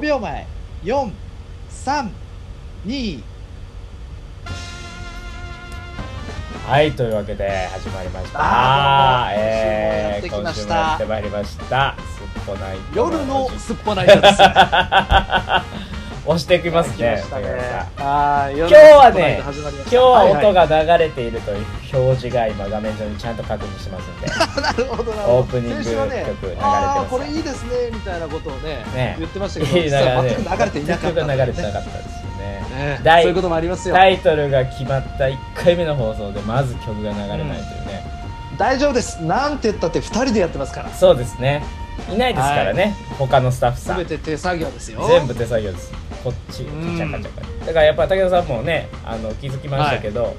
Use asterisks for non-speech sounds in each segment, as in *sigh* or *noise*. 秒前432はい、というわけで始まりました。あーえ今週もやっー、今て週きましたもやってまいりました。すっぽない夜の時すっぽない *laughs* です押していきます来ねま。したねわかりましたあー夜の今日はすっぽないでね始まりました今日は音いが流れているという表示が今画面上にちゃんと確認してますんで。いなるほどなるほどオープニング先週曲は流れねてああこまれす。いいですねみたいなことをねね言ってましたけど *laughs* いい流実はれ全く流れていなかった全く流れてなねかったですよね。ね第そういうこともありますよタイトルが決まった1回目の放送でまず曲が流れないというね、大丈夫ですなんて言ったって二人でやってますからそうですねいないですからね、他のスタッフさん全て手作業ですよ全部手作業ですこっちうんカチャカチャカチャだからやっぱ武田さんもねあの気づきましたけど、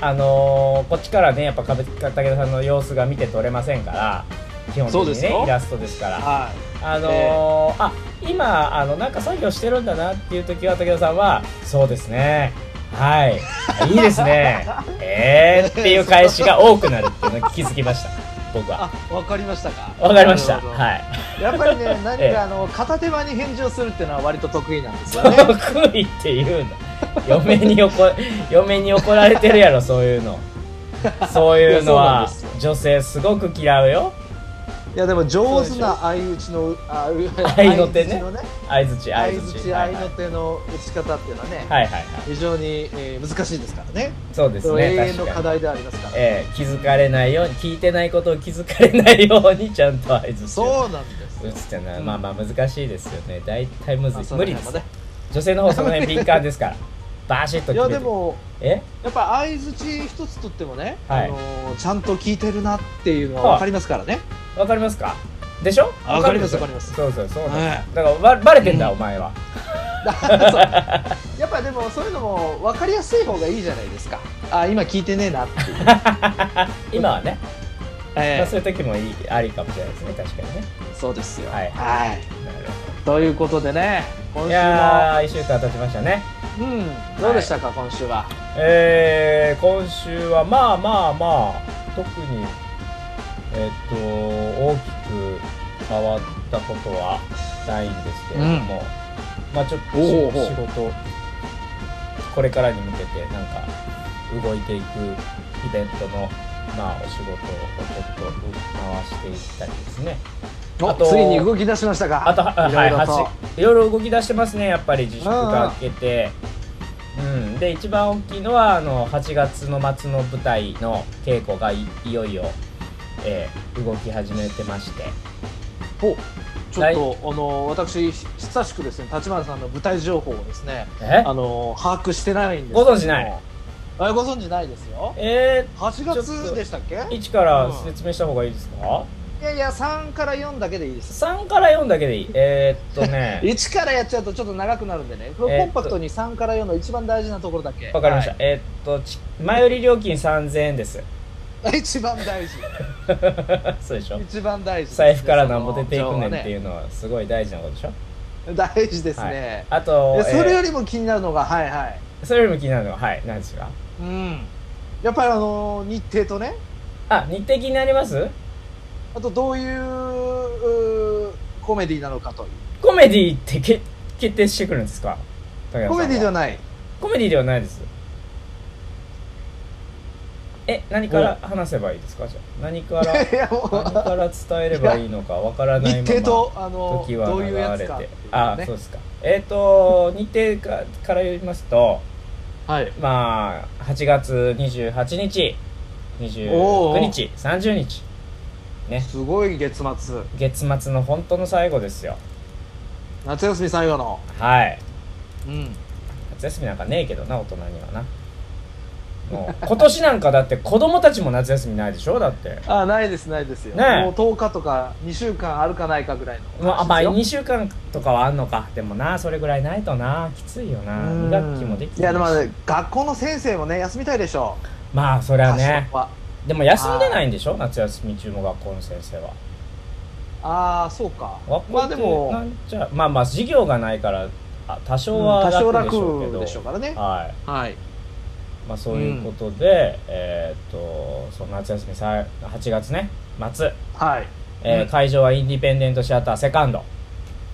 あのーこっちからねやっぱかべ武田さんの様子が見て取れませんから基本そうで的にすよねイラストですからはあのーあ今あのなんか作業してるんだなっていう時は武田さんは「そうですねはい *laughs* いいですねえー」っていう返しが多くなるっていうのに気づきました僕いはあわかりましたかわかりましたなるほどはいやっぱりね、何 *laughs* ええかあの片手間に返事をするっていうのは割と得意なんですよね。得意って言うな嫁に怒嫁に怒られてるやろそういうのそういうのいやはそうなん女性すごく嫌うよいやでも上手な相打ちのあう *laughs* 相の手相打ねちのね、相づち相相打づちちはい相はいの手の打ち方っていうのはね、はいはいはい非常に、えー難しいですからね。そうですそれは永ね遠の確課かに題でありますから。ええ気づかれないように聞いてないことを気づかれないようにちゃんと相づちそうなんです打よ。つってのはうんまあまあ難しいですよね大体むまあずそのい無理辺でもすね女性の方その辺敏感ですからバシッとい決やめてでもえやっぱ相づち一つとってもね、はいあのーちゃんと聞いてるなっていうのはわかりますからね。わかりますかでしょあわかりますわそうそうそうなんですはいだからババレてんだ、うんお前はそうやっぱでもそういうのも分かりやすい方がいいじゃないですかあ今聞いてねえなって *laughs* いう、今はね、まあ、えそういう時もいいありかもしれないですね確かにねえそうですよはいはいなるほということでねどい今やー1週間経ちましたね週もうんどうでしたか、今週はえー、今週はまあまあまあ特にえっ、と大きく変わったことはないんですけれども、まあちょっとおうおうおう仕事これからに向けてなんか動いていくイベントのまあお仕事をちょっと回していったりですねおあとついに動き出しましたかあとは、はいい、ろいろとはいろいろ動き出してますね、やっぱり自粛が明けて。うん、で、一番大きいのは、あの、8月の末の舞台の稽古がいいよいよ、えー動き始めてまして。おちょっと、あの私ひ久しくですね立花さんの舞台情報をですねえあの把握してないんですけどご存知ないあご存知ないですよえ8月でしたっけー、1から説明した方がいいですか、いやいや3から4だけでいいです ?3 から4だけでいい。えー、っとね、 1からやっちゃうとちょっと長くなるんでね、コンパクトに3から4の一番大事なところだけ。わかりました。はえー、っとち、前売り料金3000円です。 *laughs* い。 *laughs* 一番大事。そうでしょ一番大事です。。財布からなんぼ出ていくねんっていううのは、すごい大事なことでしょその情報はね大事ですはいね、、あと、でそれよえりも気になるのが、はいはい。ーそれよりも気になるのは、はい、何ですかうん。やっぱりあのー日程とね、あ、日程気になりますあとどういううーコメディなのかという。コメディってけ決定してくるんですか高山さんコメディでははない。コメディではないです。え、何から話せばいいですかじゃあ何か *laughs* ら、いやも何うから伝えればいいのかわからないまま日程と、あの時ーはどういうや流つれて。か。あ、そうですか。えっ、と、日程かから言いますと、はい。まあ、8月28日、おー29日、30日、ね、すごい月末。月末の本当の最後ですよ。夏休み最後の。はい。うん。夏休みなんかねえけどな大人にはなもう今 *laughs* 年なんかだって子供たちも夏休みないでしょだってあないですないですよ、ねえもう10日とか2週間あるかないかぐらいのまあ、まあ、話ですよ2週間とかはあんのかでもなそれぐらいないとなきついよなうん2学期もできていやでも、ないしね、学校の先生もね休みたいでしょまあそりうゃね多少はでも休んでないんでしょ夏休み中も学校の先生はああそうか学校まあってでなもんちゃまあまあ授業がないからあ多う少んは多少楽でしょうけ楽ど、でしょうからねはいはいまあ、そういうことで、えーっとその夏休みさい8月ね末、はいえーうん会場はインディペンデントシアターセカンド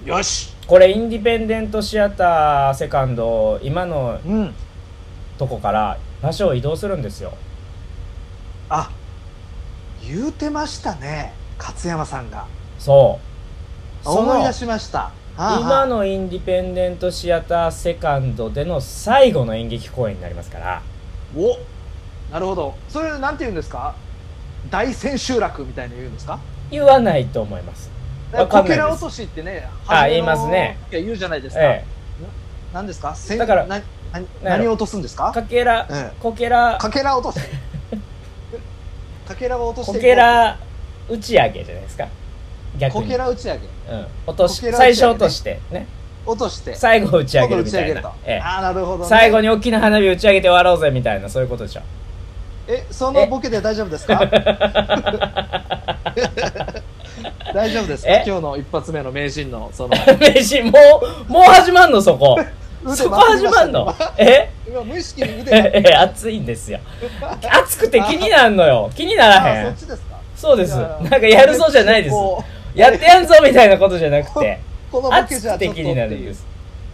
よしこれインディペンデントシアターセカンド今のうんとこから場所を移動するんですよあ言うてましたね勝山さんがそうあそ思いの出しましたはあはあ今のインディペンデントシアターセカンドでの最後の演劇公演になりますからおなるほどそれなんて言うんですか大千秋楽みたいなの言うんですか言わないと思いますわかんなこいですけら落としってねあ初めの言いますねいや言うじゃないですか、え何ですかせんだからな何なんやろ何を落とすんですえかかけらえこけらえかけら *laughs* 落としかけらを落としてこいこうけら打ち上げじゃないですか逆こにけら打ち上げうん、落としこけら打ち上最げね初落としてね落として最後打ち上今げ度る打みちた上いげるとな、えああなるほどえ、ね最後に大きな花火打ち上げて終わろうぜみたいなそういうこと *laughs* でしょえそのボケで大丈夫ですか *laughs* 大丈夫ですかえ今日の一発目の名人のその名人もうもう始まんのそ *laughs* こ腕 *laughs* そこ始ま *laughs* んのえ今無意識に腕が *laughs* ええ暑いんですよ暑くて気になんのよ気にならへあそんっちですかそうですいなやんかやるそうじゃないですこやってやんぞみたいなことじゃなくてうこのボケ暑じゃくちてょっと気ってになるんいでうす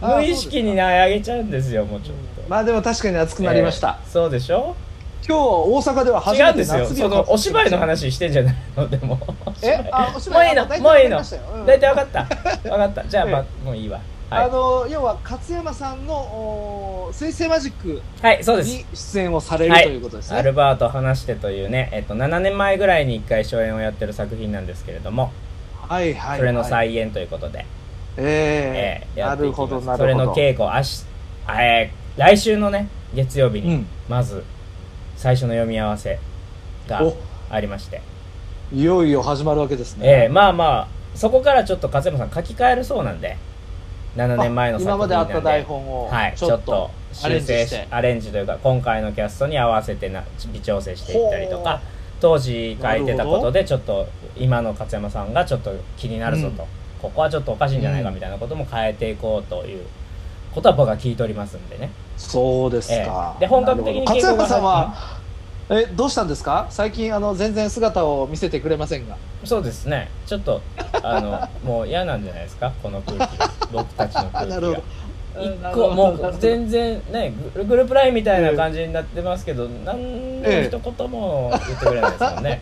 あそう無意ですか識にな上げちゃうんですよもうちょっと、まあでも確かに暑くなりました、ええそうでしょ今日大阪では初違うめんでてすよ夏日をそ観測のお芝居の話してんじゃないのでもえあおもう芝いい居のあ大体もうわかいいりのましたようん大体分かった分かったじゃあ、ええまあ、もういいわあはの要は勝山さんのおー水星マジックい、はい、そうですに出演をされる、はいということですねアルバート話してというね、えっと、7年前ぐらいに1回初演をやってる作品なんですけれども、はいはいはいそれの再演ということで、ええええやなっているきほますどなるほどそれの稽古明日、えー来週のね月曜日うにんまず最初の読み合わせがおありまして、いよいよ始まるわけですねえーまあまあそこからちょっと勝山さん書き換えるそうなんで7年前の作今品なまんでであった台本をはい、ちちょょっっとと修アレン正しジしてアレンジというか今回のキャストに合わせてな微調整していったりとか当時書いてたことでちょっと今の勝山さんがちょっと気になるぞと、うんここはちょっとおかしいんじゃないかうんみたいなことも変えていこうということは僕は聞いておりますんでねそうですかえ、えで本格的になるほど稽古勝が山さんはえどうしたんですか最近あの全然姿を見せてくれませんがそうですねちょっと *laughs* あのもう嫌なんじゃないですかこの空気が僕たちの空あ *laughs* 気ながるほど一なるほど個もなるうほど全然ねググループラインみたいな感じになってますけど、何の一言も言ってくれないです *laughs* もんね、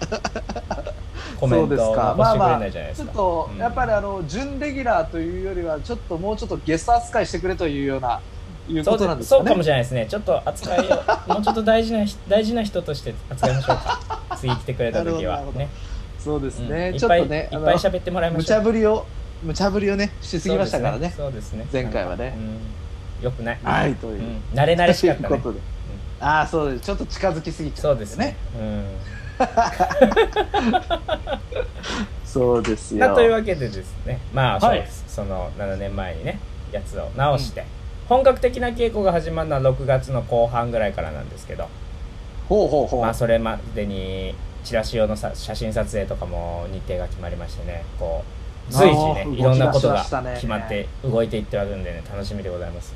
コメントそうをですか残してくれないじゃないでちすょっか、と、うんやっぱりあの準レギュラーというよりはちょっともうちょっとゲスト扱いしてくれというようないうそこうでとなんですそかうかもねしれないですねちょっと扱 *laughs* いをもうちょっと大事な大事な人として扱いましょうか次来てくれた時は *laughs* なるほどねそうですうんね、いちっょっぱいとねいあっのぱい喋ってもらいま無しょ茶うぶりを無茶ぶりをねしすぎましたからねそうですねそうですね前回はねうんよくない、はいというう、ん、慣れ慣れしかったといねうことで、ああそうですちょっと近づきすぎちゃそっうたんですねうんそうですなよというわけでですねまあそうはいです、その7年前にねやつを直して、本格的な稽古が始まるのは6月の後半ぐらいからなんですけど、ほうほうほう、まあそれまでにチラシ用のさ写真撮影とかも日程が決まりましてねこう随時あねーいろんなこと動きが出しましたね決まって動いていってわるんでね楽しみでございます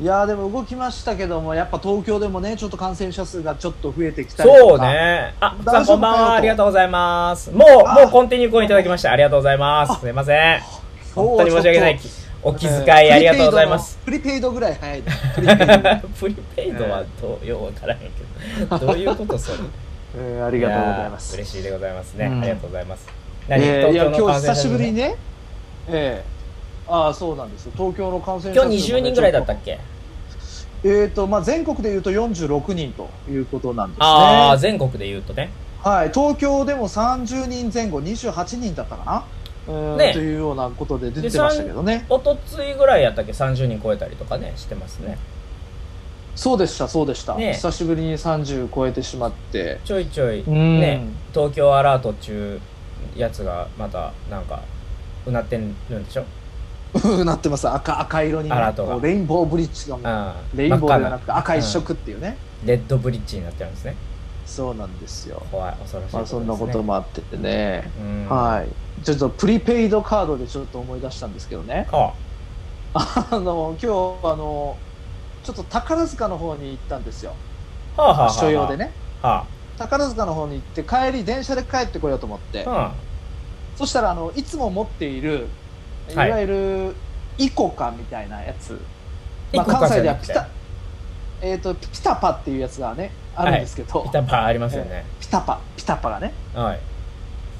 いやーでも動きましたけどもやっぱ東京でもねちょっと感染者数がちょっと増えてきたりとかそうねあさん大丈こん夫かばよんはとありがとうございますもうあもうコンティニューコインいただきましたありがとうございますすいません本当に申し訳ないきお気遣いありがとうございますプリペイドのプリペイドぐらい早いねプ *laughs* リペイドぐらいプリペイドはどうようわからへん *laughs* けどどういうことそれあうんありりがとうございます嬉しいでございますね、うんありがとうございますえーいや今日感染久者し数ぶりにねねええああそうなんですよ東京の感染者数今もね、日20人ぐらいだったちょっけとえっ、とまあ全国でいうと46人ということなんですねああ全国で言うとねはい、東京でも30人前後、28人だったかな、うんねというようなことで出てましたけどね。一昨日ぐらいやったっけ30人超えたりとかねしてますねそうでした、そうでした、ね久しぶりに30超えてしまって。ちょいちょいうんね東京アラート中やつがまたなんかうなってるんでしょ、うんなってます赤赤色にねアラートがこうレインボーブリッジがうもん、う真レインっボー赤ではななくて赤一色っていうね、レッドブリッジになってるんですねそうなんですよ、怖い恐ろしいまあ、そんなこともあっててね、うんはいちょっとプリペイドカードでちょっと思い出したんですけどねああの今日あのちょっと宝塚の方に行ったんですよあはあはあはあ所用でねは宝塚の方に行って帰り電車で帰ってこようと思って、あ、うんそしたらあのいつも持っているいはいわゆるイコカみたいなやつ、まあ、一個か関西ではじピゃなタくて、えー、とピタパっていうやつがねあるんですけど、ピタパありますよね、ピタパピタパがねはい、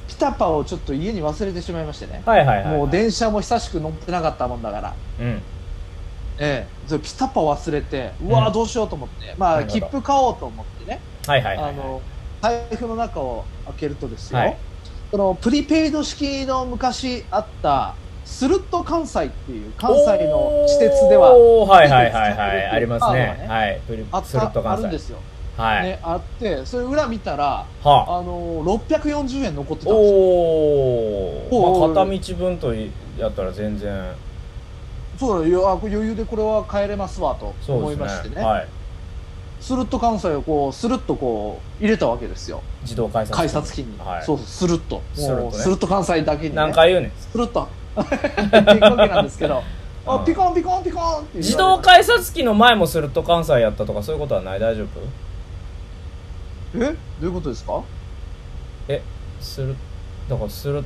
ピタパをちょっと家に忘れてしまいましてね、はいはいはいはいもう電車も久しく乗ってなかったもんだから、うんええ、それピタパ忘れてうわうーんどうしようと思って、まなあるほ切ど符買おうと思ってね、はいはいはいあの財布の中を開けるとですよ、はいそのプリペイド式の昔あったスルッと関西っていう関西の私鉄ではおーはいはいはいはいありますあのねねはいプルあっスルッとたあ関るんで西すよ、はい、ね、あってそれ裏見たらあはあの640円残ってたんですよおお、おーまあ、片道分とやったら全然そうだよあこれ余裕でこれは帰れますわとそう思でいすまねしてねはい、スルッと関西をこうスルッとこう入れたわけですよ自動改札改札機に、はい、そうそうスルッとスルッとねもうスルッと関西だけに、ね、何回言うねんスルッと言っていくわけなんですけど、うんあピコンピコンピコンって言われて自動改札機の前もスルッと関西やったとかそういうことはない大丈夫えどういうことですかスルッだからスルッ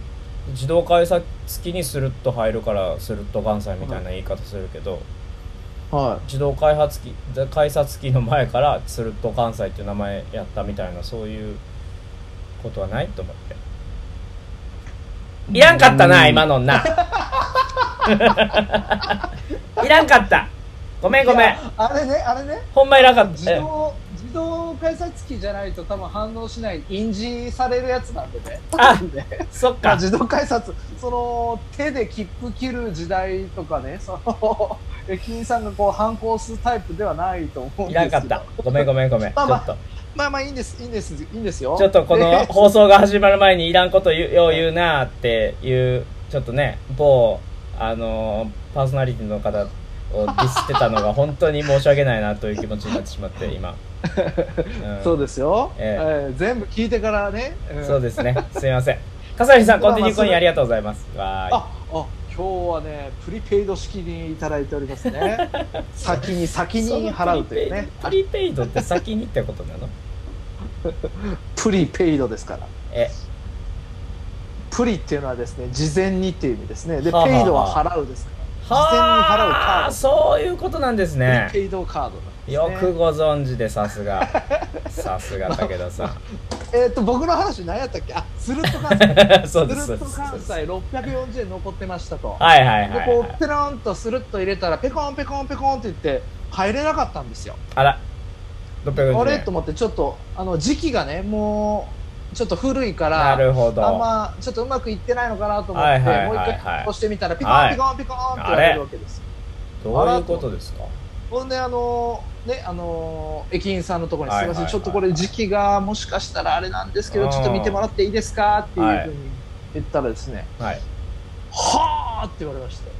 自動改札機にスルッと入るからスルッと関西みたいな言い方するけど、はい自動開発機改札機の前からスルッと関西っていう名前やったみたいなそういうことはないと思っていらんかったなうん今の *laughs* ないらんかったごめんごめいんやあれねあれねほんまいらんかっ自たえ動自動改札機じゃないと多分反応しない印字されるやつなんでねあなんでそっ *laughs* まあか自動改札その手で切符切る時代とかねその *laughs* 駅員さんがこう反抗するタイプではないと思うんいですらけんどかったごめんごめんごめんちまょあまっあとまあまあいいんですいいんですいいんですよちょっとこ *laughs* ので放送が始まる前にいらんこと言うよう言うなっていうちょっとね某あのーパーソナリティの方をディスってたのが本当に申し訳ないなという気持ちになってしまって *laughs* 今、うんそうですよ、ええー全部聞いてからね、うんそうですねすいません笠井さんまあまコンあティニューコイそンれありがとうございますわああ今日はねプリペイド式にいただいております *laughs* ね先にー先いに払うというねそのプリペイドプリペイドって先にってことなのプリペイドですからえプリっていうのはですね事前にっていう意味ですねでペイはあはあドは払うですかはあ事そういうことなんですらねプリペイドカードなんですねよくご存知でさすがさすが武田さんえっ、と僕の話何やったっけあスルッと関西 *laughs* そうですスそルッうでとす関西640円残ってましたとはいはいはいではい、こうペロンとスルッと入れたらペコンペコンペコンって言って入れなかったんですよあら650円あれと思ってちょっとあの時期がねもうちょっと古いからなるほどあんまちょっとうまくいってないのかなと思って、はいはいはいはいもう一回押してみたらピコはンいピコンピコンって言われるわけですよ、どういうことですかほんであのねあのー駅員さんのところに「はすいいはいまはいせんちょっとこれ時期がもしかしたらあれなんですけどちょっと見てもらっていいですか?」っていうふうに言ったらですねはい「はあ!」って言われまして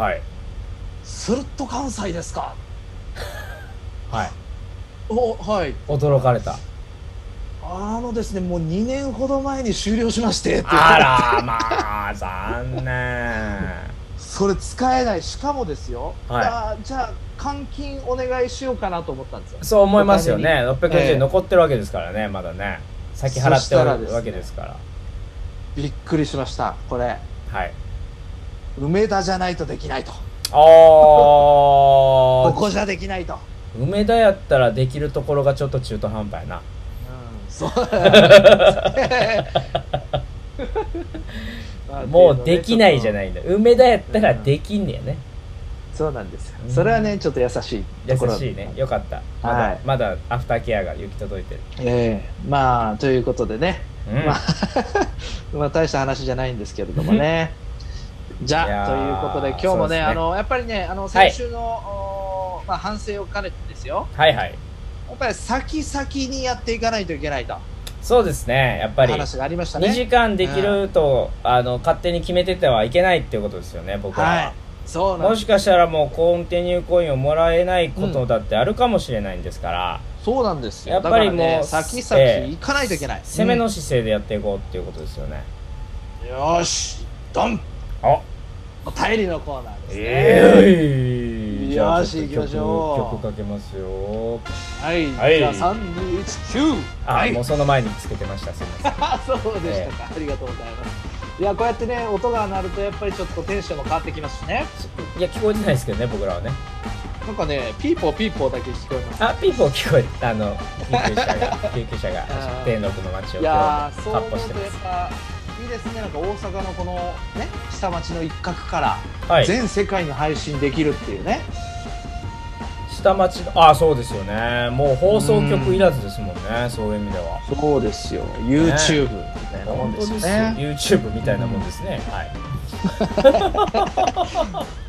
はい「スルッと関西ですか?はい」おはい驚かれたあのですねもう2年ほど前に終了しましてって言ってあら *laughs* まあ残念それ使えないしかもですよ、はいあーじゃあ換金お願いしようかなと思ったんですよそう思いますよねに650ええ円残ってるわけですからねまだね先払ってそしたらですおるねわけですからびっくりしましたこれはい梅田じゃないとできないとこあこじゃできないと、ー梅田やったらできるところがちょっと中途半端やうなん、そうまあ *laughs* もうできないじゃいないんだ梅田やったらできんねやねそうなんですようんそれはねちょっと優しい優ところしいねよかったまだ、はいまだアフターケアが行き届いてるええまあということでね、うんまあまあ大した話じゃないんですけれどもね。じいやゃあというーことで今日もそうねですねあのやっぱりねあの先週の、おーまあ、反省を兼ねてですよはいはいやっぱり先々にやっていかないといけないとそうですねやっぱり話がありました2時ね。間できると、あの勝手に決めててはいけないっていうことですよね僕らは、はい、そうなんもでしすかしたらもうコンティニューコインをもらえないことだってあるかもしれないんですから、そうなんですよやっぱりもうだからね、先々ええ行かないといけない。攻めの姿勢でやっていこうっていうことですよね、うんよーしドンあお便りのコーナーですね。ええよしじゃあちょっ行きましょうと曲曲かけますよはい、はいじゃあ三二一九あ、 *laughs* はいもうその前につけてましたすいませんそうでしたか、ありがとうございます。いやこうやってね音が鳴るとやっぱりちょっとテンションも変わってきますしねいや聞こえてないですけどね僕らはねなんかねピーポーピーポーだけ聞こえますあピーポー聞こえたあの救急車が救急車 *laughs* が天禄の街をいやーそこうう思う発と歩やっしてますぱいいですねなんか大阪のこのね下町の一角からはい全世界に配信できるっていうね、下町のあそうですよねもう放送局いらずですもんねそういう意味ではそうですよ YouTube みたいなもん本で当すよですよね YouTube みたいなもんですね、はい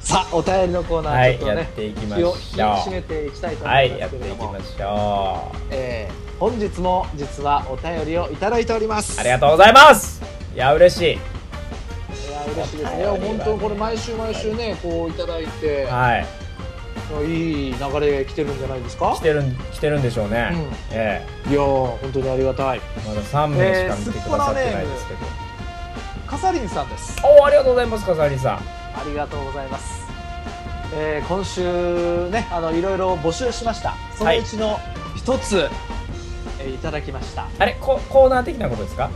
さあお便りのコーナはーちょいっ、とやねっ、ていきまし気ょをう引き締めていきたいとは思いいまやっすてけいれどきも、ましょうえー本日も実はお便りをいただいておりますありがとうございますいや嬉しいや嬉しいですねお便りはね本当これ毎週毎週ねこういただいいてはいいい流れが来てるんじゃないですか来てるん来てるんでしょうね、うんえいやー本当にありがたいえまだ3名しか見てくださってないですけど、カサリンさんですおおありがとうございます笠原さんありがとうございます、えー今週ねあのいろいろ募集しましたそのうちの一つ、えーいただきましたあれココーナー的なことですか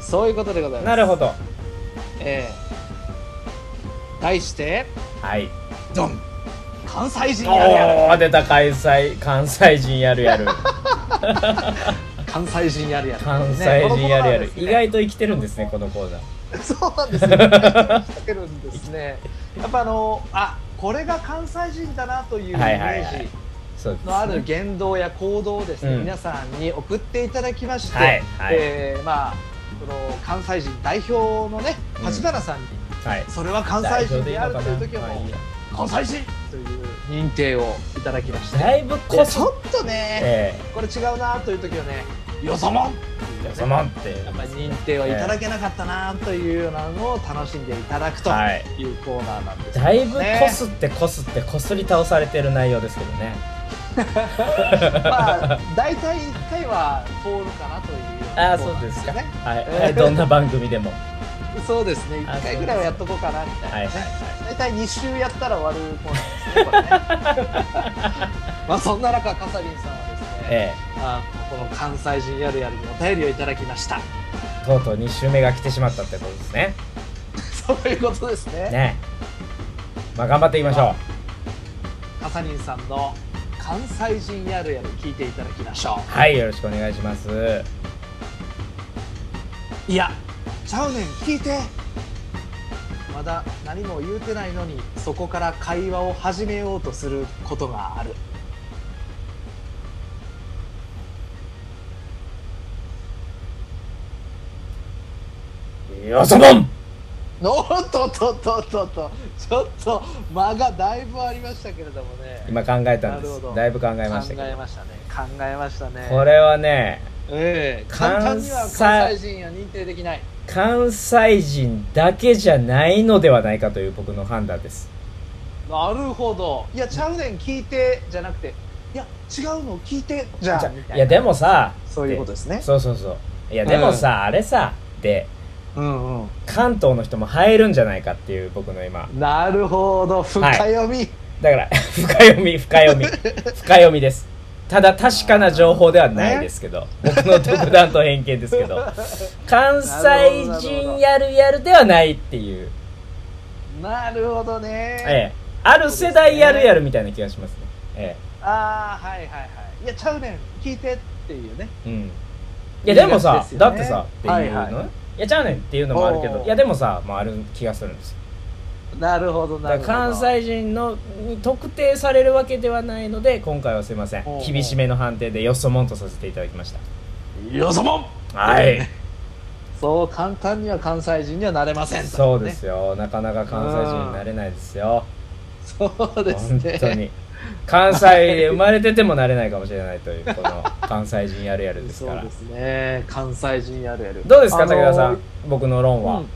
そういうことでございますなるほどえー題してはいドン関西人やるやるおお出た関西関西人やるや *laughs* る関西人やるやる関西人やるやる、ね意外と生きてるんですねこのコーナーそうなんですよ。生きてるんですね。 *laughs* やっぱあのあこれが関西人だなというイメはいはいはいージそうですねのある言動や行動をですね、うん皆さんに送っていただきまして、はいはいえーまあこの関西人代表のねうん立花さんに、はいそれは関代西表人であるという時はまあもいういや関西人という認定をいただきました。だいぶここうちょっとね、えこれ違うなという時はね、よそもんえよそもんってやっぱり認定はいただけなかったなというようなのを楽しんでいただくとはいいうコーナーなんですけ *laughs* どだいぶこすってこすってこすり倒されてる内容ですけどねまあ大体1回は通るかなというようあなあコーそナうーですか、ねはい、えーはいどんな番組でもそうですねあ1回ぐらいはやっとこうかなみたいなはいはいね、は大体2週やったら終わるコーナー *laughs* ですねこれねまあそんな中カサリンさんはですねい、、えあこの関西人やるやるにお便りをいただきました *laughs* えとうとう2週目が来てしまったってことですねそういうことですねねまあ頑張っていきましょカサリンさんの関西人やるやる聞いていただきましょううはいよろしくお願いしますいやちゃうねん聞いてまだ何も言うてないのにそこから会話を始めようとすることがあるよそもんおっとっとっとっとっとちょっと間がだいぶありましたけれどもね今考えたんでなるほどすだいぶ考えましたけ考えどましたね考えましたねこれはねええ関簡単には関西人は認定できない関西人だけじゃないのではないかという僕の判断ですなるほどいやちゃうねん聞いてじゃなくていや違うの聞いてじゃあじゃみたいないやでもさそういうことですねそうそうそういやでもさ、あれさでうんうん関東の人も入るんじゃないかっていう僕の今なるほど深読み、だから *laughs* 深読み深 *laughs* 読み深読みですただ確かな情報ではないですけど、僕の独断と偏見です *laughs* けど関西人やるやるではないっていう、なるほどね、ええ、ある世代やるやるみたいな気がしますねえああはいはいはいいやちゃうねん聞いてっていうねえうんいやでも言いがさちですよねだってさっていうの、はいいはいやちゃうねんっていうのもあるけおどーいやでもさ、まあ、ある気がするんですよなるほどなだるかほどら関西人のに特定されるわけではないので今回はすいませんおうおう厳しめの判定でよそもんとさせていただきましたよそもんはいそう簡単には関西人にはなれませんそうですねよ、なかなか関西人になれないですよそうです本ね当に関西で生まれててもなれないかもしれないというこの関西人やるやるですかそうらですね関西人やるやるどうですかあのー武田さん僕の論はうん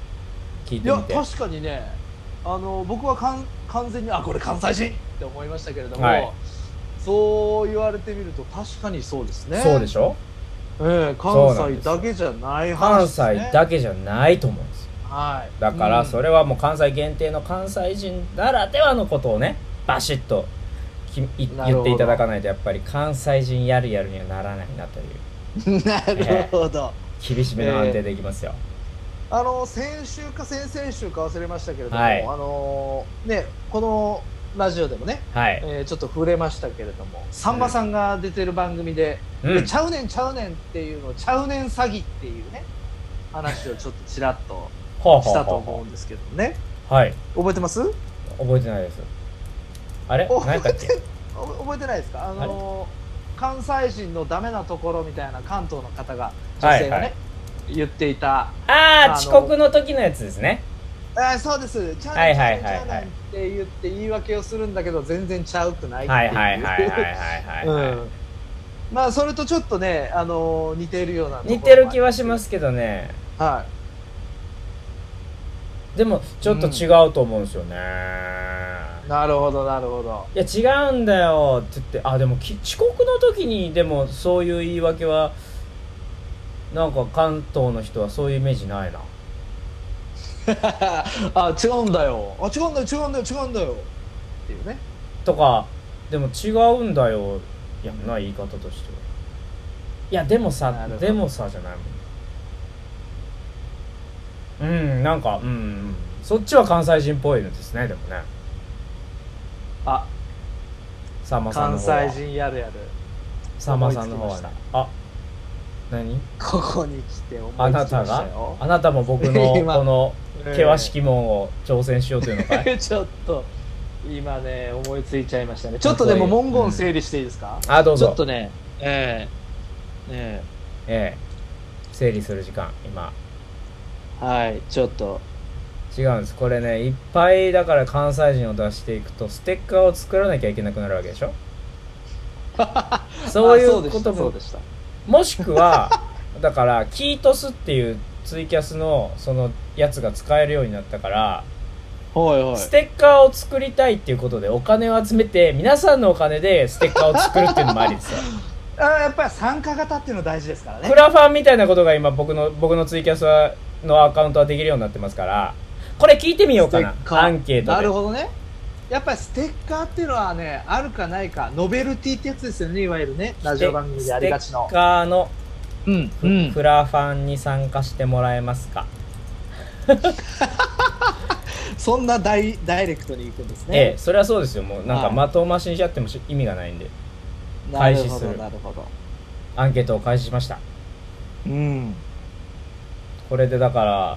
聞いいてみやて確かにねあの僕はかん完全にあこれ関西人って思いましたけれども、はいそう言われてみると確かにそうですねそうでしょええそうな関ん西ですよだけじゃない話関です、ね、西だけじゃないと思うんですよはいだかられそれはもう関西限定の関西人ならではのことをねバシッときいなる言ほどっていただかないとやっぱり関西人やるやるにはならないなとい *laughs* うなるほど。厳しめの判定でいきますよ、ああの先週か先々週か忘れましたけれども、はいあのねこのラジオでもね、はい、えーちょっと触れましたけれども、さんまさんが出てる番組で、うでんち、ゃうねんちゃうねんっていうのをちゃうねん詐欺っていうね話をちょっとちらっとほうしほうたとほう思うほんですけどねうはい覚えてます覚えてないですあれお何やったっ *laughs* けお覚えてないですかあのー関西人のダメなところみたいな関東の方が女性がね、はいはい言っていたあああの遅刻の時のやつですねあーそうです、ちゃうはねいんちはゃうねいんはいはちゃいうねんって言って言い訳をするんだけど全然ちゃうくないってはいいうはいはいはいはいはい、うんまあそれとちょっとね、あのー似ているような、似てる気はしますすけどねはでもちょっと違うと思うんですよね、い、なるほどなるほどいや違うんだよって言ってあでもき遅刻の時にでもそういう言い訳はなんか関東の人はそういうイメージない *laughs* なあ違うんだよあ違うんだよ違うんだよ違うんだよっていうねとかでも違うんだよやんな言い方としてはいやでもなさるほどでもさじゃないもんうんなんかうんうんそっちは関西人っぽいのですねでもねあさんまさんの関方は西人やるやるさんまさんの方は思いねつきあ何ここに来て思いつきあまなしたがよあなたも *laughs* 僕の今このええ険しき門を挑戦しようというのか *laughs* いちょっと今ね思いついちゃいましたねちょっとでうもん文言整理していいですか、あどうちょぞっとねえええええ整理する時間今えはいちょっと違うんですこれねいっぱいだから関西人を出していくとステッカーを作らなきゃいけなくなるわけで *laughs* しょそういあそううでこしとたそうもでしたもしくは *laughs* だからキートスっていうツイキャスのそのやつが使えるようになったからはいはいステッカーを作りたいっていうことでお金を集めて皆さんのお金でステッカーを作るっていうのもありですよあやっぱり参加型っていうの大事ですからねクラファンみたいなことが今僕の僕のツイキャスはのアカウントはできるようになってますからこれ聞いてみようかなステッカーアンケートでなるほどねやっぱりステッカーっていうのはねあるかないかノベルティってやつですよねいわゆるねラジオ番組でありがちのステッカーのうんク,、うんクラファンに参加してもらえますか、そんなダイダイレクトに行くんですえねえ、それはそうですよもうなんかはいまとうましにしちゃってもし意味がないんでなるほ開始すどるなるほどアンケートを開始しましたうんこれでだから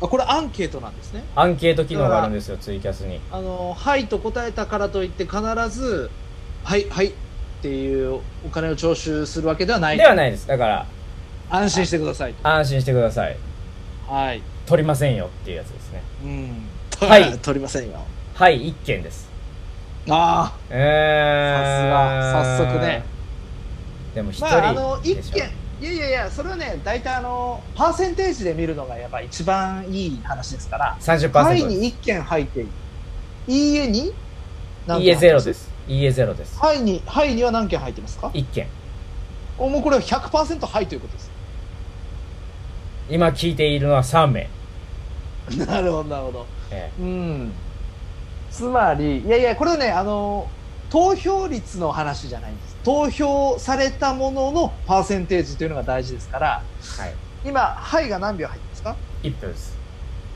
あこれアンケートなんですねアンケート機能があるんですよツイキャスにあの「はい」と答えたからといって必ず「はいはい」っていうお金を徴収するわけではないではないですだから安心してくださいと安心してくださいはい取りませんよっていうやつですねうんはい取りませんよはい一件ですあえー、さすが早速ねでも一あ人まああの一でしょ件いやいやいやそれはね大体あのパーセンテージで見るのがやっぱ一番いい話ですから「 30%はい」ですに1件入っていい「いいえ」にいいえゼロすですいいえゼロですはいに、はいには何件入ってますか一件おもうこれは100%はいということです。 *laughs* 今聞いているのは3名、なるほど、なるほど。えうん。つまり、いやいや、これはね、あの、投票率の話じゃないんです。投票されたもののパーセンテージというのが大事ですから、えはい今、はいが何秒入ってますか1票です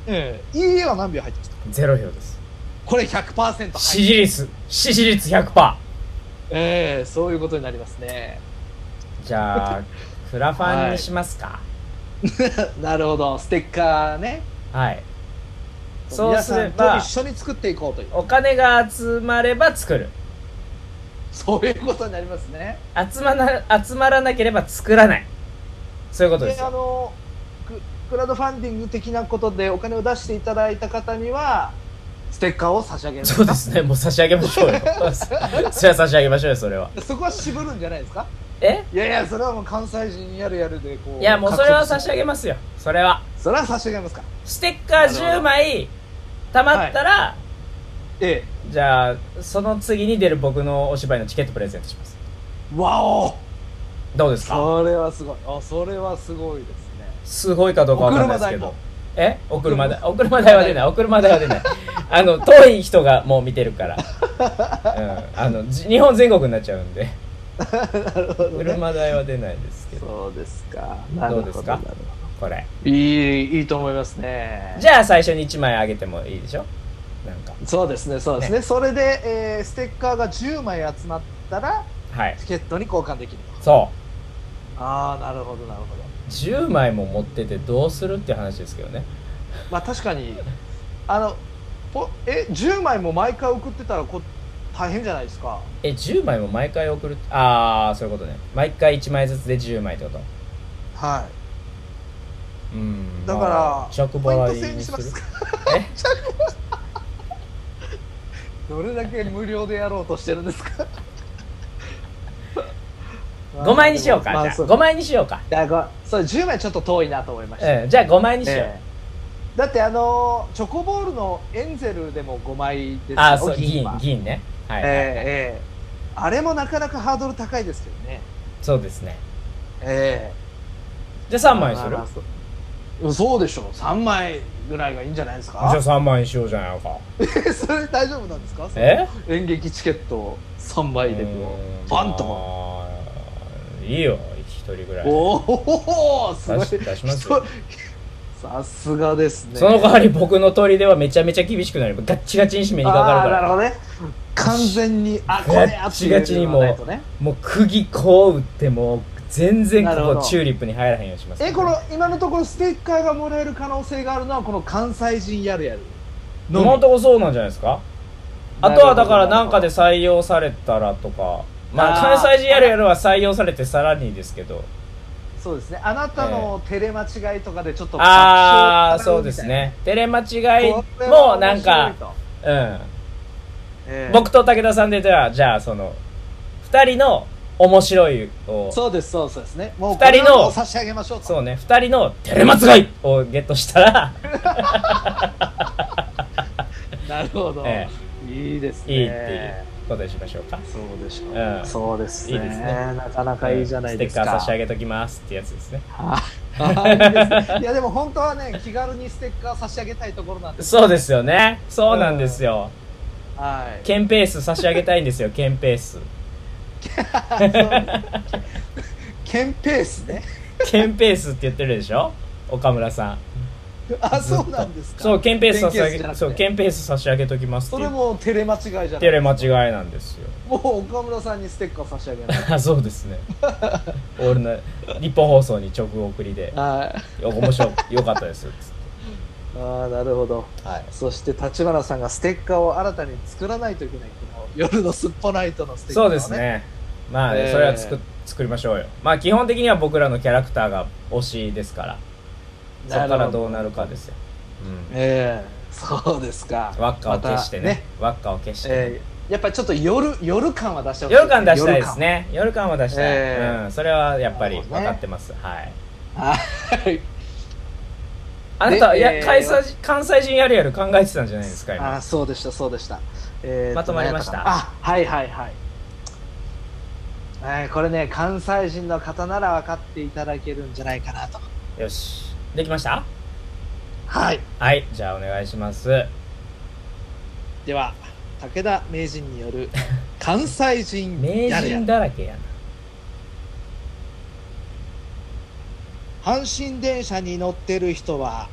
ええ。いいえは何秒入ってますかゼロ票ですこれ100%はい。支持率支持率100%ええそういうことになりますね。*laughs* じゃあクラファンにしますかなるほど、ステッカーね。はい、そうすれ皆さんばと一緒に作っていこうという。お金が集まれば作るそういうことになりますね。集まな集まらなければ作らないそういうことですであよのククラウドファンディング的なことでお金を出していただいた方にはステッカーを差し上げるそうですねもう差し上げましょう *laughs* よそれは差し上げましょうよそれはそこは渋るんじゃないですかえいやいやそれはもう関西人やるやるでこういいやもうそれは差し上げますよそれはそれは差し上げますかステッカー10枚たまったら、えじゃあその次に出る僕のお芝居のチケットプレゼントしますえわおどうですかそれはすごいあそれはすごいですねすごいかどうかわかんないですけおど車えお車代お車代は出な *laughs* いお車代は出ないあの遠い人がもう見てるから、うん、あのじ日本全国になっちゃうんでなるほど、ね、車代は出ないですけどそうですかどうですなかるほどなるほどこれいいいいと思いますねじゃあ最初に1枚あげてもいいでしょなんかそうですねそうですねそれで、えーステッカーが10枚集まったらはいチケットに交換できるとそああなるほどなるほどう10枚も持っててどうするっていう話ですけどねまあ確かに *laughs* あのぽえ10枚も毎回送ってたらこ大変じゃないですかえ10枚も毎回送るああそういうことね毎回1枚ずつで10枚ってことはうんだからまあ着いポイント払制いににしすまるすかえどれだけ無料でやろうとしてるんです *laughs* か *laughs* 5枚にしようか、まあじゃあそう5枚にしようか、だからそう10枚ちょっと遠いなと思いました、うん、じゃあ5枚にしよう、ええだってあのチョコボールのエンゼルでも5枚ですよああそう銀銀は銀ねはい、はいええええあれもなかなかハードル高いですけどねそうですねえじゃあえ3枚にするまあまあそうそうでしょう3枚ぐらいがいいんじゃないですかじゃあ3枚にしようじゃないのか *laughs* それ大丈夫なんですかえ演劇チケット3枚でこうバンとまあいいよ一人ぐらいおおすごい出し出します *laughs* よさすがですねその代わり僕の砦はめちゃめちゃ厳しくなるガッチガチに締めにかかるかあーなるらほどね完全にあこれやっていうのがないとねもう釘こう打っても全然なるほこどこチューリップに入らへんようにしますえこの今のところステッカーがもらえる可能性があるのはこの関西人やるやるの今みのとこそうなんじゃないですかあとはだからなんかで採用されたらとかまああー関西人やるやるは採用されてさらにですけどそうですねあなたの照れ間違いとかでちょっとああそうですねテレ間違いもなんかうん僕僕と武田さんでじゃあじゃあその2人の面白いをそうですそうそうですねもう二人のこれはもう差し上げましょうとそうね2人のテレマツがいをゲットしたら *laughs* なるほど、えいいですねいいっていうことにしましょうかそうでしょう、うんそうですねいいですねなかなかいいじゃないですか、ステッカー差し *laughs* 上げときますってやつですねはいいですねいやでも本当はね気軽にステッカー差し上げたいところなんですそうですよねそうなんですよ、はいケンペース差し上げたいんですよケンペースケンペースねケンペースって言ってるでしょ岡村さんあそうなんですかそうケンペース差し上ケンペースじゃなくげてそうケンペース差し上げときますっそていれうも照れ間違いじゃないテレ間違いなんですよ *laughs* もう岡村さんにステッカー差し上げないあそうです *laughs* ねオールナイ日本放送に直送りではいよ面白いよかったですっつっああなるほどてはいそして立花さんがステッカーを新たに作らないといけないこの夜のスッポナイトのステッカーそを、うね、ですねまあね、えーそれは作作りましょうよまあ基本的には僕らのキャラクターが推しですからそなこるほどからどうなるかですよ、うんええそうですか輪っかを消してね,、ま輪っかを消して、たええやっぱりちょっと夜夜感は出してほしい夜間出したいですね夜間は出したい、えーうん、それはやっぱりなる分ほどねかってます、はい夜感はいあなた、でいやえー関西人関西人やるやる考えてたんじゃないですかあ今ーそうでしたそうでした、えーとまとまりました何やたかなあはいはいはい、えーこれね関西人の方なら分かっていただけるんじゃないかなとよしできましたはいはいじゃあお願いしますでは武田名人によ *laughs* る関西人名やれや人だらけやな阪神電車に乗ってる人は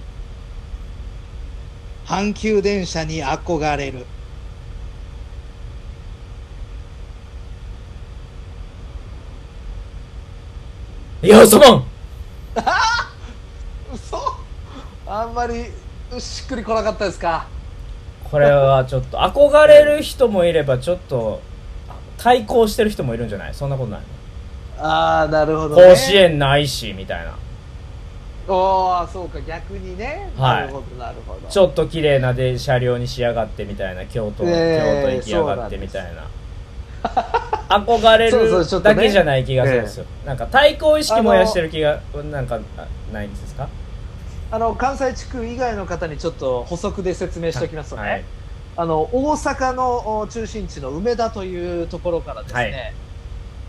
阪急電車に憧れるよそもん嘘あんまりしっくりこなかったですかこれはちょっと憧れる人もいればちょっと対抗してる人もいるんじゃないそんなことないああなるほのど、ね、甲子園ないしみたいなおあそうか逆にね、はいなるほどなるほどちょっと綺麗なで車両にしやがってみたいな京都、ええ京都行きやがってみたいな憧れそうそうちょるっとねだけじゃない気がするんですよ、なんか対抗意識燃やしてる気がなんかあないんですかあの関西地区以外の方にちょっと補足で説明しておきますとね、はいあの大阪のお中心地の梅田というところからですね、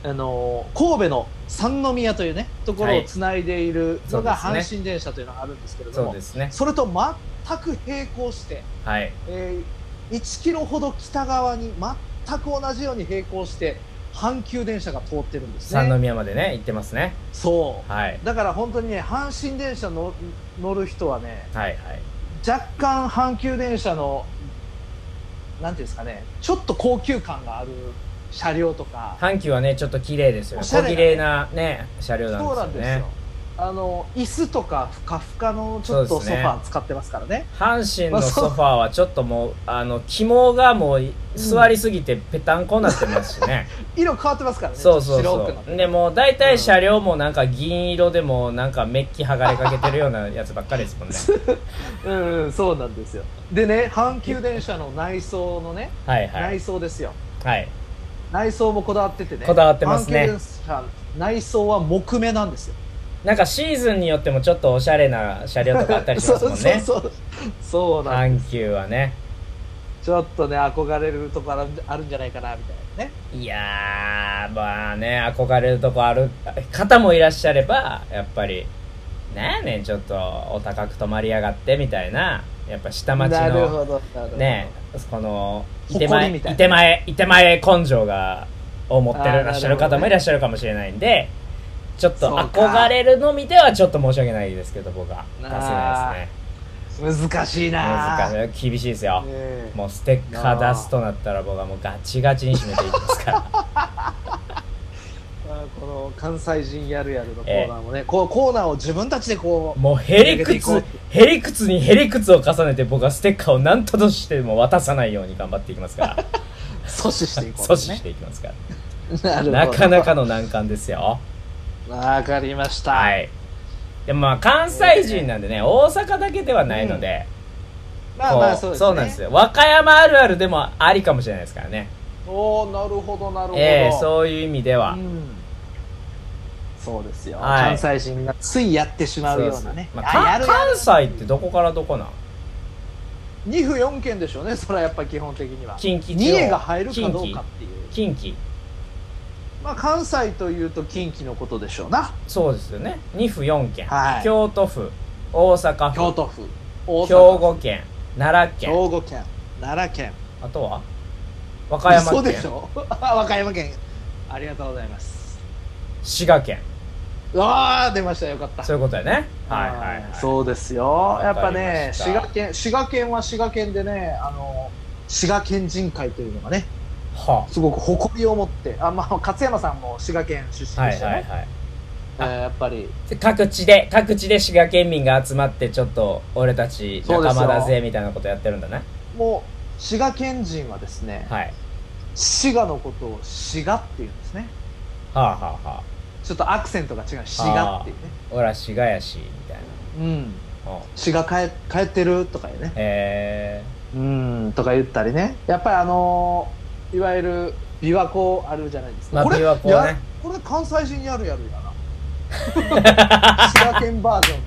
あの神戸の三宮というねところをつないでいるのがはいそ阪うですね神電車というのがあるんですけれども、そうですねそれと全く並行して、はいえー1キロほど北側に全く同じように並行して阪急電車が通ってるんです三ね。宮までね行ってますねそう。はいだから本当にね、阪神電車の乗る人はね、はいはい若干阪急電車の、なんていうんですかね、ちょっと高級感がある車両とか、阪急はねちょっと綺麗ですよねおしゃれな小ね綺麗なね車両そうななんんですでよすねよ。あの、椅子とかふかふかのちょっそうとソですフねァー使ってますからね。阪神まのあそうソファーはちょっともうあの肝がもう座りすぎてぺたんこになってますしね、色変わってますからね。そうそうちょっとそ白くなうってでもう大体車両もなんか銀色でもなんかメッキ剥がれかけてるようなやつばっかりですもんねうん、そうなんですよ。でね、阪急電車の内装のね、 *laughs* はいはい内装ですよ。はい内装もこだわっててね。こだわってますね阪急電車内装は木目なんですよ。なんかシーズンによってもちょっとおしゃれな車両とかあったりしますもんねそうそうそう。そうなん阪急はねちょっとね、憧れるところあるんじゃないかな、みたいなね。いやーまあね憧れるとこある方もいらっしゃればやっぱりなんやねんちょっとお高く泊まりやがってみたいなやっぱ下町なるのほど、なるほど。ねこのい誇てり前みいたいなて前いて前根性がを持ってらっしゃるあーなるほど方もねいらっしゃるかもしれないんでちょっとそうか憧れるのみではちょっと申し訳ないですけど僕は出せないですね難しいな難しい厳しいですよ、ねもうステッカー出すとなったら僕はもうガチガチに締めていきますから *laughs* まあこの関西人やるやるのコーナーもね、こうコーナーを自分たちでこう、もうへりく上げつていこへりくつにへりくつを重ねて僕はステッカーを何としても渡さないように頑張っていきますから *laughs* 阻止していこう *laughs* 阻と止ね。していきますからなるほど。なかなかの難関ですよわかりました。はいでもまあ関西人なんでね大阪だけではないので、まあこうまあそうですね。なんですよ和歌山あるあるでもありかもしれないですからねおおなるほどなるほど。ええそういう意味では、うんそうですよ、はい関西人がついやってしまうようなそうそうね。まああかやるやる関西ってどこからどこなん2府4県でしょうね、それはやっぱ基本的には。近畿三地重が方入るかどうかっていう。近畿まあ関西というと近畿のことでしょうな。そうですよね2府4県、はい京都府大阪府京都府、大阪府兵庫県奈良兵県庫県、奈良県。あとは和歌山そう県でしょ *laughs* 和歌山県ありがとうございます滋賀県ああ出ましたよかったそういうことやねはいあーはい、はい、そうですよやっぱわかりねました滋賀県滋賀県は滋賀県でねあの滋賀県人会というのがねはすごく誇りを持ってあまあ勝山さんも滋賀県出身でしあたはねい、はいはいえーやっぱりで各地で各地で滋賀県民が集まってちょっと俺たち仲間だそうですぜみたいなことやってるんだねもう滋賀県人はですね、はい滋賀のことを滋賀っていうんですねはあはあはあちょっとアクセントが違う滋賀っていうね俺は滋賀やしみたいうんなうん滋賀帰帰ってるとかねえうんとか言ったりねやっぱりあのーいわゆる琵琶湖あるじゃないですか、まあこれ琵琶湖やねこれ関西人やるやる *laughs* やな滋賀県バージョンの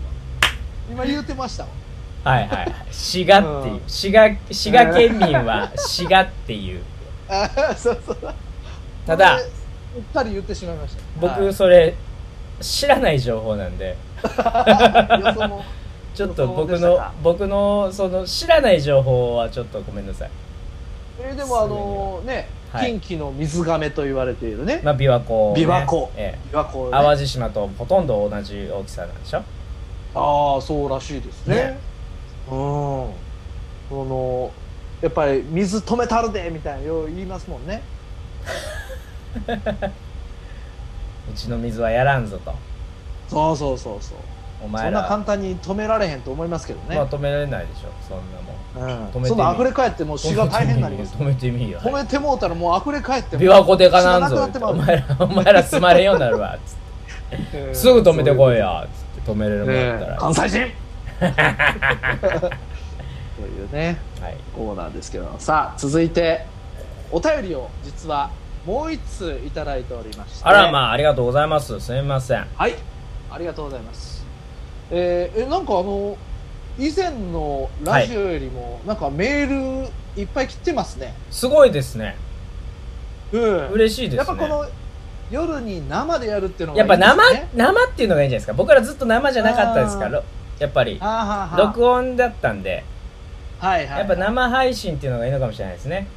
今言うてましたわー、はいはいはい滋賀っていううん滋賀滋賀県民は滋賀っていうあーそうそうただこれうっかり言ってしまいました *laughs* 僕それ知らない情報なんではい予想もちょっと僕そうでしのたか僕のその知らない情報はちょっとごめんなさい、えーでもあのーね、はい近畿の水亀と言われているね、まあ、琵琶湖をね、琵琶湖ええ琵琶湖ね、淡路島とほとんど同じ大きさなんでしょああそうらしいですねねうんこのやっぱり水止めたるでみたいなよう言いますもんねうちの水はやらんぞとそうそうそうそうおそ前んなら簡単に止められへんと思いますけどまねあ、止められないでしょそんなもんうん止めてみそんな溢れ返ってもう死が大変になります止めてみいよ止めてもうたらもう溢れ返っても琵琶湖でかなんぞ死がなくなおってまう前らお前ら住まれんようになる *laughs* わつってうんすぐ止めてこいよつって止めれるもんだったね *laughs* ら、関西人というねはいコーナーですけどさあ続いてお便りを実はもう一通いただいておりましてあらまあありがとうございますすみませんはい、ありがとうございます。えーえ、なんかあの、以前のラジオよりも、なんかメールいっぱい来てますね。すごいですねうん嬉しいですねやっぱこの、夜に生でやるっていうのがやっぱ生いいですね生っていうのがいいんじゃないですか僕らずっと生じゃなかったですかあーらやっぱりあーはーはー録音だったんではいはい。やっぱ生配信っていうのがいいのかもしれないですね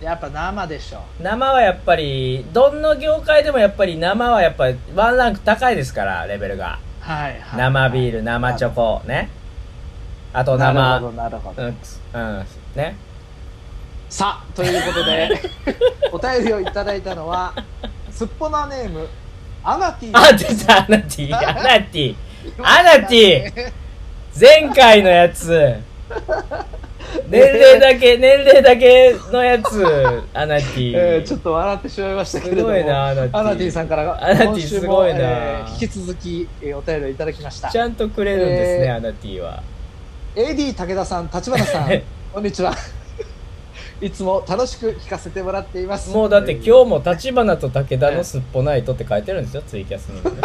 やっぱ生でしょ生はやっぱりどの業界でもやっぱり生はやっぱりワンランク高いですからレベルがはい、はい、生ビールル生チョコねあとなる生ほどなるほど、うん、うん、 *laughs* ねさあということで *laughs* お便りをいただいたのはすっぽなネームアナティあ出たアナテ *laughs* ィアナティアナティ前回の *laughs* やつ年齢だけ年齢だけのやつアナティ、 *laughs* えーちょっと笑ってしまいましたけれどもすごいなアナティアナティさんからアナティ今週すも、ごいなえー引き続き、えーお便りをいただきましたちゃんとくれるんですね、えーアナティは AD 武田さん立花さんこんにちは *laughs* いつも楽しく聞かせてもらっていますもうだってえー今日も立花と武田のすっぽないとって書いてるんですよツイキャスにもね、うん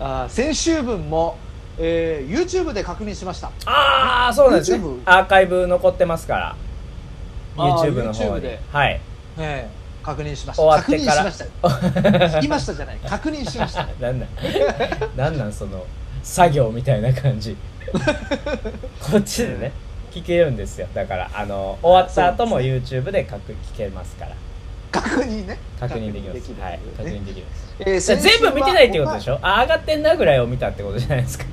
あー先週分も、えー YouTube で確認しましたああそうなんですね YouTube アーカイブ残ってますからあー YouTube の方 YouTube でではいええ確認しました。終わってから確認しまし *laughs* た。聞きましたじゃない。確認しました。なんなんなんなんその作業みたいな感じこっちでね聞けるんですよだからあの終わった後も YouTube で確聞けますから確認ね。確認できます確認はいる確ね認できますえー先週全部見てないってことでしょょあ上がってんなぐらいを見たってことじゃないですか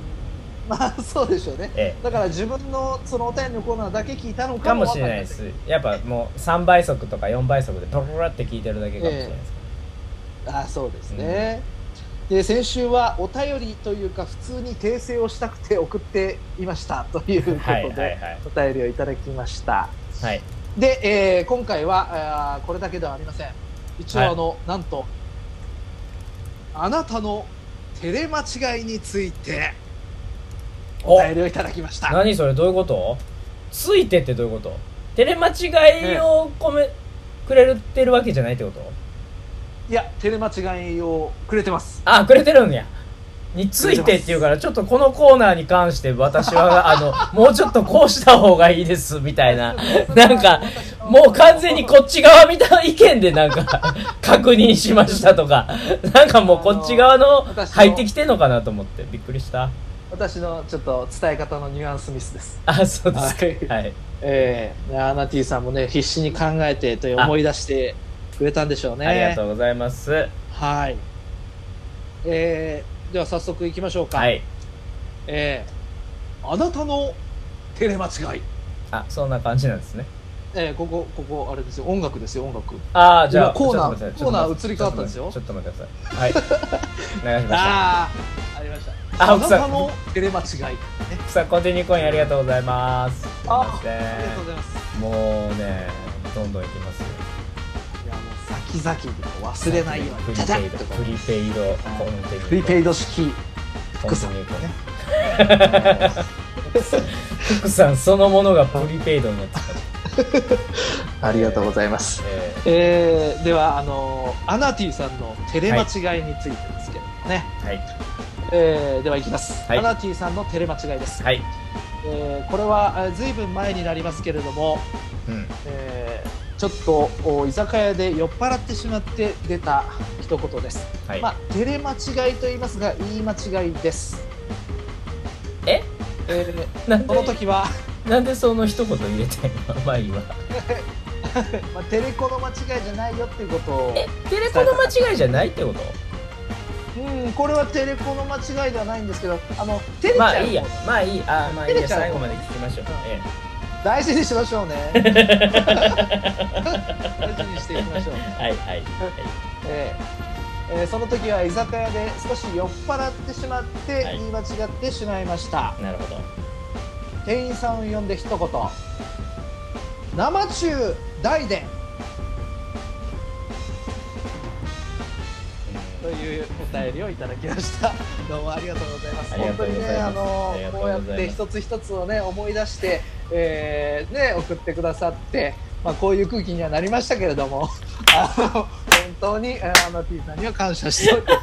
まあそうでしょうね。えだから自分のそのお便りのコーナーだけ聞いたのかかももしれないでわすやっぱもう3倍速とか4倍速でトロロロって聞いてるだけかもしれないですかんない。あそうですね。で先週はお便りというか普通に訂正をしたくて送っていましたということで、はいはいはいお便りをいただきました。はいで、えー今回はあーこれだけではありません一はい応あの、なんとあなたの照れ間違いについてお便りをいただきました何それどういうことついてってどういうこと照れ間違いを込め、くれてるわけじゃないってこといや照れ間違いをくれてますあくれてるんやについてっていうからちょっとこのコーナーに関して私はあのもうちょっとこうした方がいいですみたいななんかもう完全にこっち側みたいな意見でな *laughs* んか確認しましたとかなんかもうこっち側の私の入ってきてんのかなと思ってびっくりした私のちょっと伝え方のニュアンスミスですあそうですかはいはいええアナティさんもね必死に考えてと思い出してくれたんでしょうねありがとうございますはいえーでは早速いきましょうか、はいえーあなたの照れ間違いあそんな感じなんですねえー、ここ、ここ、あれですよ、音楽ですよ、音楽。ああ、じゃあ、今コーナーちょっと待ってくださいちょっと待ってちょっと *laughs* 待ってください。はい。流しました。ああ、ありました。ああ奥なさんたのテレ間違い。さあ、コンティニューコインありがとうございます。すいまあせありがとうごんざいます。もうね、どんどんいきますよ。いや、もう、先々忘れないようフに。リじゃじゃーんペイド、とか *laughs* フリーペイド、コンティニューコイン。プリペイド式。コン福ティさんニューコイン。ね福さんそのものがプリペイドになってた。ありがとうございます。ええー、では、あのーアナティさんのテレ間違いについてですけどもね。ーはい。えーでは、いきます、はいアナティさんのテレ間違いです。はい。えーこれは、えーずいぶん前になりますけれども、うん。えーちょっとお居酒屋で酔っ払ってしまって出た一言です、はい。まあ照れ間違いと言いますが言い間違いですええーなんこので、時は、なんでその一言入れたいのまあいいわ。まあ、テレコの間違いじゃないよっていうことをえ、テレコの間違いじゃないってことうんこれはテレコの間違いではないんですけどあの照れちまゃあういいやこ。まあいい。あーまあいいや。照れちゃう最後まで聞きましょう。ええ。と大事にしましょう *laughs* ね大事にしていきましょうはいはいえーえーその時は居酒屋で少し酔っ払ってしまってはい言い間違ってしまいました、なるほど店員さんを呼んで一言生中大でというお便りをいただきま *laughs* したどうもありがとうございますありが本と当うごにざいねますあのありがとうこごうざやっいますて一つ一つをね思い出して、えーね送ってくださってまあこういう空気にはなりましたけれど *laughs* もあの本当にあのアナティさんには感謝しております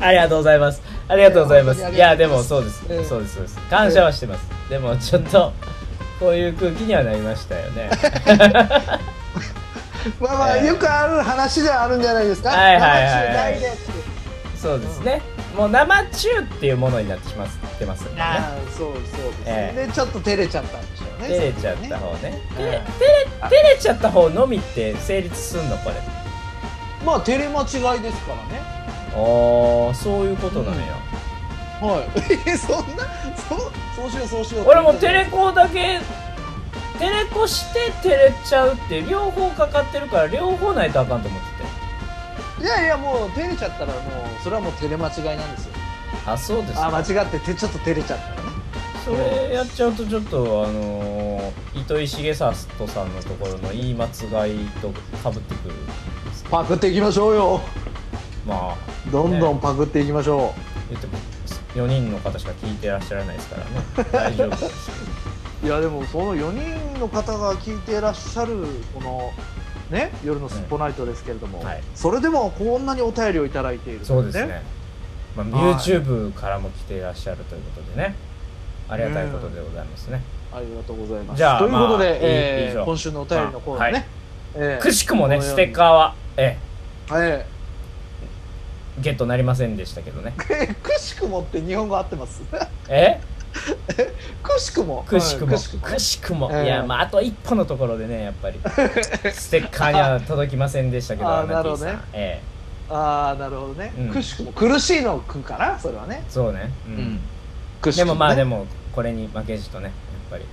ありがとうございますありがとうございますいやいやでも本そ当うです、うんそうですそうです感謝はしてます、でもちょっとこういう空気にはなりました *laughs* よね *laughs* まあまあえーよくある話ではあるんじゃないですか、はいはいはい生中大でってそうですね、もう生中っていうものになってしまってますんでねあーそうそうです、ねえでちょっと照れちゃったんでしょうね照れちゃった方ねう照んれ照れちゃった方のみって成立すんのこれまあ照れ間違いですからねああそういうことなのよ、はい *laughs* えそんなそそうしようそうしよう俺もテレコだけテレコして照れちゃうって両方かかってるから両方ないとあかんと思ってていやいやもう照れちゃったらもうそれはもう照れ間違いなんですよあそうですかあ間違っててちょっと照れちゃったねそれやっちゃうとちょっとあのー、糸井重里さんのところの言い間違いとかぶってくるパクっていきましょうよまあどんどんパクっていきましょ言っても4人の方しか聞いてらっしゃらないですからね大丈夫 *laughs* ですう、いやでもその4人の方が聞いてらっしゃるこのね夜のすっぽナイトですけれども、はいそれでもこんなにお便りをいただいているそうですね、まあ、はい YouTube からも来ていらっしゃるということでねありがたいことでございますね、ありがとうございますじゃあということで、まあいい以えー上今週のお便りのコーナーね、えーくしくもねこのよスうにテッカーはえええゲットなりませんでしたけどねー *laughs* くしくもって日本語合ってます *laughs* えくしくもくしくうも、んくしくも、ええいやまああと一歩のところでねやっ *laughs* ぱりステッカーには届きませんでしたけどあアナティさんなるほどえああなるほどね、うんくしくも苦しいのくんかなそれはねえそうね、うんうんくしでくも、もね、まあでももこれに負けじとねやっぱり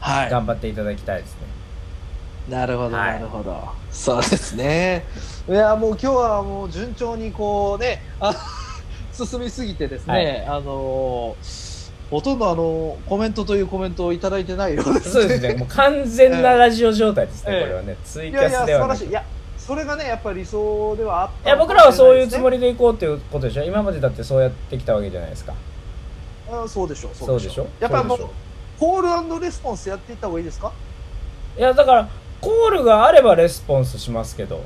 はい頑張っていただきたいですね、なるほどはいなるほど、そうですねいやもう今日はもう順調にこうねあ *laughs* 進みすぎてですね、はいあのーほとんどあのコメントというコメントをいただいてないようですそうですねもう完全なラジオ状態ですね、ええこれはねツイいキやャいやス素で晴はならくしいいいやそれがねやっぱり理想ではあったや僕らはそういうつもりりでいこうっていうことでしょ今までだってそうやってきたわけじゃないですかそうでしょうそうでしょやっぱりもうそうでしコールレスポンスやっていった方がいいですかょいやだからコールがあればレスポンスしますけど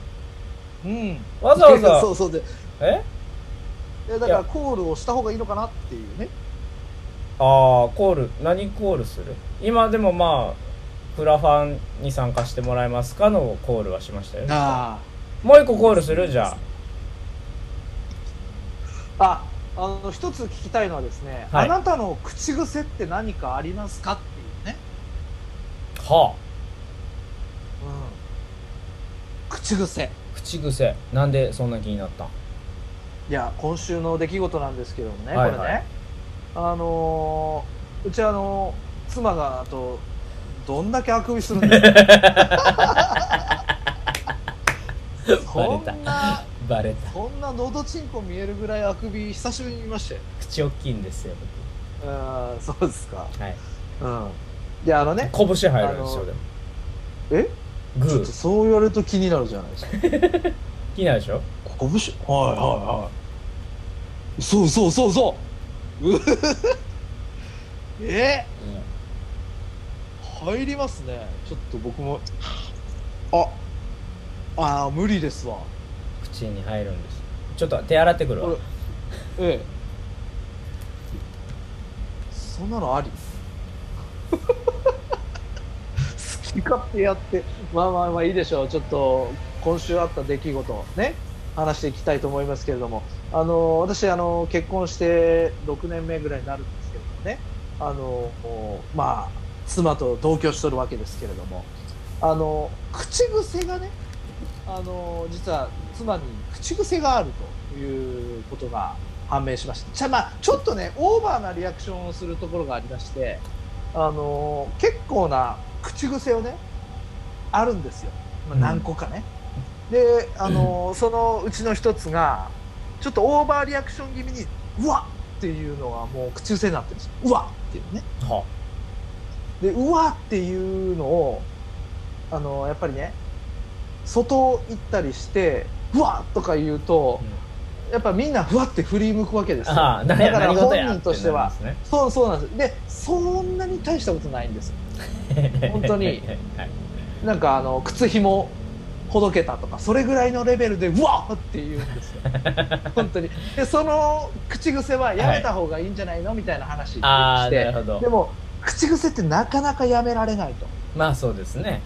うんわざわ *laughs* ざそうそうでえいやだからコールをした方がいいのかなっていうねああコール何コールする今でもまあクラファンに参加してもらえますかのコールはしましたよあもう一個コールするじゃああの一つ聞きたいのはですね、はいあなたの口癖って何かありますかっていうね、あはうん、口癖あ口癖なんでそんな気になったんいや今週の出来事なんですけどもね、はいこはれいねあのーうちあの妻があとどんだけあくびする *laughs* んですかそバレんなバレたそんな喉チンコ見えるぐらいあくび久しぶりに見ましたよ口大きいんですようんそうですか僕はいうんいやあのね拳入るんですよでもえグちょっとーそう言われると気になるじゃないですか気になるでしょこぶしはいはいはいそうそうそうそううふふふ *laughs* え入りますねちょっと僕もああー無理ですわ口に入るんですちょっと手洗ってくるこわれええそんなのあり好き勝手やってまあまあまあいいでしょうちょっと今週あった出来事をね話していきたいと思いますけれどもあの私あの結婚して6年目ぐらいになるんですけれどもねあのまあ妻と同居しとるわけですけれどもあの口癖がねあの実は妻に口癖があるということが判明しましたじゃあまあちょっとねオーバーなリアクションをするところがありましてあの結構な口癖をねあるんですよ、まあ、うん何個かね、であ *laughs* のそのうちの一つがちょっとオーバーリアクション気味に「うわっ!」っていうのがもう口癖になってるんですよ「うわっ!」っていうねはでうわっていうのをあのやっぱりね外行ったりしてうわとか言うと、やっぱみんなふわって振り向くわけですよああ何だやから何事や本人としてはって *laughs* なりそうそうなんですでそんなに大したことないんですますね本当にはいなんかあの靴ひもほどけたとかそれぐらいのレベルでうわって言うん *laughs* ですよ本当にでその口癖はやめた方がいいんじゃないの、みたいな話してああなるほどでも口癖ってなかなかやめられないとまあそうですね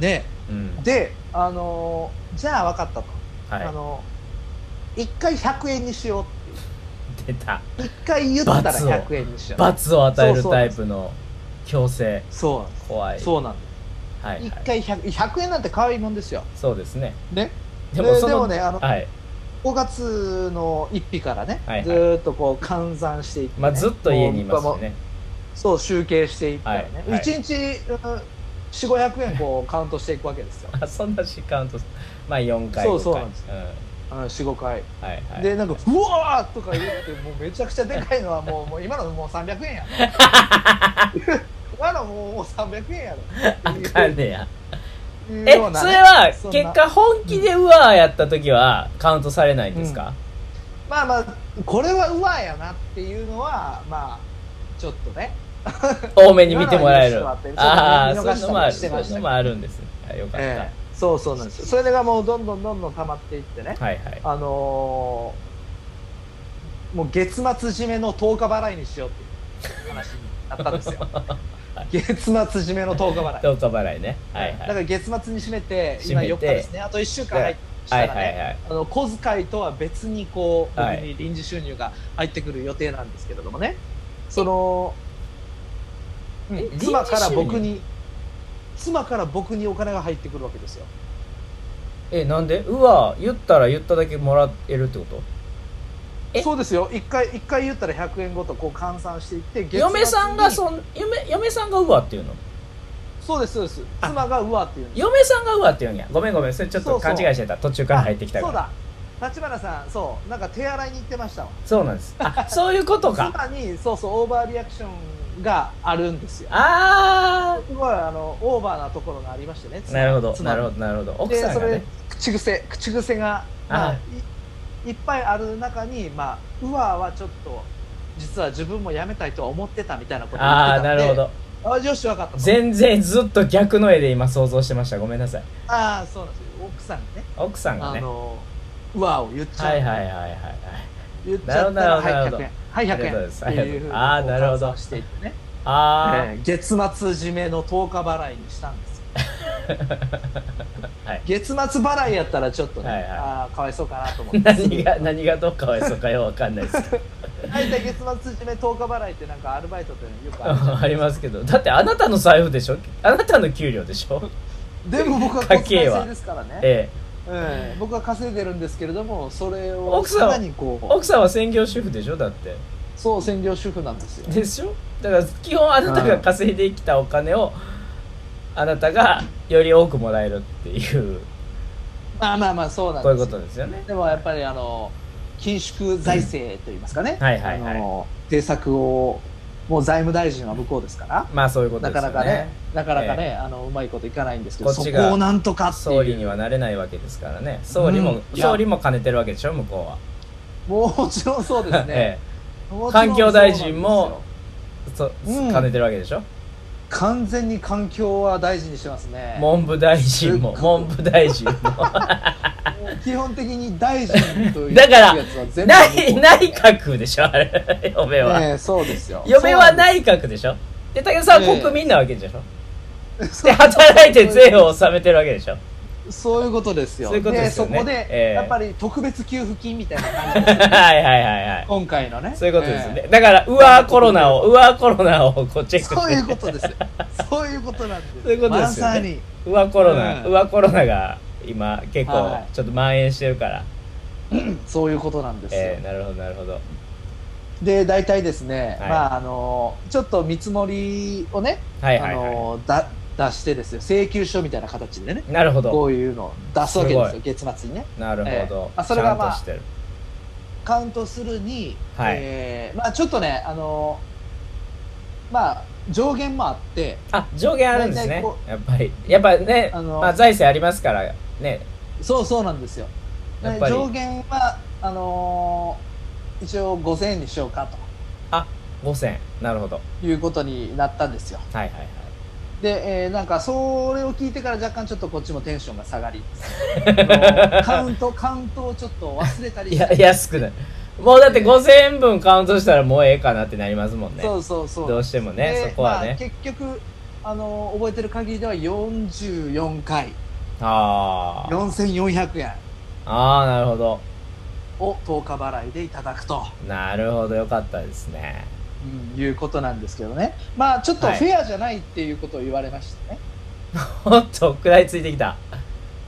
ねうんで、あのーじゃあ分かったと、はいあのー一回100円にしようって出た一回言ったら罰を100円にしちゃう罰を与えるタイプの強制そうなんです怖いそうなんではい、はい、す一回 100, 100円なんて可愛いもんですよそうですねねでもでそでのもねあのはい5月の1日からね、はいはいずーっとこう換算していって、ねまあずっと家にいますもう僕よはもねうそう集計していったらね、はいはい1日、うん、4500円こうカウントしていくわけですよあそんな時間とまあ4回そう5そう回なんですん45回、はいはいでなんか「うわー!」とか言ってもうめちゃくちゃでかいのはもうもう今のもう300円や *laughs* ろ今のもうもう300円やろあかんねやいうえようなそねれはそんな結果本気でうわーやった時はカウントされないんですか、まあまあこれはうわーやなっていうのはまあちょっとね多めに見てもらえる今のはニュースあだあそっうたいりうちょのっと見逃したりしてましたもあるそういうのもあるんですあよかった、ええそうそうなんですよそれがもうどんどんどんどん溜まっていってね、はいはいあのーもう月末締めの10日払いにしようっていう話になったんです *laughs* よ月末締めの10日払いトート払いねはいだはかいら月末に締めて締今めて4日ですねあと1週間入っしたはいらね、はいはいあの小遣いとは別にこう僕はいに臨時収入が入ってくる予定なんですけれどもね、その、うんえ臨時妻から収入僕に妻から僕にお金が入ってくるわけですよえなんでうわー言ったら言っただけもらえるってことえそうですよ一回一回言ったら100円ごとこう換算していって月末に嫁さんがそん嫁嫁さんがうわーっていうのそうですそうですあ妻がうわっていうの嫁さんがうわーっていうんやごめんごめんそれちょっそとうそ勘う違いしてた途中から入ってきたかそうらだ立花さんそうなんか手洗いに行ってましたわそうなんです *laughs* あそういうことか妻にそうそうオーバーリアクションがあるんですよあすごいあのオーバーなところがありましてねあ妻なるほど妻なるほどなるほど奥でさんそがれね口癖口癖が、まああいいっぱいある中に、まあ、うわーはちょっと実は自分もやめたいとは思ってたみたいなことを言ってあたあんでなるほどあよしわかったと全然ずっと逆の絵で今想像してましたごめんなさいああそうなんですよ奥さんがね奥さんがあねのうわーを言っちゃう、はいはいはいはいはい言っちゃったらなるはほいど100円はいありがとう100円ごってざいますいうふうにこうあーなるほど換算していってね、えあー月末締めの10日払いにしたんですよあ、はい、月末払いやったらちょっとね、はいはいあーかわいそうかなと思って何が何がどうかわいそうかようわかんないですけど大体月末締め10日払いってなんかアルバイトってよくある *laughs* じゃん *laughs* ありますけどだってあなたの財布でしょあなたの給料でしょでも僕は家小計遣いは制ですからね、ええうん、僕は稼いでるんですけれどもそれを奥さんさらにこ奥さんは専業主婦でしょだってうそう専業主婦なんですよでしょだから基本あなたが稼いできたお金をあなたがより多くもらえるっていうまあまあまあそうなんでこうすいうよことですよねでもやっぱりあの緊縮財政といいますかね、はいはいはいあの政策をもう財務大臣は向こうですからまあそういうことなですよかねなかねなかなかね、あのうまいこといかないんですけどこっそちこがをなんとかって総い理うにはなれないわけですからね総理も、うんいや総理も兼ねてるわけでしょ向こうは、もちろんそうですね、 *laughs* えもちろん環境大臣もえそうん兼ねてるわけでしそょ、うなんですよ完全に環境は大事にしてますね文部大臣もすっごい文部大臣も基本的に大臣というだからやつは *laughs* 全部内内閣でしょあれ *laughs* 嫁は、ええそうですよ嫁はない内閣でしょで武田さんはええ国民なわけでしょ、で働いて税を納めてるわけでしょ *laughs* そういうことですよそういうことですよねそこで、ええやっぱり特別給付金みたいな感じ *laughs* はいはいはいはい今回のねそういうことですね、えだからうわーコロナをうわーコロナをこうチェえックそういうしてことですそういうことなんですそういうことですよねまさにうわコロナ、ううんわコロナが今結構はいちょっと蔓延してるから、そういうことなんですよ、えー、なるほどなるほどで大体ですね、はいまああのちょっと見積もりをね、はいはいはい、あのだ出してですよ請求書みたいな形でねなるほこどういうのを出すわけですよ月末にねなるほどえ、えあそれがちゃんまあとしてるカウントするに、はいえーまあ、ちょっとね、あのまあ、上限もあって、あ上限あるんです大体ねこやっぱりやっぱねあのまあ、財政ありますからねそうそうなんですよ。でやっぱり上限はあのー一応5000円にしようか5000なるほどということになったんですよ。はいはいで、えーなんかそれを聞いてから若干ちょっとこっちもテンションが下が *laughs* り、あのカウント、カウントをちょっと忘れたはりいいしやて、 *laughs* 安くなるもうだって5000円分カウントしたらもうええかなってなりますもんねそうそうそう。どうしてもねでそこはまあ、ね、結局、あの覚えてる限りでは44回、あー、 4400円。ああなるほどを10日払いでいただくと、なるほどよかったですねうんいうことなんですけどねまあちょっとはいフェアじゃないっていうことを言われましたね、おっと食らいついてきた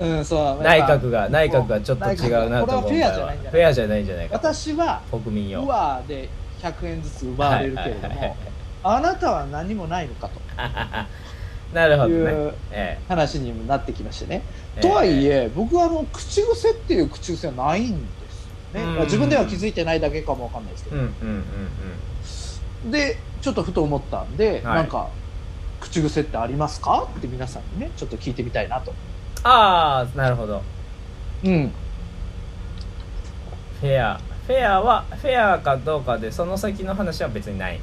うんそう内やっぱ閣が内閣がちょっと違うなとこ今れ回ははフフェアじゃないんじゃないかと私は国民ウよアーで100円ずつ奪われるけれども、はいはいはいあなたは何もないのかなるほとどいねうえ話にもなってきましてね、えとはいええ僕はあの口癖っていう口癖はないんですよね、うんまあ自分では気づいてないだけかもわかんないですけえうどん、うんうんうんでちょっとふと思ったんで、はいなんか口癖ってありますかって皆さんにねちょっと聞いてみたいなと、ああなるほどうん、フェアフェアはフェアかどうかでその先の話は別にないん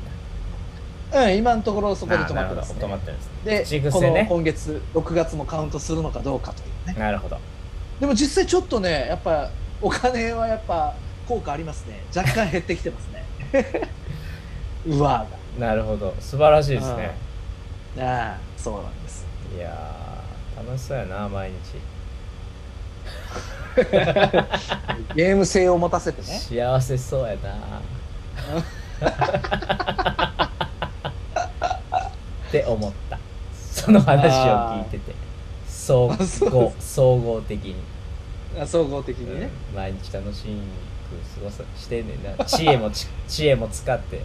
だうん、今のところそこで止まなってるまほす、ね、ど止まってますで、口こ癖のね今月6月もカウントするのかどうかというねなるほどでも実際ちょっとねやっぱお金はやっぱ効果ありますね若干減ってきてますね *laughs* うわなるほど素晴らしいですねーがああそうなんですいやー楽しそうやな毎日ゲーム性を持たせてね幸せそうやなって思ったその話を聞いてて総あそう合総合的に、あ総合的にうねん、毎日楽しく過ごさしてんねんな知恵もち知恵も使って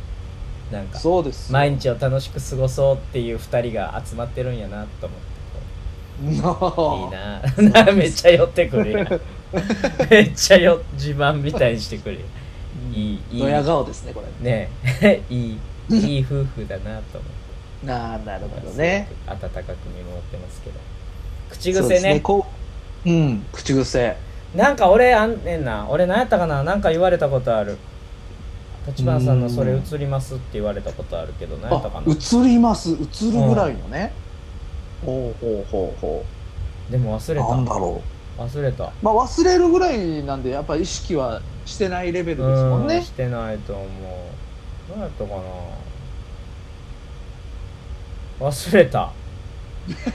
なんかそうです毎日を楽しく過ごそうっていう2人が集まってるんやなと思って *laughs* こういいのななめっちゃ寄ってくるや *laughs* んめっちゃよ自慢みたいにしてくるやんいいいいドヤ顔ですねこれね *laughs* えいいいい夫婦だなと思ってなあなるほどねすごく温かく見守ってますけど口そうで癖すねこううん口癖なんか俺あんねんな俺何やったかななんか言われたことある立花さんの「それ映ります」って言われたことあるけど何やったかあな映ります映るぐらいのね、ほうほうほうほでも忘うれなんただろう忘れたまあ、忘れるぐらいなんでやっぱ意識はしてないレベルですもんうんねしてないと思う何やったかな忘 *laughs* れた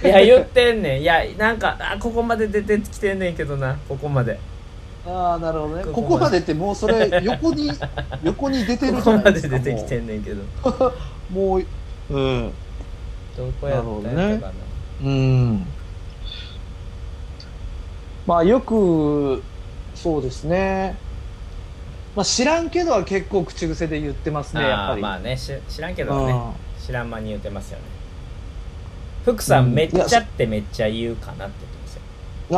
いや言ってんねんいやなんかあここまで出てきてんねんけどなここまでああなるほどねここここまでってもうそれ横 *laughs* に横に出てるこじこゃなまいでですか出てきてんねんけどもうもうどこやったんやったかなうんうんまあよくそうですねまあ知らんけどは結構口癖で言ってますねやっあぱーり、まあねし知らんけうどんね知らん間に言ってますよね福さうん、んめっちゃってめっちゃ言うかなって言ってますよ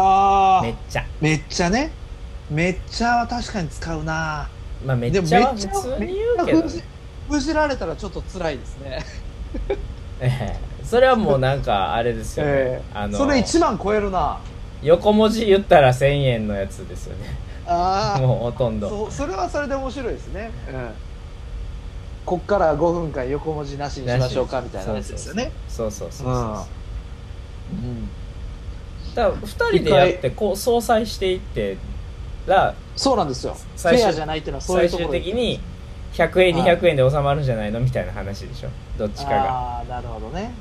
あめっーちゃめっちゃねめっちゃは確かに使うなまあめでっもちゃはめっち普ゃ通に言うけどめっねちゃ封じられたらちょっと辛いですねええそれはもうなんかあれですよね、ええあのそれ1万超えるな横文字言ったら1000円のやつですよねあもうほとんあどそそれはそれで面白いですね、うん、こっから5分間横文字なしにしましょうかみたいなやつですよねそうそうそうそうそううんだから2人でやってこう相殺していってらそうなんですよフ最終ェアじゃないっていうのはそうい最うとこ終ろ的に100円200円で収まるんじゃないのみたいな話でしょどっちかがああーなるほどね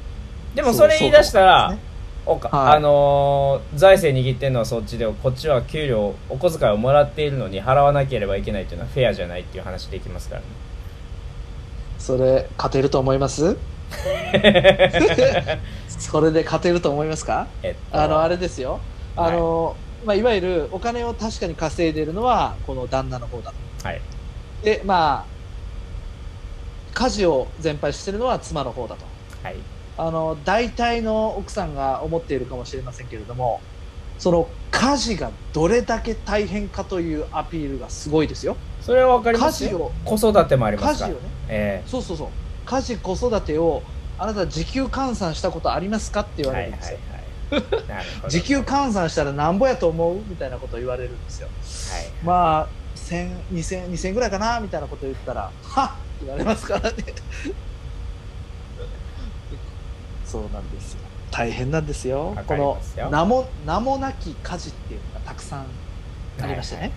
でもそれ言い出したら、そうかもおかはいあのー財政握ってるのはそっちでこっちは給料お小遣いをもらっているのに払わなければいけないっていうのはフェアじゃないっていう話できますからねそれ勝てると思います *laughs* それで勝てると思いますかえっとあのあれですよあの、いまあ、いわゆるお金を確かに稼いでるのはこの旦那の方だはいでまあ家事を全般してるのは妻の方だとはいあの大体の奥さんが思っているかもしれませんけれどもその家事がどれだけ大変かというアピールがすごいですよそれはわかり家ます事よを子育てもありま家事すかをらねえそうそうそう家事子育てをあなた時給換算したことありますかってえ言わはれるいんですよ、はいはいなるほど時給換算したらなんぼやと思うみたいなことを言われるんですよはいまあ1000、2000、2000ぐらいかなみたいなこと言ったら、はっって言われますから *laughs* ね。そうなんですよ。大変なんですよ。わこかりのますよ名も名もなき家事っていうのがたくさんありましたね。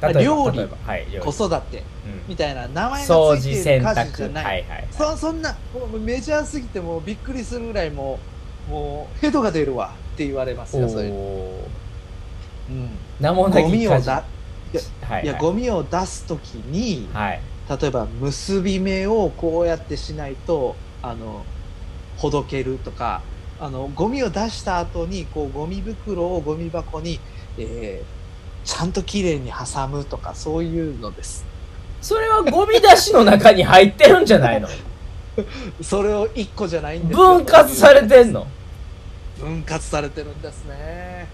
はいはいはい料理例えば例えばはい料理子育てうんみたいな名前掃がつ除いてい洗る濯家はい事じゃない。はいはいそそんなもうメジャーすぎてもうびっくりするぐらいもうもうヘドが出るわって言われますおよ。そういう。ーうん。名もなゴきミ家を事だ。はいいやゴミを出す時にはい例えば結び目をこうやってしないとあのほどけるとかあのゴミを出した後にこうゴミ袋をゴミ箱に、えーちゃんときれいに挟むとかそういうのですそれはゴミ出しの中に入ってるんじゃ *laughs* ないのそれを1個じゃないんですよ分割されてんの分割されてるんですね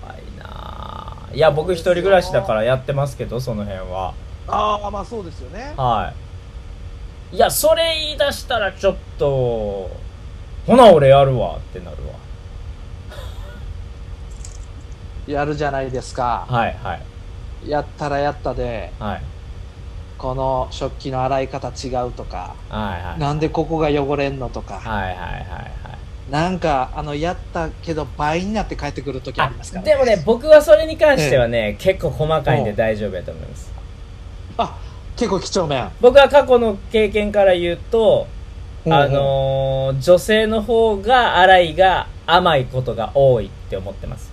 怖いなあいや僕一人暮らしだからやってますけどその辺はああまあそうですよねはいいやそれ言い出したらちょっとほな俺やるわってなるやるじゃないですわかはいはいやったらやったではいこの食器の洗い方違うとかはいはいなんでここが汚れんのとかはいはいはいはいなんかあのやったけど倍になって帰ってくる時ありますから、でもね僕はそれに関してはね、結構細かいんでうん大丈夫やと思いますあ結構几帳面僕は過去の経験から言うと、あのー女性の方が洗いが甘いことが多いって思ってます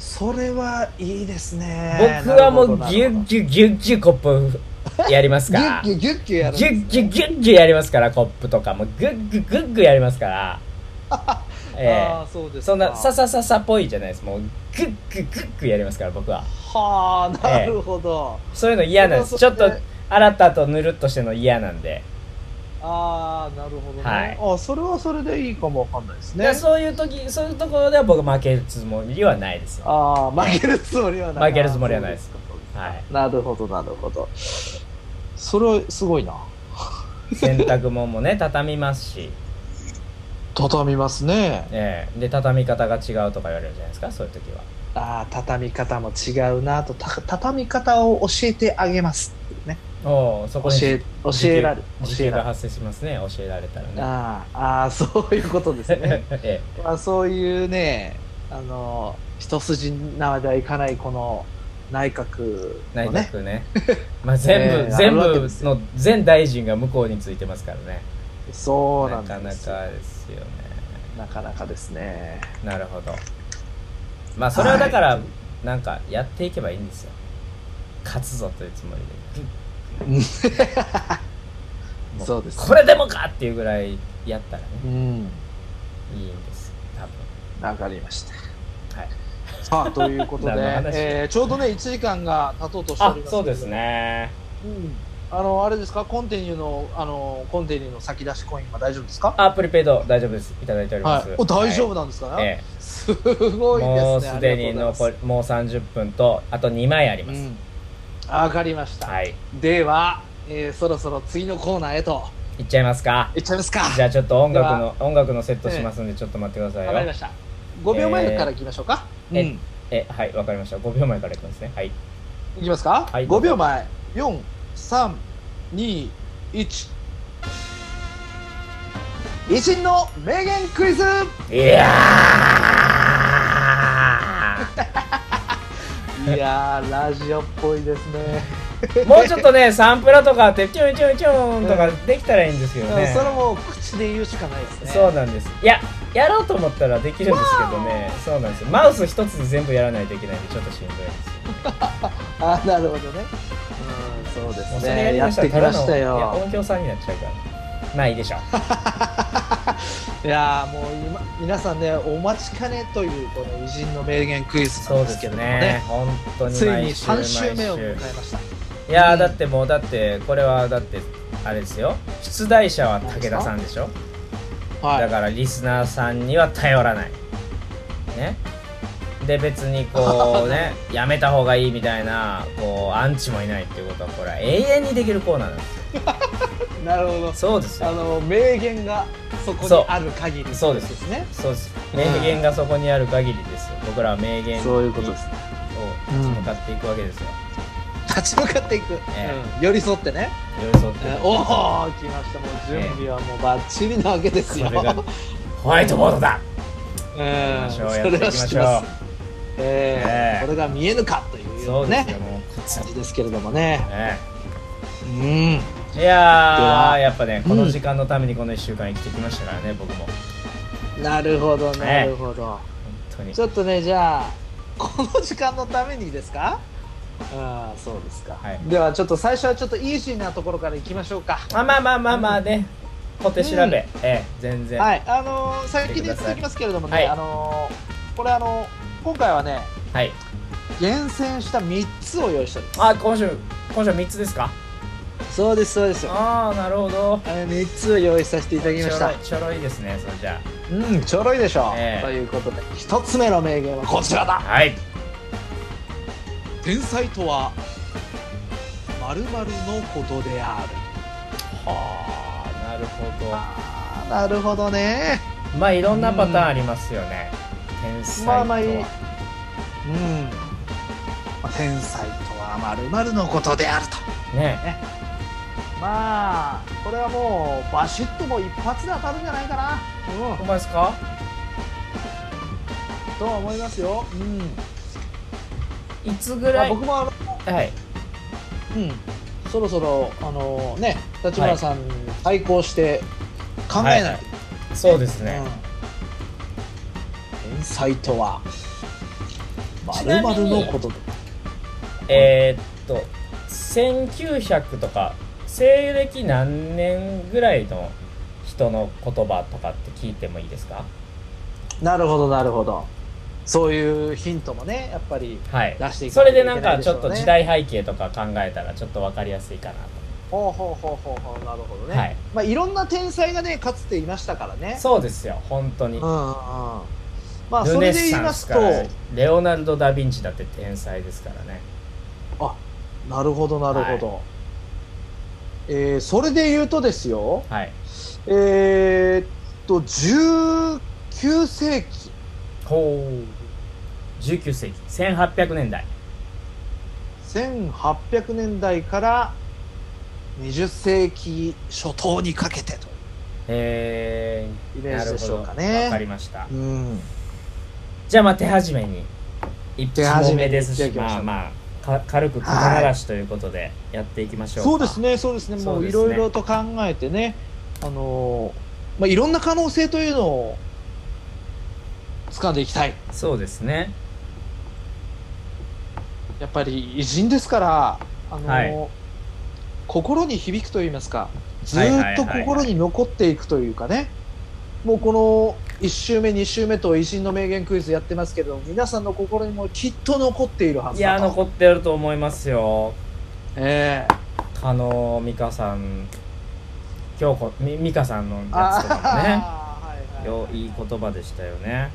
それはいいですね僕はもうなギるュほッギュッギュッギュッコップやりますかどならるほどギュッギュッギュッギュッやるんギュッギュッギュッギュッやりますからコップとかもグッグッグッグッやりますからえあえあそうですかそんなささささっぽいじゃないですもうグッグッグッグッやりますから僕ははあなるほど、そういうの嫌なんですちそょれはっとそれで洗った後ぬるっとしてるの嫌なんでああなるほどね、はいあそれはそれでいいかもわかんないですでねそういう時そういうところでは僕負けるつもりはないですよああ負けるつもりはない負けるつもりはないですそうかはいなるほどなるほどそれはすごいな洗濯物もね *laughs* 畳みますし、畳みますねええで畳み方が違うとか言われるじゃないですかそういう時はああ畳み方も違うなとた畳み方を教えてあげますっていうねおおそ教こにえ教えられ教時え給らがれ発生しますね教えられたらねあーあーそういうことです *laughs* ねえまあそういうねあの一筋縄ではいかないこの内閣え、内のね閣ね *laughs* *laughs* まあ全部、ええ全あるわけ部ですの全大臣が向こうについてますからねそうななんかでなすよかですよねなかなかですねなるほどまあそれはだから、はいなんかやっていけばいいんですよ勝つぞというつもりで *laughs* もそうですこれでもかっていうぐらいやったらねうんいいんです多分わかりましたはいさあということで何の話、えーちょうどね1時間が経とうとしておありますそうですねうんあのあれですかコンティニューのあのコンティニューの先出しコインは大丈夫ですかあプリペイド大丈夫ですいただいておりまはす、い、お大丈夫なんですかね、はいえすえごいですねもうすでに残残りもう30分とあと2枚ありりまますす、うんわかりました、はいでは、えーそろそろ次のコーナーへといっちゃいますかいっちゃいますかじゃあちょっと音楽での音楽のセットしますんでちょっと待ってくださいわかりよました5秒前からいきましょうか、えーうんえはいわかりました5秒前からいくんですねはいいきますか、はい5秒前4321偉人の名言クイズいやいやーラジオっぽいですねーもうちょっとねサンプラとかあってチュンチュンチュンとかできたらいいんですけどねそれもう口で言うしかないですねそうなんですいややろうと思ったらできるんですけどねそうなんですよマウス一つで全部やらないといけないんでちょっとしんどい *laughs* ですあなるほどねうんそうでもうすそれやねりやまっしたてきらただまのしたいやよ音響さんになっちゃうからまあいいでしょういやーもう今皆さんねお待ちかねというこの偉人の名言クイズなんですけどもね本当につい毎に週3週目を迎え毎週ましたいやうーんだってもうだってこれはだってあれですよ出題者は武田さんでしょはだいからリスナーさんには頼らないねで別にこ *laughs* うねやめた方がいいみたいなこうアンチもいないっていうことはこれは永遠にできるコーナーなんですよなるほどそうですあよの名言がそこそうにある限りそうですねそうです名言がそこにある限りですよ僕らは名言にそういうことですを立ち向かっていくわけですよ、立ち向かっていく、えうん寄り添ってね、寄り添ってえーおお来ましたもう準備はもうバッチリなわけですよ、それがホワイトボードだうんやっていきましょうそやっていれきまはし知ょっうてますええーえこれが見えぬかというそうでねすよもうこっちだ感じですけれどもねねうんいやーはやっぱねこのうん時間のためにこの1週間生きてきましたからね僕も本なるほどなええるほど、当にちょっとねじゃあこの時間のためにですかああそうですか、はいではちょっと最初はちょっとイージーなところからいきましょうかあまあまあまあまあね、小手調べ、うんええ全然ははいあのー先に言っておきますけれどもね、はいあのーこれあのー今回はねい厳選した3つを用意しておりまあ今週今週は3つですかすそうですそうですああなるほどあ3つを用意させていただきましたちょろいちょろいですねそれじゃうんちょろいでしょう、ええということで1つ目の名言はこちらあだはい天才とは〇〇のことであるはあなるほどあーなるほどねまあいろんなパターンありますよね、天才とは、まあまあいいうん、まあ天才とは〇〇のことであるとねまあこれはもうバシッともう一発で当たるんじゃないかなほんまですかうんとは思いますようん、いつぐまらあ、い、僕もあのはいうんそろそろあのね立花さんに対抗して考えないと、はいそうですね、うん天才とはち〇なみ〇にのことでえー、っと1900とか西暦何年ぐらいの人の言葉とかって聞いてもいいですかなるほどなるほどそういうヒントもねやっぱりはい出していかそなれきゃでいけなんないかでちしょうょねっと時代背景とか考えたらちょっと分かりやすいかなほうほうほうほうほうなるほどね、はいまあ、いろんな天才がねかつていましたからねとそうですよ本当にうんうんうんまあルそネれで言いサまンすスとからレオナルド・ダ・ヴィンチだって天才ですからねあなるほどなるほど、えーそれで言うとですよはいえー、っと19世紀ほう19世紀1800年代1800年代から20世紀初頭にかけてとえいうイー、メーなジるでほしどょうかわかりね。ましたうん、じゃあまあ手始めに一手始問め目にですやっいしてきましょうまあまあか軽く肩慣らしということでやっていきましょうかそうですね、そうですね、もそううでいすねろいろと考えてね、あのーまあ、いろんな可能性というのを掴んでいきたい、そうですねやっぱり偉人ですから、あのーはい心に響くといいますか、ずはいはいはーいっと心に残っていくというかね、もうこの1週目、2週目と偉人の名言クイズやってますけど、皆さんの心にもきっと残っているはいずやだーと。残ってると思いますよええ加納美香さん京子み美香さんのやつとかあーもはねいはいよはいいい言葉でしたよね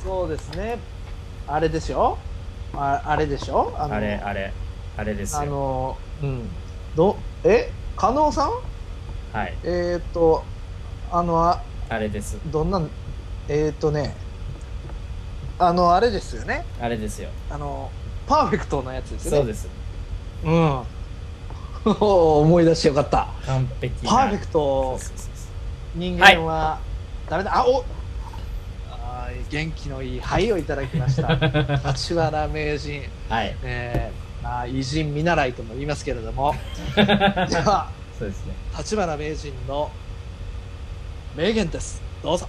そうですね。あれですよ。ああれでしょああれあれあれですあよの、うん。ど、え加納さんはいえーっと、あの、ああれですどんなん、えーっとね、あの、あれですよね。あれですよあの、パーフェクトなやつですよね。そうですす。 *laughs* うん。思い出してよかった。完璧なパーフェクトそうそうそう人間は、誰だあ、おあー元気のいい灰をいただきま *laughs* した。立花名人。そうはいえーまあ、偉人見習いとも言いますけれど *laughs* もではそうですね立花名人の名言ですどうぞ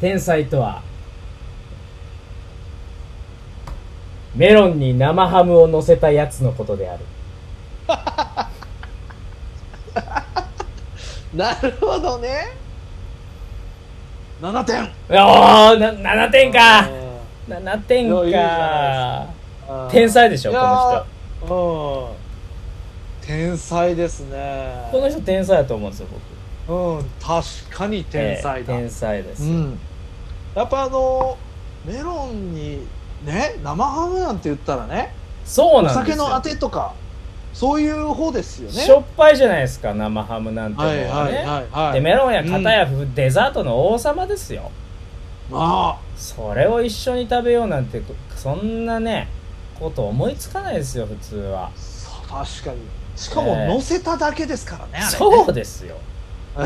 天才とはメロンに生ハムを乗せたやつのことであるなるほどね7点おおな7点か7点いやいいじかゃうん天才でしょいこやのーうん天才ですね人この人天才だと思うんですよ僕うん確かに天才だ、えー天才です、うんやっぱあのメロンにね生ハムなんて言ったらねそうおなんで酒すよのあてとかそういう方ですよねしょっぱいじゃないですか生ハムなんてもうはね、いはいはいはいでメロンや片やうんデザートの王様ですよあそれを一緒に食べようなんてそんなねこと思いつかないですよ普通はあ確かにしかもええ乗せただけですからね、あれねそうですよ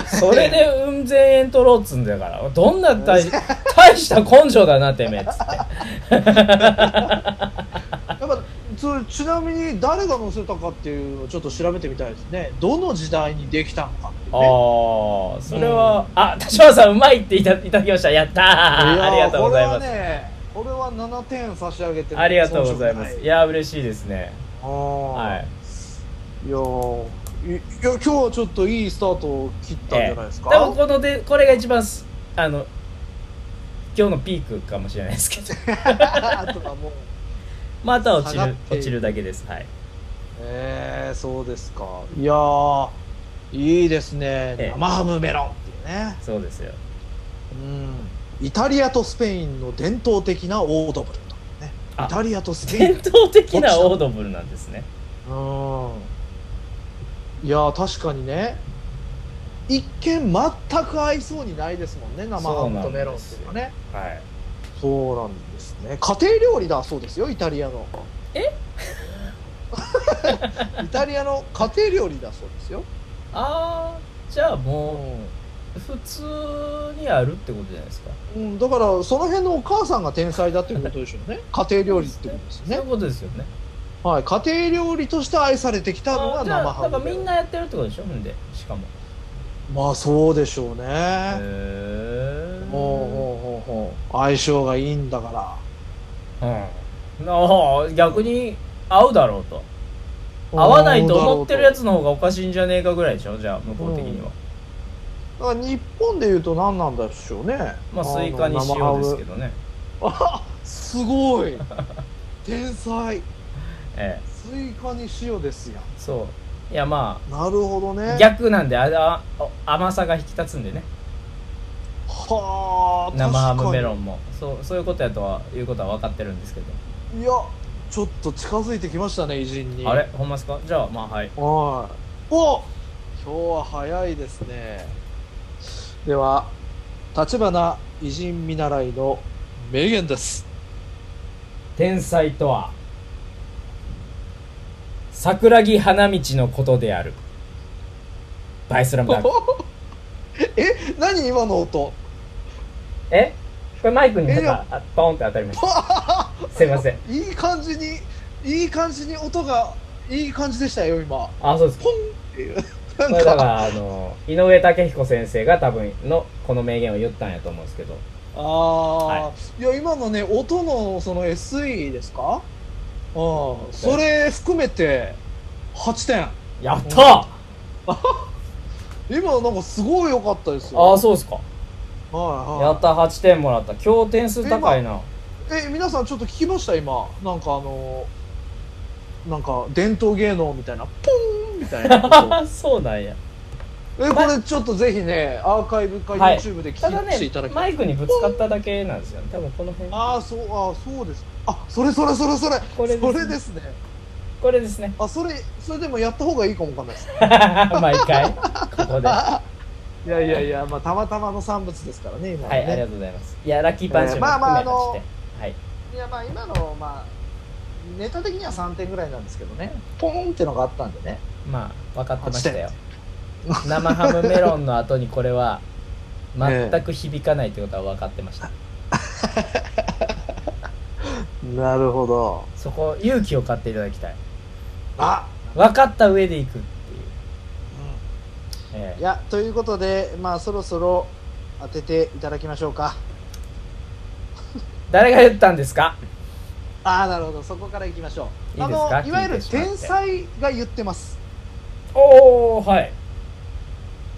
それでうん千円取ろうっつうんだからどんな *laughs* 大大した根性だなてめえっつってやっぱそれちなみに誰が乗せたかっていうのをちょっと調べてみたいですねどの時代にできたのかっていうあねあそれは、あ田島さんうまいっていたいただきましたやったーいやーありがとうございまこすれはね俺は7点差し上げてるありがとうございま遜す。色ないや、嬉しいですね。あーはい。いやーいいや今日はちょっといいスタートを切ったんじゃないですか、ええ多分こので、これが一番す、あの、今日のピークかもしれないで *laughs* すけど。あとはもうまあ、あとは落ち下がっる、て落ちるだけです。はい。えー、そうですかいやーいいですね、ええ生ハムメロンっていうねそうですよ。うんイタリアとスペインの伝統的なオードブルとねあイタリアとスペイン伝統的なオードブルなんですね。うんいや確かにね一見全く合いそうにないですもんね生ハムとメロンっていうのはねはい。そうなんですね家庭料理だそうですよイタリアのえ *laughs* イタリアの家庭料理だそうですよああ、じゃあもう、普通にあるってことじゃないですか。うん、だからその辺のお母さんが天才だっていうことでしょう *laughs* ね家庭料理ってことですそういねう、ことですよね。はい、家庭料理として愛されてきたのあがーじゃ生あハだムからみんなやってるってことでしょほんでしかもまあそうでしょうね、へえほうほうほうほう相性がいいんだからうんああ逆に合うだろうと合わないと思ってるやつの方がおかしいんじゃねえかぐらいでしょじゃあ向こう的には、だから日本でいうと何なんでしょうねまあスイカにあの塩ですけ生ハムどねあすごい *laughs* 天才ええスイカに塩ですやそういやまなるほどあね逆なんであああ甘さが引き立つんでねはあ生ハムメロンンもそうそういうことやとはいうことは分かってるんですけど、いやちょっと近づいてきましたね偉人にあれほんまですかじゃあまあははいいお今日は早いですねでは立花偉人見習いの名言です天才とは桜木花道のことであるバイスラムダンク *laughs* え何今の音えこれマイクになんえいかやあポンって当たりました *laughs* すいませんいい感じにいい感じに音がいい感じでしたよ今あそうですポンっていう *laughs* こなれんだかからあの井上武彦先生が多分のこの名言を言ったんやと思うんですけどああ、い、や今のね音のその SE ですかあーそれ含めて8点やったー今なんかすごい良かったですよああそうですかやはった8点もらった今日点数高いなはいはいえ皆さんちょっと聞きました今なんかあのーなんか伝統芸能みたいなポーンみたいな音 *laughs* そうなんやえこれちょっとぜひねアーカイブかはい YouTube でた聞だいていねただきたいマイクにぶつかっただけなんですよね多分この辺ああそうああそうですあそれそれそれそれこれですねそれですねこれ *laughs* ですねあそれそれでもやった方がいいかもわかんないです毎回ここではいやいやいやまあたまたまの産物ですからね今はいね、ありがとうございますいやラッキーパンチえーもまあま含あめまして、はいいやまあ今のまあネタ的には3点ぐらいなんですけどねポーンってのがあったんでねまあ分かってましたよ生ハムメロンの後にこれ *laughs* は全く響かないってことは分かってました、なるほどそこ勇気を買っていただきたいあ、分かった上でいくっていう、えうん、いーやということでまあそろそろ当てていただきましょうか誰が言ったんですかああなるほどそこからいきましょういいですかあのいわゆ聞いるてしまって天才が言ってますおおはい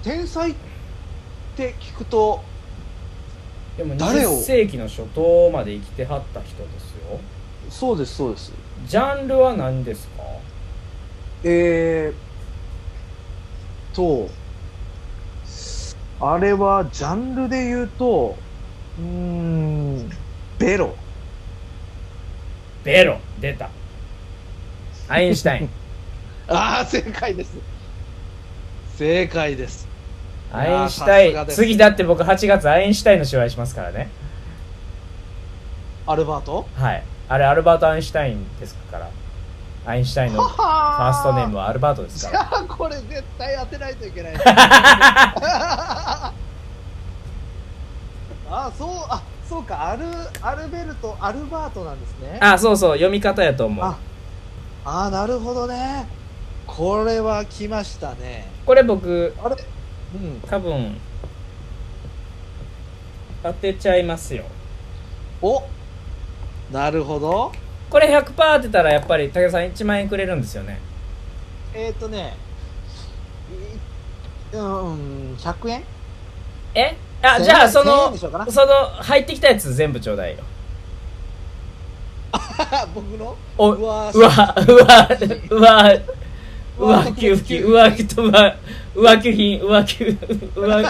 天才って聞くとでも誰を20世紀の初頭まで生きてはった人ですよそうですそうですジャンルは何ですかえー、とあれはジャンルで言うとうーんベロベロ出たアインシュタ *laughs* インああ正解です正解ですアインシュタいやーさすがインです次だって僕8月アインシュタインの芝居しますからねアルバートはいあれアルバート・アインシュタインですからアインシュタインのはファはーストネームはアルバートですじかゃらあこれ絶対当てないといけ *laughs* ないああそうあそうかアルアルベルトアルバートなんですね *laughs* あそうそう読み方やと思うああーなるほどねこれは来ましたねこれ僕あれうん多分当てちゃいますよおなるほどこれ100%当てたらやっぱり武田さん1万円くれるんですよねえっ、ー、とねいうん100円えあ千円じゃあそ千円のでしょうかなその入ってきたやつ全部ちょうだいよ *laughs* 僕のおうわうわうわうわうわ上級付近上級とは上級品上級上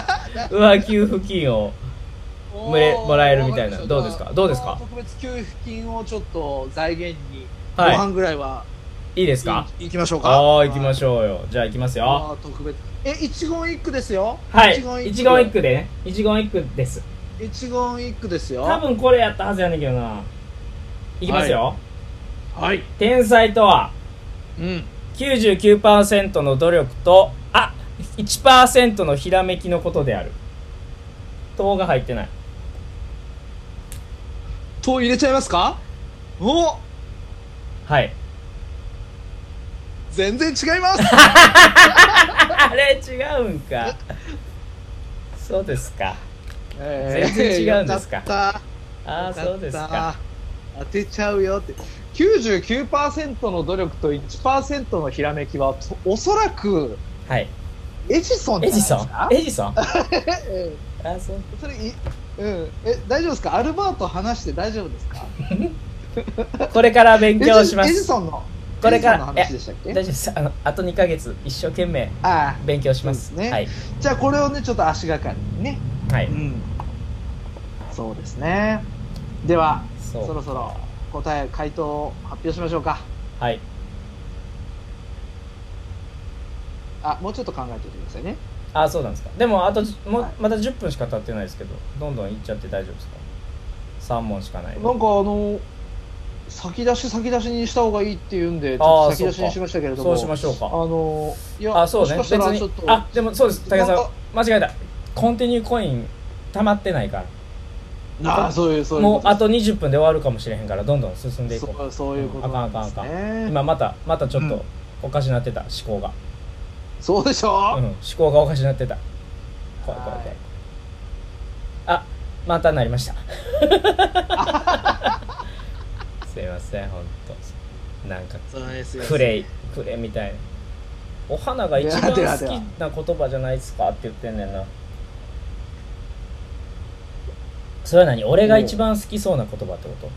上級付近をおーもらもらえるみたいわかりまなしたどうですかどうですかまあ特別給付金をちょっと財源にごはい飯ぐらいは、いいでいすか行きましょうかああ行きましょょうよじゃあ行きますうよ特別え一言一句ですよはい一一言言一句でね一言一句です句一言一句ですよ多分これやったはずやねんけどな行きますよ、はい天才とはうん99%の努力とあ1%のひらめきのことである糖が入ってないと入れちゃいますかおはい全然違い *laughs* ますあれ違うんかそうですかえー全然違うんですかよったああそうですよかっかた当てちゃうよって99%の努力と1%のひらめきはとおそらくはいエジソンじゃないエでジすソンかエジソンあえーそうえそれい、うん、え大丈夫ですかアルバート話して大丈夫ですかこれから勉強しまエジエジすソンのこれかエジソらンの話でしたっ大け丈夫ですあのあと2ヶ月一生懸命ああ勉強しますそうですねはいじゃあこれをねちょっと足がかりにねはういんそうですねではそそうろそろ答え回答を発表しましょうかはいあもうちょっと考えておいてくださいねああそうなんですかでもあとじもうはいまた10分しか経ってないですけどどんどんいっちゃって大丈夫ですか3問しかないなんかあの先出し先出しにした方がいいって言うんでちあょっーと先出しにしましたけれどそもうしましょうあかのいやあそうねもし別かしたらちょにっとあでもそうです武田さなんかん間違えたコンティニューコイン溜まってないからなあそういうそういうもうことあと20分で終わるかもしれへんからどんどん進んでいこうそうそういうことなんですあかんあかね今またまたちょっうとんおかしなってた思考が、そうでしうん、ょ思考がおかしなってた怖い怖い怖いあまたなりました *laughs* すいません本当なんかそうですよクレイクレイみたいなお花が一番好きではではでな言葉じゃないですかって言ってんねんなそれは何俺が一番好きそうな言葉ってこと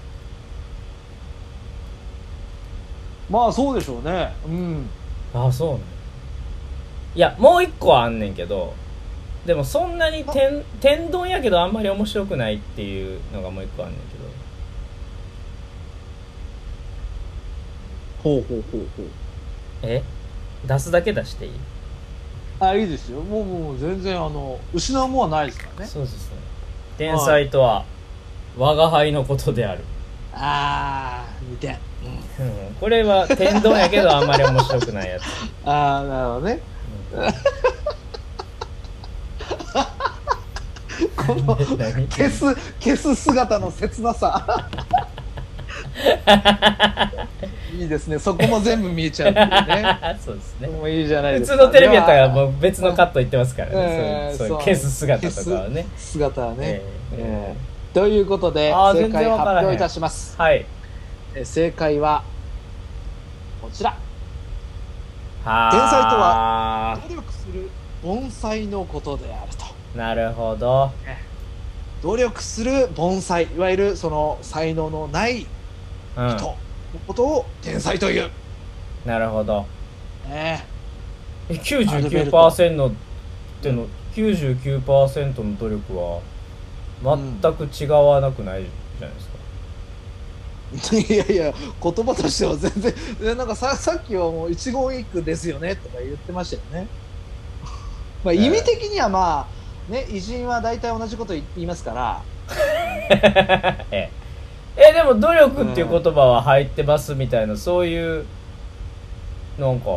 まあそうでしょうねうんああそうねいやもう一個はあんねんけどでもそんなに天天丼やけどあんまり面白くないっていうのがもう一個あんねんけどほうほうほうほうえ出すだけ出していい、あいいですよもうもう全然あの失うもんはないですからねそうですね天才とは我が輩のことである、ああ見てうん、これは天丼やけどあんまり面白くない *laughs* やつああなるほどねこの何消す消す姿の切なさいいですねそこも全部見えちゃうっていう *laughs* ね *laughs* そうですねもういいじゃない普です通かのテレビやったらではもう別のカット行ってますからねえーそういうそういうそう消す姿とかはね姿はね、えーえーということであー正全然解わからへん発表いたしますはいえー正解はこちらはー天才と努力する盆栽のことであるとなるほど努力する盆栽いわゆるその才能のないうん人のことを天才という、なるほどねえアルベルト99%っての99%の努力はうん全く違わなくないじゃないですか、いやいや言葉としては全然 *laughs* えなんかささっきはもう一言一句ですよねとか言ってましたよね、まあ、ええ意味的にはまあね偉人は大体同じこと言いますからえええでも努力っていう言葉は入ってますみたいな、そういうなんか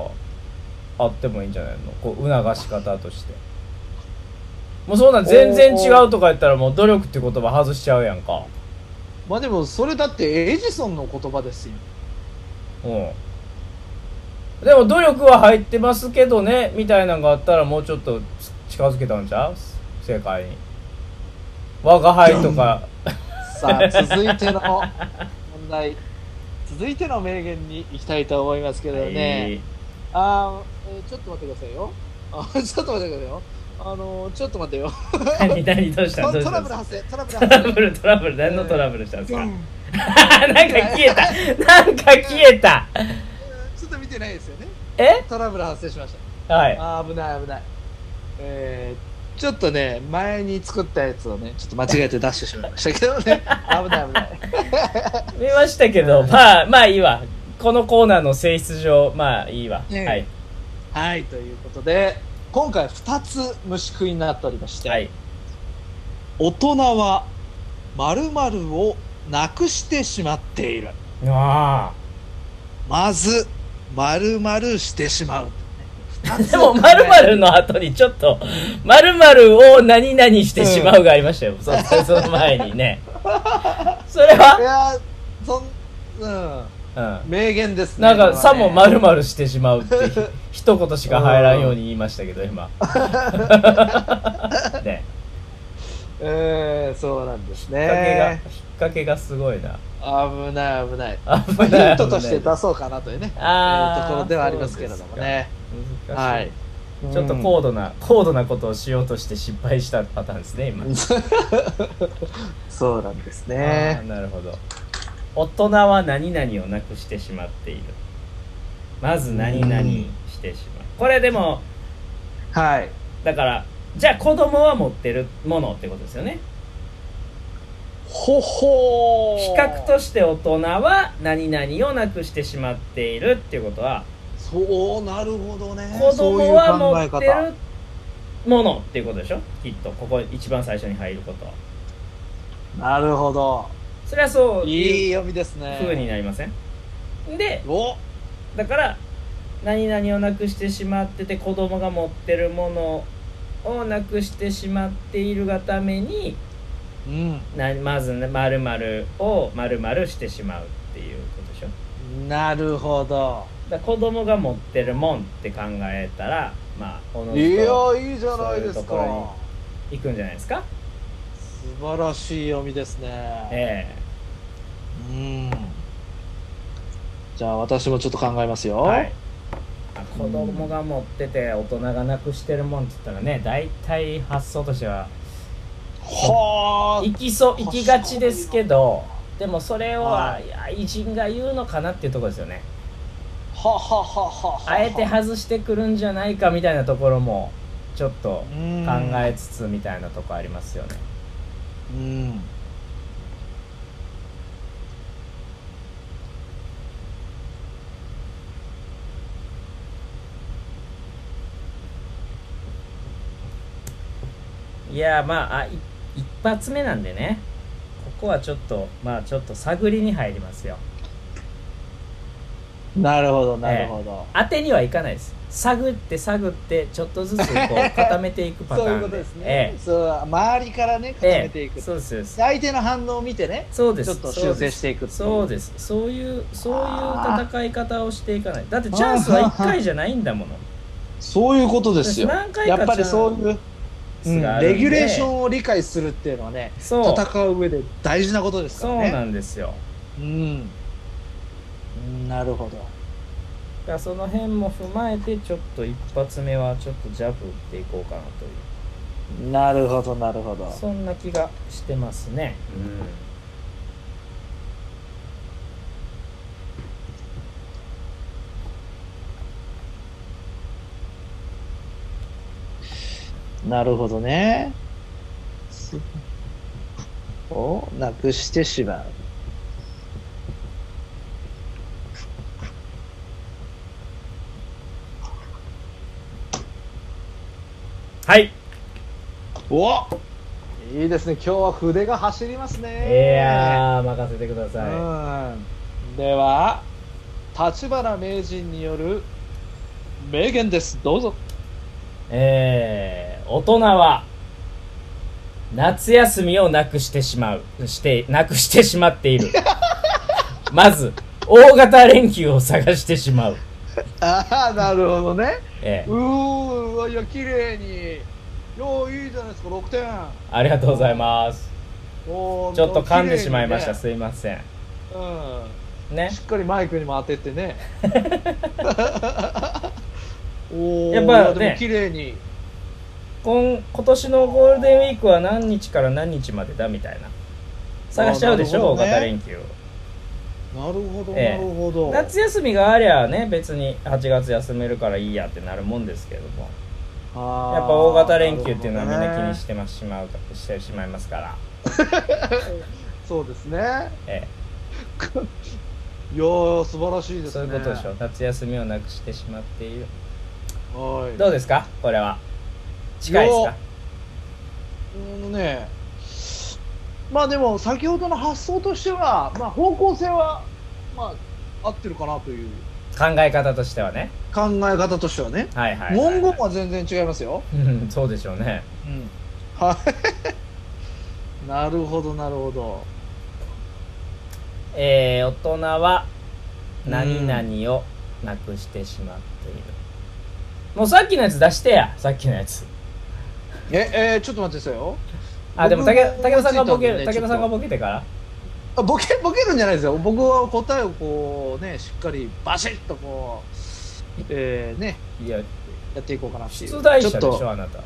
あってもいいんじゃないのこう促し方としてもうそんなん全然違うとか言ったらもう努力っていう言葉外しちゃうやんかまあでもそれだってエジソンの言葉ですようんでも努力は入ってますけどねみたいなのがあったらもうちょっと近づけたんちゃう正解に我が輩とか *laughs* さあ続いての題続いての名言に行きたいと思いますけどね、あーえーちょっと待ってくださいよあちょっと待ってくださいよあのちょっと待ってよはい何何どうしたトどうしトたラんブルですか発生トラブル発トラ生ブルトラブル何のトラブルしたん *laughs* ですうかんなんか消えたなんか消えたちょっと見てないですよねえトラブル発生しましたはいあー危ない危ないえーちょっとね前に作ったやつをねちょっと間違えて出してしまいましたけど *laughs* ね危ない危ない見ましたけどまあまあいいわこのコーナーの性質上まあいいわ、ねはいはいということで今回2つ虫食いになっておりまして、はい大人は〇〇をなくしてしまっているあまず〇〇してしまうあでも〇〇の後にちょっと〇〇を何々してしまうがありましたよ、そそその前にねそれいは、やーそんうんう名言ですん、ねなんかさもま〇〇してしまうって *laughs* ひ一言しか入らんように言いましたけど今 *laughs* ねえー、そうなんです引っ掛けが、引ねっ掛けがすごいな危ない危ない危まあ、ない危ないヒントとして出そうかなというね、あーえーところではありますけれどもね。難はしいい、。ちょっと高度な、高度なことをしようとして失敗したパターンですね今うん *laughs* そうなんですあーね。なるほど大人は何々をなくしてしまっているまず何々してしまうこれでもはい。だからじゃあ子供は持ってるものってことですよねほほー比較として大人は何々をなくしてしまっているっていうことはそうなるほどね。子そうい供うは持考えって方。るものっていうことでしょきっとここ一番最初に入ることはなるほど。それはそういいいう読みですね。風になりませんでおだから何々をなくしてしまってて子供が持ってるものをなくしてしまっているがためにうん。なまずね〇〇を〇〇してしまうっていうことでしょなるほど。だから子供が持ってるもんって考えたらまあこのい人や、いいじゃないですそういうか。と行くんじゃないですか素晴らしい読みですね。えうん。じゃあ私もちょっと考えますよ。えはいあ子供が持ってて大人がなくしてるもんって言ったらね大体発想としてははあ行きそう行きがちですけどでもそれをははいいや偉人が言うのかなっていうところですよねはははははあえて外してくるんじゃないかみたいなところもちょっと考えつつみたいなとこありますよねうんいやーまああい一発目なんでねここはちょっとまあちょっと探りに入りますよなるほどなるほど、当てにはいかないです探って探ってちょっとずつ *laughs* こう固めていくパタそういーうこンとでですね、えそう周りからね固えめていえく、えそうですそうです相手の反応を見てねそうですちょっとそうで修す正していくっていそうですそういうそうあいーう戦い方をしていかないだってチャンスは1回じゃないんだものそういうことですよ何回かやっぱりそういう、うチャンスんがあるんでレギュレーションを理解するっていうのはねそう戦う上で大事なことですかそうらねなんですようんうんなるほどだからその辺も踏まえてちょっと一発目はちょっとジャブ打っていこうかなというなるほどなるほどそんな気がしてますねなるほどね。すをなくしてしまう。はいおいいですね。今日は筆が走りますいね。やー任せてくだうさい、ん。では、立花名人による名言です。どうぞ。えー、大人は夏休みをなくしてしまうしてなくしてしまって *laughs* いるまず大型連休を探してしまう、ああ、なるほどね。えーうーうわ、いや、綺麗に。よういいじゃないですか、6点。ありがとうございますおーちょっと噛んでしまいました、綺麗にねすいませんねしっかりマイクにも当てて *laughs* ねおおやっぱねでも綺麗に今今年のゴールデンウィークは何日から何日までだみたいな探しちゃうでしあょ、ーなるほどね大型連休なるほど、ええなるほど夏休みがありゃね別に8月休めるからいいやってなるもんですけどもややっぱ大型連休っていうのはみんな気にしててますしまうかしてしまいますから、そうですねえいやー素晴らしいえ、ですそうねいうことでしょう夏休みをなくしてしまっているはいどうですかこれは近いですかうんねまあでも先ほどの発想としては、まあ、方向性は、まあ、合ってるかなという考え方としてはね考え方としてはね、はいはいはい、文言は全然違いますよ、うんそうでしょうねうん、はい *laughs* なるほどなるほどえー、大人は何々をなくしてしまっている、もうさっきのやつ出してやさっきのやつええーちょっと待ってくださいよあでも僕武武田さんがボケ思いつるいたんでね武田さんがボケてからあボケボケるんじゃないですよ僕は答えをこうねしっかりバシッとこうえー、ねいややっていこうかなっていう出題者でしちょっょとあなた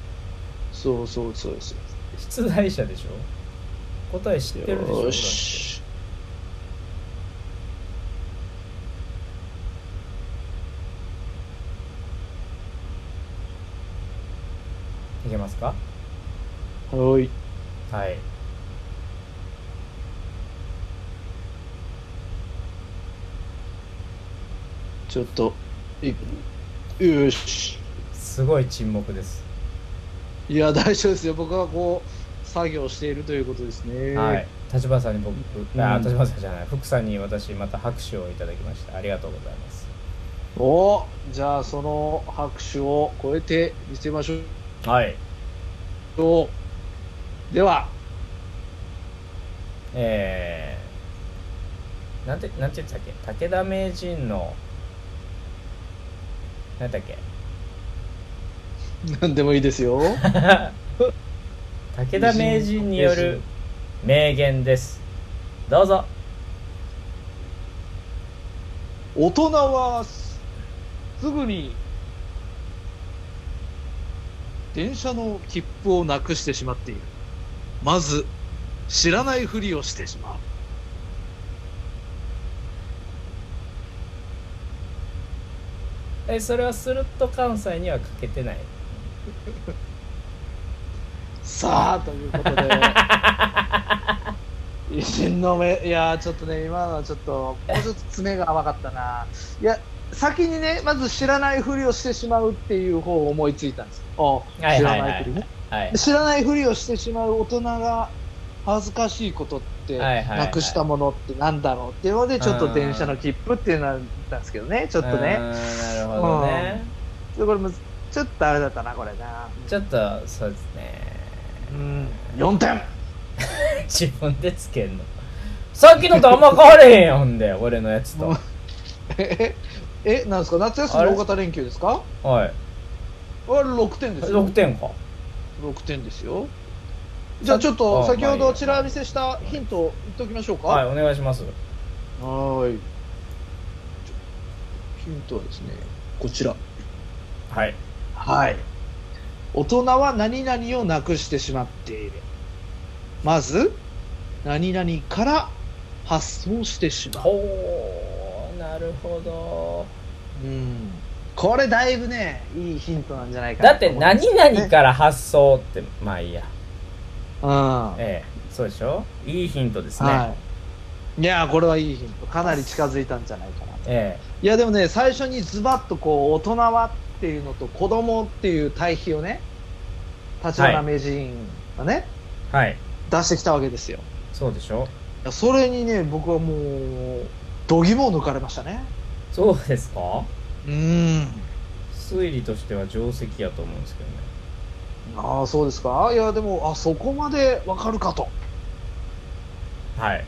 そうそうそうです出題者でしょ答え知ってるでしょよしだっていけますかはいはいちょっといよしすごい沈黙です、いや大丈夫ですよ僕はこう作業しているということですねはい立花さんに僕、うんあ立花さんじゃない福さんに私また拍手をいただきましたありがとうございますおじゃあその拍手を超えて見せましはいょうではえー、なんて、なんて言ってたっけ武田名人の、なんだっけ何でもいいですよ武田名人による名言です。どうぞ。大人はすすぐに電車の切符をなくしてしまっているまず知らないふりをしてしまうえ、それはスルッと関西には欠けてない。さあということで *laughs* 維新の目いやーちょっとね今のはちょっともうちょっと爪が甘かったないや先にねまず知らないふりをしてしまうっていう方を思いついたんですよあはい知はらいはいないふりねはい。知らないふりをしてしまう大人が恥ずかしいことって、はいはいはいなくしたものってなんだろうっていうのでちょっと電車の切符っていうのなんですけどねちょっとうーねんなるほどね。ちょっとこれむずちょっとあれだったなこれなちょっと、そうですね。うん4点 *laughs* 自分でつけんの。さっきのとあんま変われへんやんほんで、俺のやつと。ええなんですか夏休みの大型連休ですかはい。あれ6点ですよ6点か。 6点ですよじゃあちょっとあ先ほまあいいどやちら見せしたヒントを言っておきましょうかはい、はお願いします。ーいヒントはですねこちらはい。はい。大人は何々をなくしてしまっている。まず、何々から発想してしまう。ほうなるほどうん。これだいぶね、いいヒントなんじゃないかなだって何々から発想ってまあいいや々うん。ええそうでしょいいヒントですね、はい。いやーこれはいいヒント。かなり近づいたんじゃないかなと。えいや、でもね、最初にズバッとこう、大人はっていうのと子供っていう対比をね、立花名人がね、えはい出してきたわけですよ。そうでしょいやそれにね僕はもう度肝を抜かれましたねそうですかうん推理としては定石やと思うんですけどねああそうですかいやでもあそこまでわかるかとはい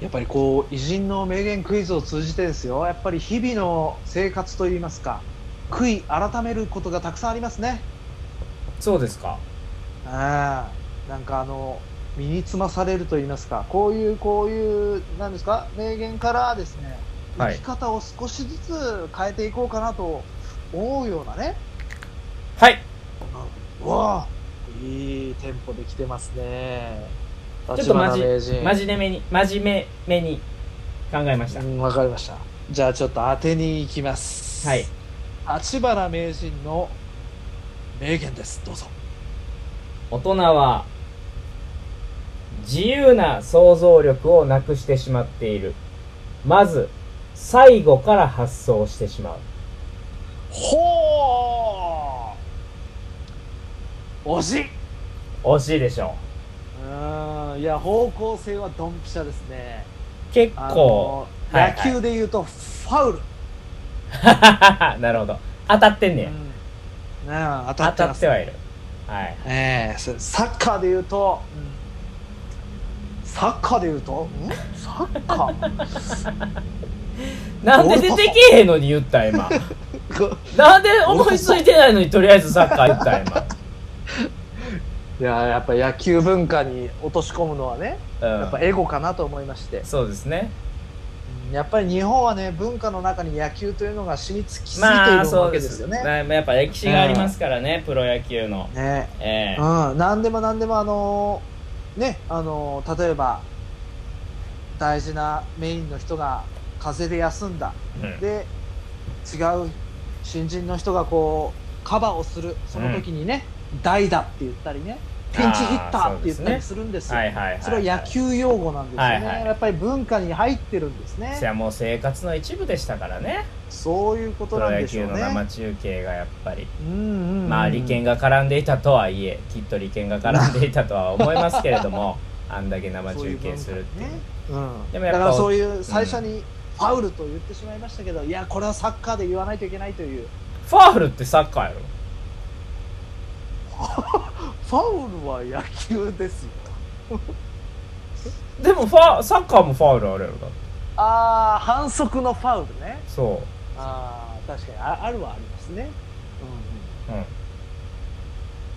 やっぱりこう偉人の名言クイズを通じてですよやっぱり日々の生活といいますか悔い改めることがたくさんありますねそうですかああなんかあの身につまされると言いますかこういうこういうなんですか名言からですねは生いき方を少しずつ変えていこうかなと思うようなね、はい。うわあいいテンポで来てますねちょっとマ立ジ花名人真面目に、真面目めに考えました。うんわかりましたじゃあちょっと当てに行きますはい立花名人の名言ですどうぞ大人は自由な想像力をなくしてしまっている。まず、最後から発想してしまう。ほう惜しい惜しいでしょうんいや方向性はドンピシャですねう。結あ構、のはいはい野球で言うとファウル、 *laughs* なるほど。当たってんねやうんなあ当た当ってたまっすてはいる。はい。ええそサッカーで言うと、サッカーで言うと、んサッカーなんで出てけえへんのに言った *laughs* 今。 *laughs* なんで思いついてないのにとりあえずサッカー言った今。いややっぱ野球文化に落とし込むのはねうん、やっぱエゴかなと思いまして、そうですね。うんやっぱり日本はね文化の中に野球というのが染みつきすぎていまあるそわうけでですすよね。まあやっぱ歴史がありますからね、プロ野球の。ねええうん、何でも何でもあのーねあのー例えば大事なメインの人が風邪で休んだうんで違う新人の人がこうカバーをするその時にね、代打って言ったりねピンチヒッターって言ったりするんですよ。そはいはいはい、れは野球用語なんですよね、はいはいやっぱり文化に入ってるんですそれねはもう生活の一部でしたからねそういうこプとロなん野でしょう球のね生中継がやっぱり、うんうんうんまあ利権が絡んでいたとはいえきっと利権が絡んでいたとは思いますけれ *laughs* どもあんだけ生中継するっていうそういう文化ね、うん、でもやだっぱからそういう最初にファウルと言ってしまいましたけど、いやこれはサッカーで言わないといけないというファールってサッカーやろファウルは野球ですよでもファサッカーもファウルあるやろだってああ反則のファウルねそああ確かにああるはありますね、うんううん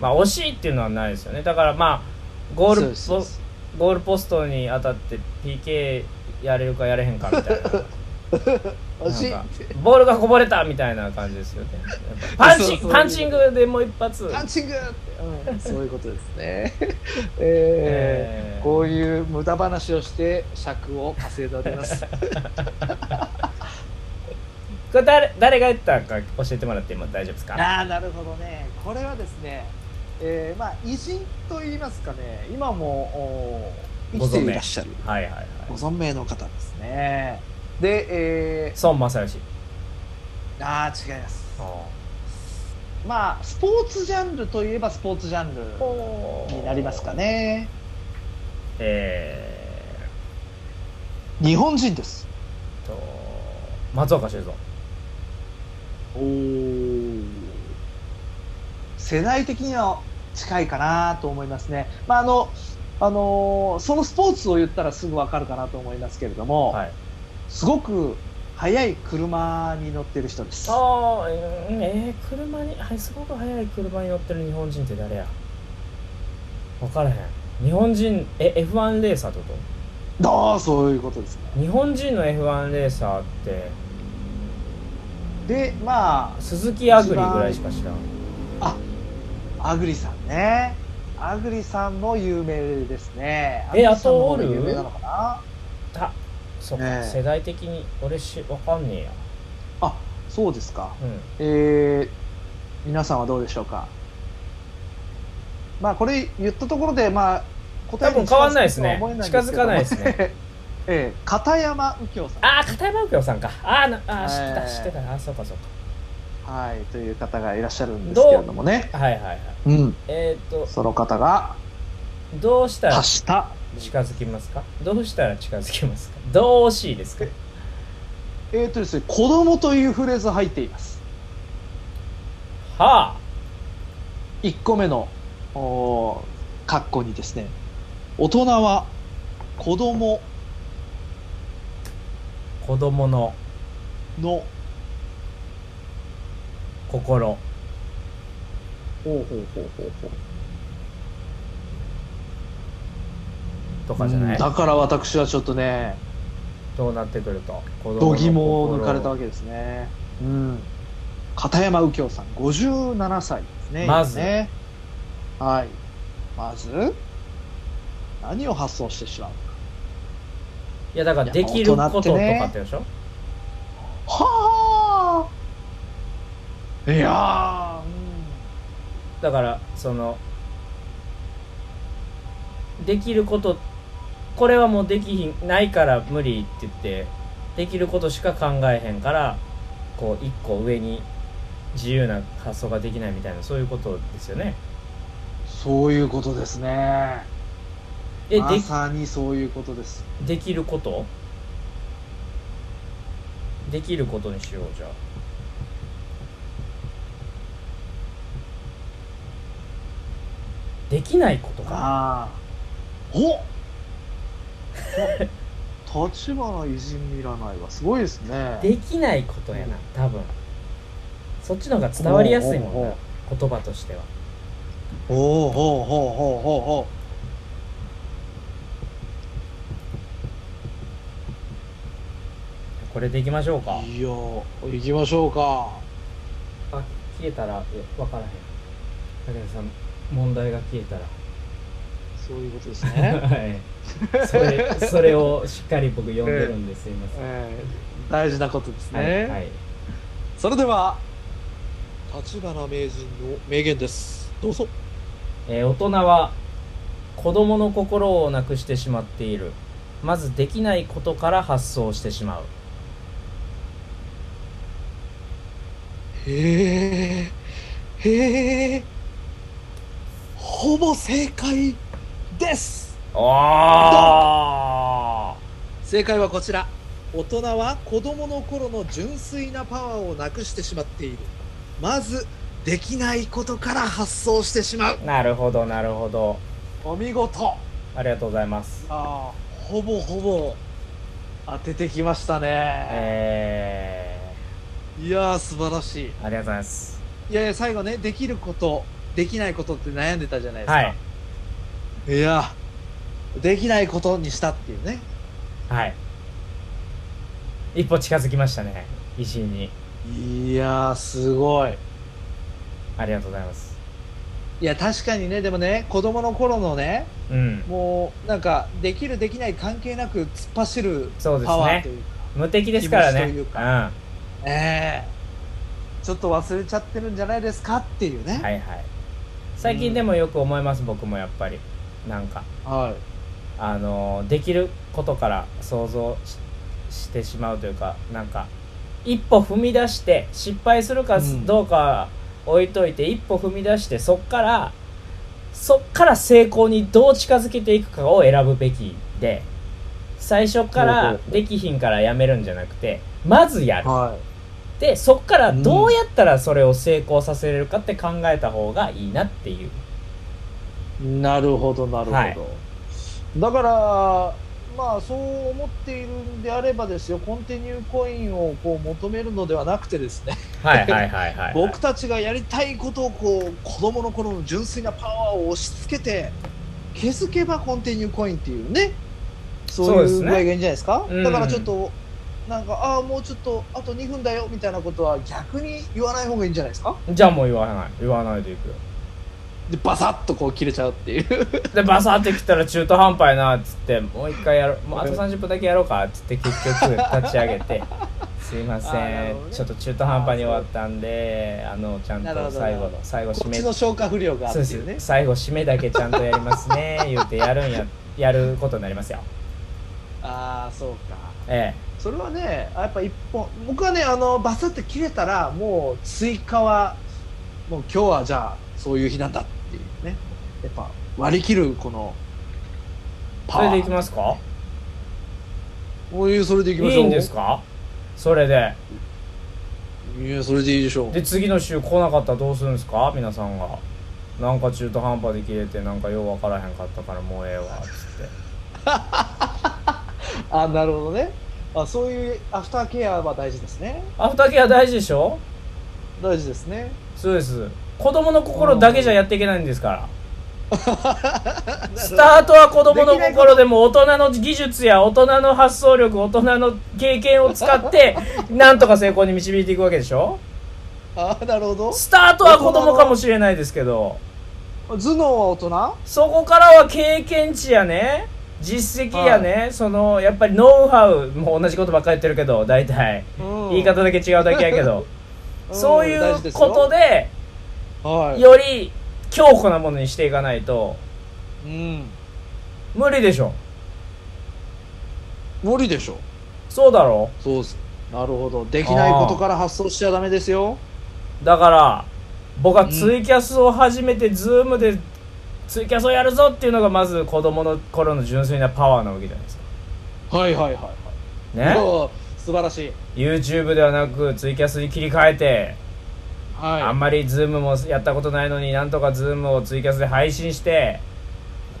まあ惜しいっていうのはないですよねだからまあゴールそうですゴールポストに当たって PK やれるかやれへんかみたいな *laughs* 惜しいなんかボールがこぼれたみたいな感じです *laughs* よね。パンチそうそうパンチングでもう一発。パンチングって、うん、そういうこと *laughs* ですねえーえーこういう無駄話をして尺を稼いでおりますこれ誰誰が言ったか教えてもらっても大丈夫です *laughs* か。ああなるほどねこれはですね、えーまあ偉人と言いますかね今もおー生きていらっしゃるはいはいはい。ご存命の方ですねで、え孫正義。ー、ああ違いますおまあスポーツジャンルといえばスポーツジャンルーになりますか。ねえ日本人ですー、と松岡修造。お世代的には近いかなと思いますねまああのあのーそのスポーツを言ったらすぐわかるかなと思いますけれども、はい。すごく速い車に乗ってる人です。ああえー、車にはいすごく速い車に乗ってる日本人って誰や。分からへん。日本人え F1 レーサーってこと。ああ、そういうことですね。日本人の F1 レーサーってで、ま鈴木アグリぐらいしか知らんあ、アグリさんね。アグリさんも有名ですね。えアグリさんの方あとおがる有名なのかなたそっか、ねえ世代的に俺しわかんねえやあ、そうですか。うんえー、皆さんはどうでしょうか。まあ、これ言ったところで、まあ、答多えに分変わんないですとはね思えないん近ですづけどかもないです *laughs* ねええ片山右京さん。ああ片山右京さんかあーなあー知ってはたい知ってたあーそうかそうはい、という方がいらっしゃるんですけれどもね。かはいはいはいうん。えー、っとその方がどうしたら達した近づきますかどうしたら近づきますかどう惜しいですかえーとですね、子供というフレーズ入っています。はあ1個目の、おーカッコにですね、大人は子供子供のの、心ほうほうほうほうほうとかじゃない、だから私はちょっとね、そうなってくると子供の度心肝を抜かれたわけですね。うん。片山右京さん、57歳ですね。まず今ね、はい。まず、何を発想してしまういやだからできることとかってでしょ、はあいやだからそのできることこれはもうできひんないから無理って言ってできることしか考えへんからこう一個上に自由な発想ができないみたいなそういうことですよねーそういうことですね。えまさにそういうことです。でできることできることにしようじゃあできないことかなああ。おた立花偉人見らないはすごいですね。できないことやな多分そっちの方が伝わりやすいもんな言葉としてはおおほうほうほうほうほこれでいきましょうかう。いやー、行きましょうか。あ消えたらえ分からへん武田さん問題が消えたらそういうことです *laughs* ね。 *laughs* はいそれそれをしっかり僕読んでるんですいませんえー大事なことですね。はい、はい、それでは、立花名人の名言です。どうぞ。えー大人は子供の心をなくしてしまっているまずできないことから発想してしまうへえ、へえ、ほぼ正解です。ああ正解はこちら。大人は子供の頃の純粋なパワーをなくしてしまっている。まず、できないことから発想してしまう。 *laughs* なるほどなるほどお見事。ありがとうございますああ、ほぼほぼ当ててきましたね。えいやー、素晴らしい。ー、ありがとうございますいやいや、最後ね、できること、できないことって悩んでたじゃないですか。はいいや、できないことにしたっていうね。はい一歩近づきましたね石井にいやー、すごい。ありがとうございますいや、確かにね、でもね、子供の頃のね、うんもう、なんか、できる、できない関係なく突っ走るそうですねパワーというか、無敵ですからね気持ちといううんええちょっと忘れちゃってるんじゃないですかっていうね。はいはい最近でもよく思います、僕もやっぱりなんかはい。あのできることから想像ししてしまうというかなんか一歩踏み出して失敗するかうんどうか置いといて、一歩踏み出してそっからそっから成功にどう近づけていくかを選ぶべきで最初かほうらほうほうできひんからやめるんじゃなくてまずやるはでそっからどうやったらそれを成功させれるかって考えた方がいいなっていうい。なるほど、なるほど。はいだから、まあ、そう思っているんであればですよ、コンティニューコインをこう求めるのではなくてですね、はいはいはい *laughs* はい、僕たちがやりたいことをこう子供の頃の純粋なパワーを押し付けて気づけばコンティニューコインっていうねそういそううです具ね合がいいんじゃないですかうんだからちょっとなんかああもうちょっとあと2分だよみたいなことは逆に言わない方がいいんじゃないですかじゃあもう言わない言わないでいくよでバサッとこう切れちゃうっていうでバサって来たら中途半端やなっつってもう一回やろもうあと30分だけやろうかっつって結局立ち上げ *laughs* てすいませ、あーなんるほどねちょっと中途半端に終わったんであのちゃんなるほとど最後なるの最後こ締っめちの消化不良があそっうでていすうね最後締めだけちゃんとやりますね言うてやるんややることになりますよああそうかえそれはねやっぱ一本僕はねあのバサッと切れたらもう追加はもう今日はじゃあそういう日なんだっていうねやっぱ割り切るこのえパそワーれでいきますかこういうそれでいきましょういいいんですかそれでいやそれでいいでしょうで次の週来なかったらどうするんですか皆さんがなんか中途半端で切れてなんかようわからへんかったからもうええわっつってあなるほどねあそういうアフターケアは大事ですねアフターケア大事でしょ大事ですねそうです子供の心だけじゃやっていけないんですからスタートは子供の心でも大人の技術や大人の発想力大人の経験を *laughs* 使ってなんとか成功に導いていくわけでしょああなるほどスタートは子供かもしれないですけど頭脳は大人そこからは経験値やね実績やね、そのやっぱりノウハウもう同じことばっかり言ってるけど大体、うん言い方だけ違うだけやけどうんそういうことではいより強固なものにしていかないとうん無理でしょ無理でしょそうだろそうっすなるほどできないことから発想しちゃダメですよだから僕はツイキャスを始めて、ズームでツイキャスをやるぞっていうのがまず子供の頃の純粋なパワーなわけじゃないですかはいはいはいはいねおー素晴らしい YouTube ではなくツイキャスに切り替えてあはんまりズームもやったことないのになんとかズームをツイキャスで配信して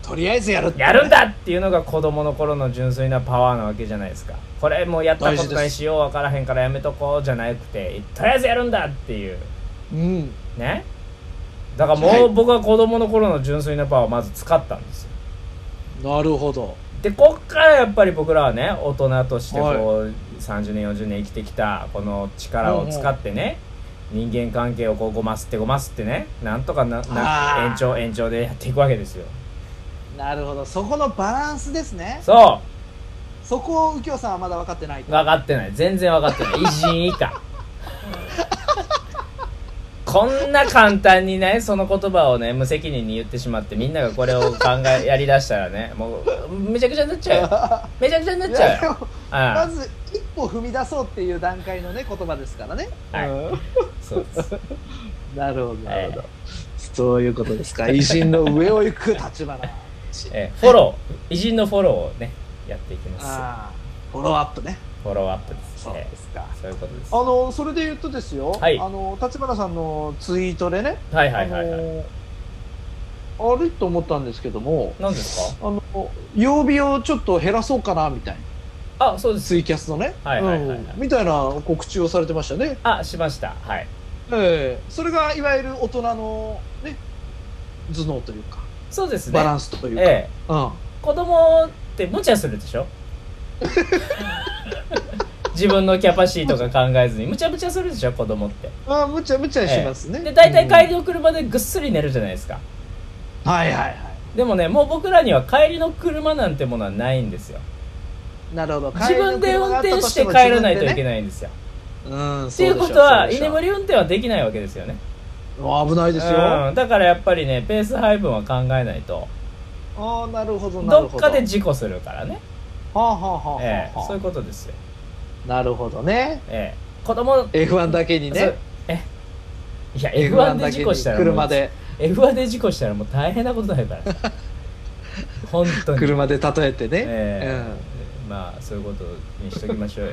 いとりあえずやるやるんだっていうのが子供の頃の純粋なパワーなわけじゃないですかこれもうやったことないしようわからへんからやめとこうじゃなくてとりあえずやるんだっていううんねだからもう僕は子供の頃の純粋なパワーをまず使ったんですよなるほどでこっからやっぱり僕らはね大人としてこう、30年40年生きてきたこの力を使ってね、人間関係をこうごますってごますってねなんとかななあー延長延長でやっていくわけですよなるほどそこのバランスですねそうそこを右京さんはまだ分かってないと分かってない全然分かってない偉人以下こんな簡単にねその言葉をね無責任に言ってしまってみんながこれを考えやりだしたらねもうめちゃくちゃになっちゃうよめちゃくちゃになっちゃういやよでも *laughs* まあず一歩踏み出そうっていう段階のね言葉ですからね、はいうんあそうですなるほどなるほど、えそういうことですか *laughs* 偉人の上を行く立花えフォロー偉人のフォローをねやっていきますあーフォローアップねフォローアップですそうねですかそういうことですあはのそれで言うとですよ、はいあの立花さんのツイートでね、いはいはいはいあのあれと思ったんですけども何ですあの曜日をちょっと減らそうかなみたいなかあそうですツイキャスのね、はいはいはいはいうんみたいな告知をされてましたね、あしましたはいええそれがいわゆる大人の、ね、頭脳というかそうですねバランスというか、ええうん子供って無茶するで *laughs* しょ自分のキャパシティとか考えずに無茶無茶するでしょ子供ってまあむちゃむちゃしますね、で大体帰り、りの車でぐっすり寝るじゃないですかはいはいはでもねもう僕らには帰りの車なんてものはないんですよいなるほど自分で運転して帰らないといけないんですよない、うん、っていうことは居眠り運転はできないわけですよね危ないですよ、うんだからやっぱりねペース配分は考えないとああなるほどなるほどっどかで事故するからね、はあはあはあはあ、ええ、そういうことですよ、なるほどねええ、子供 F1 だけにそうねえいや F1 で事故したらもう車で F1 で事故したらもう大変なことになるから *laughs* 本当に車で例えてね、ええまあそういうことにしときましょうよ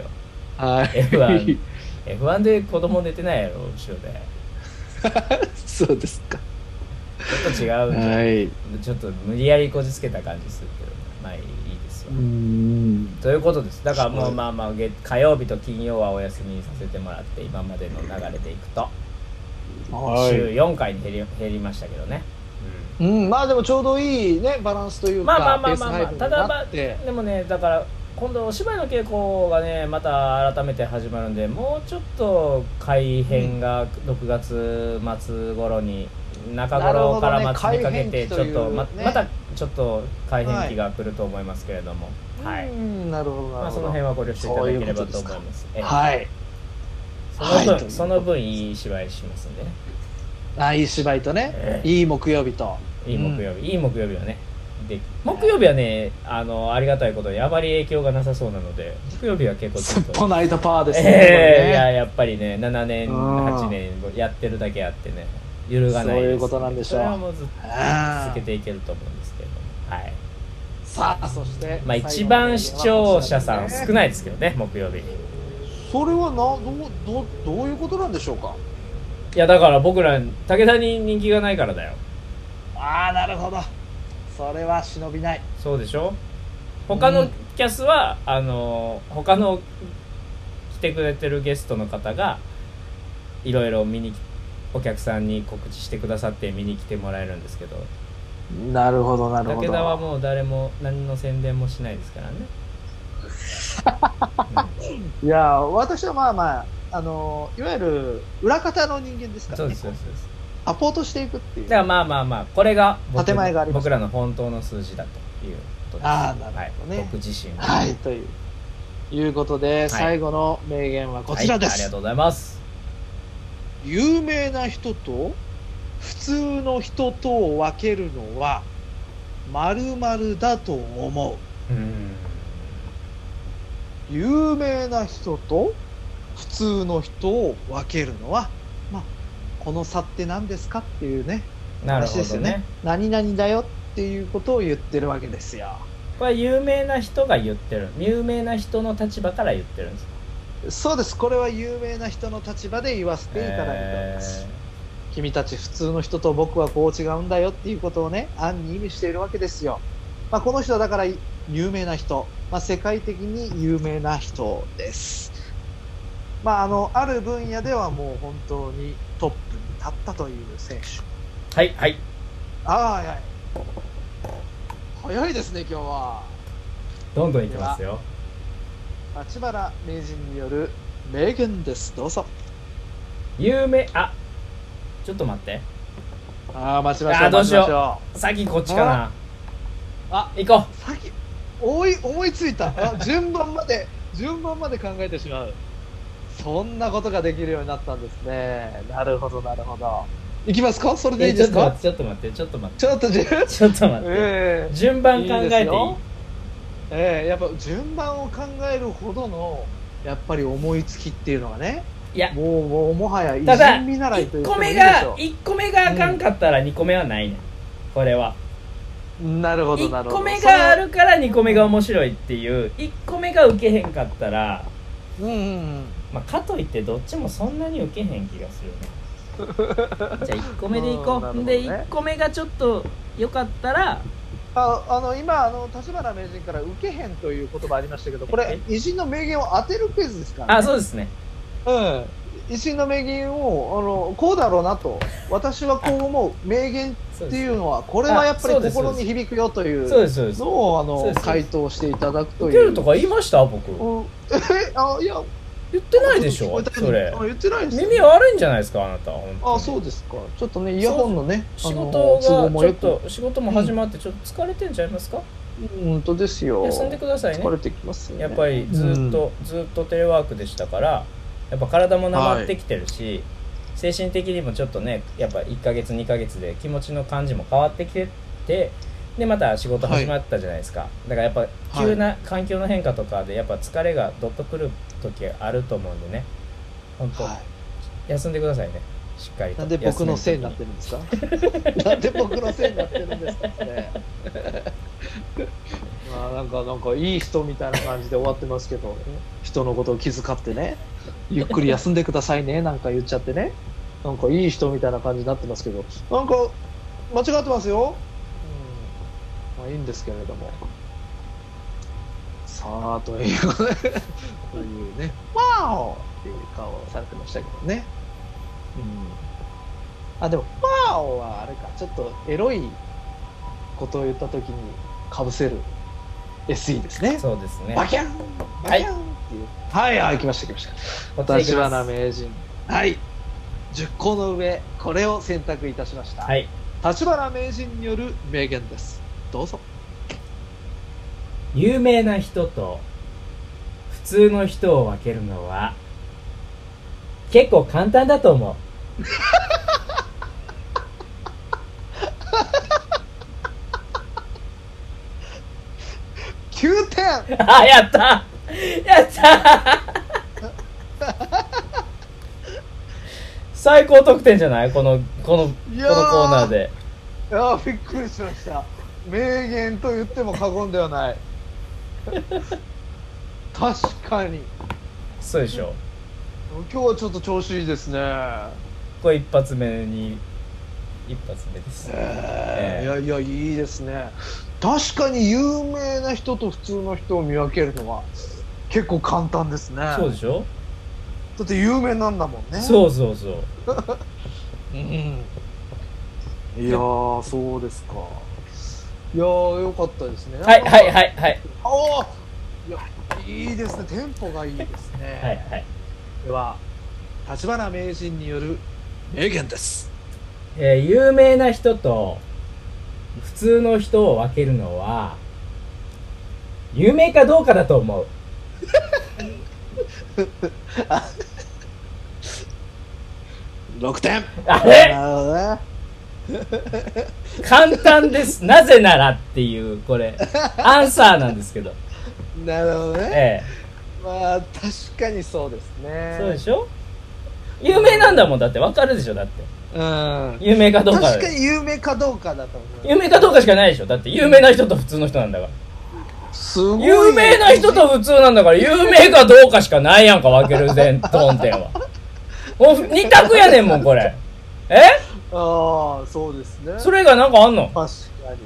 うんはい F1 F1 で子供寝てないやろ後ろで *laughs* そうですかちょっと違う、はいちょっと無理やりこじつけた感じするけどまあいいですわ、うんということですだからもはういまあまあ月火曜日と金曜はお休みにさせてもらって今までの流れでいくと週は4回に減り減りましたけどね、うんい、うん、まあでもちょうどいいねバランスというかまあまあまあまあ、ペース配まあ、分にただまなあってでもねだから今度お芝居の稽古がねまた改めて始まるんでもうちょっと改編が6月末頃に、中頃から末にかけてなるほどね改編期とちょいっうとまねまたちょっと改編期が来ると思いますけれども、はいうんなるほどなるほど、まあ、その辺はご了承いただければと思いますええはいその分、はいということですその分いい芝居しますんでねあいい芝居とね、ええいい木曜日といい木曜日、いい木曜日はねで木曜日はねあのありがたいことにあまり影響がなさそうなので木曜日は結構ちすょっっとぽないたパワーですね、ええいこやれねやっぱりね7年うん8年やってるだけあってね揺るがないですそういうことなんでしょうそれはもうずっとあ続けていけると思うんですけれどもはいさあそしてまあ一番視聴者さん少いないですけどね木曜日いそれはなどうどうどういうことなんでしょうかやだから僕ら武田に人気がないからだよああなるほどそれは忍びないそうでしょ他うのんキャスは、あの他の来てくれてるゲストの方がいろいろ見にお客さんに告知してくださって見に来てもらえるんですけどなるほどなるほ武ど田はもう誰も何の宣伝もしないですからね、 *laughs* いや私はまあまああのいわゆる裏方の人間ですかうんら、そうね、ですそうですそうですサポートしていくっていうだからまあまあまあこれが僕建前があります僕らの本当の数字だということですあーなるほどねはい、僕自身はいといういうことで、最後の名言はこちらではいありす、がとうございます有名な人と普通の人とを分けるのは〇〇だと思ううん有名な人と普通の人を分けるのは、まあ、この差って何ですかっていうねなる話ほどですよねね何々だよっていうことを言ってるわけですよこれは有名な人が言ってる有名な人の立場から言ってるんですかそうですこれは有名な人の立場で言わせていただいております、君たち普通の人と僕はこう違うんだよっていうことをね暗に意味しているわけですよ、まあ、この人はだから有名な人、まあ、世界的に有名な人ですまああのある分野ではもう本当にトップに立ったという選手えーはいはいああ早い早いですね今日はどんどんいきますよ立花名人による名言ですどうぞ有名あちょっと待ってああ待ちましあょあうどう待しちようましょ先こっちかなうあ行こ先思い思いついたあ *laughs* 順番まで順番まで考えてしまうそんなことができるようになったんですねなるほどなるほどいきますかそれうでいいえでちょっすと待かってちょっと待ってちょっと待っちてょっとじゅちょっと待ってええ順番考えていいいですいよええやっぱ順番を考えるほどのやっぱり思いつきっていうのがねいやもうもうもはや偉ただ人見習いとい1う個目でしょが1個目があかんかったら2個目はないねんこれはうなるほどな1るほど個目があるから2個目が面白いっていう1個目が受けへんかったら、それうんうんまあ、かといってどっちもそんなに受けへん気がするな *laughs* じゃあ1個目でいこうんなるほどう、ねで1個目がちょっと良かったらああの今あの立花名人から受けへんという言葉ありましたけどこれ偉人の名言を当てるクイズですから、ね、あそうですねうん、石の名言をあのこうだろうなと私はこう思う名言そうっでてすいうのはこれはやっぱりあそうです心に響くよといそううですそうですのをあそうのです回答していただくと受けいるう。とか言いました僕うんえあいや言ってないでしょちょっと聞そこえたれけどあ言ってないです耳悪いんじゃないですかあなた本当にあそうですかちょっとねイヤホンのね仕あの事がち都合もょよっくと仕事も始まってちょっと疲れてんちゃいますか本当ですよ休んでくださいね疲れてきますよねやっぱりずっと、ずっとテレワークでしたからやっぱ体もなまってきてるし、精神的にもちょっとねやっぱ1ヶ月2ヶ月で気持ちの感じも変わってきててでまた仕事始まったじゃないですか、だからやっぱ急な環境の変化とかでやっぱ疲れがどっとくる時あると思うんでね本当、は休んでくださいねしっかりい、となんで僕のせいになってるるんですか *laughs* なんで僕のせいになってるんです *laughs* かねまあなんかなんかいい人みたいな感じで終わってますけど人のことを気遣ってねゆっくり休んでくださいねなんか言っちゃってねなんかいい人みたいな感じになってますけどなんか間違ってますよ、うん、まあいいんですけれどもさあということで *laughs* というねわおっていう顔をされてましたけどねうんあでもわおはあれかちょっとエロいことを言った時にかぶせる SE ですねそうですねバキャンバキャンっていうはいはい来ました来ましたこっちでいき私まはすな名人はい10個の上これを選択いたしました、はい立花名人による名言ですどうぞ有名な人と普通の人を分けるのは結構簡単だと思う *laughs* 9点あやった *laughs* やった *laughs* 最高得点じゃないこのこのこいのやーコーナーでいやーびっくりしました名言と言っても過言では *laughs* ない確かにそうでしょ今日はちょっと調子いいですね、これ一発目に一発目ですええーえいやいやいいですね確かに有名な人と普通の人を見分けるのは結構簡単ですねそうでしょだって有名なんだもんねそうそうそううんいやーそうですかいやーよかったですね。はいはいはいはいあおーいやいいですねテンポがいいですね、はいはいでは立花名人による名言ですえー有名な人と普通の人を分けるのは有名かどうかだと思う6点あれなるほどね簡 *laughs* 単ですなぜならっていうこれアンサーなんですけどなるほどねえまあ確かにそうですねえそうでしょ有名なんだもんだって分かるでしょだってうん有名かどうかだ確かに有名かどうかだと思有名かどうかしかないでしょだって有名な人と普通の人なんだからうすごい有名な人と普通なんだから有名かどうかしかないやんか分ける前トーン点はお二択やねんもんこれえああそうですねそれがなんかあんの確かに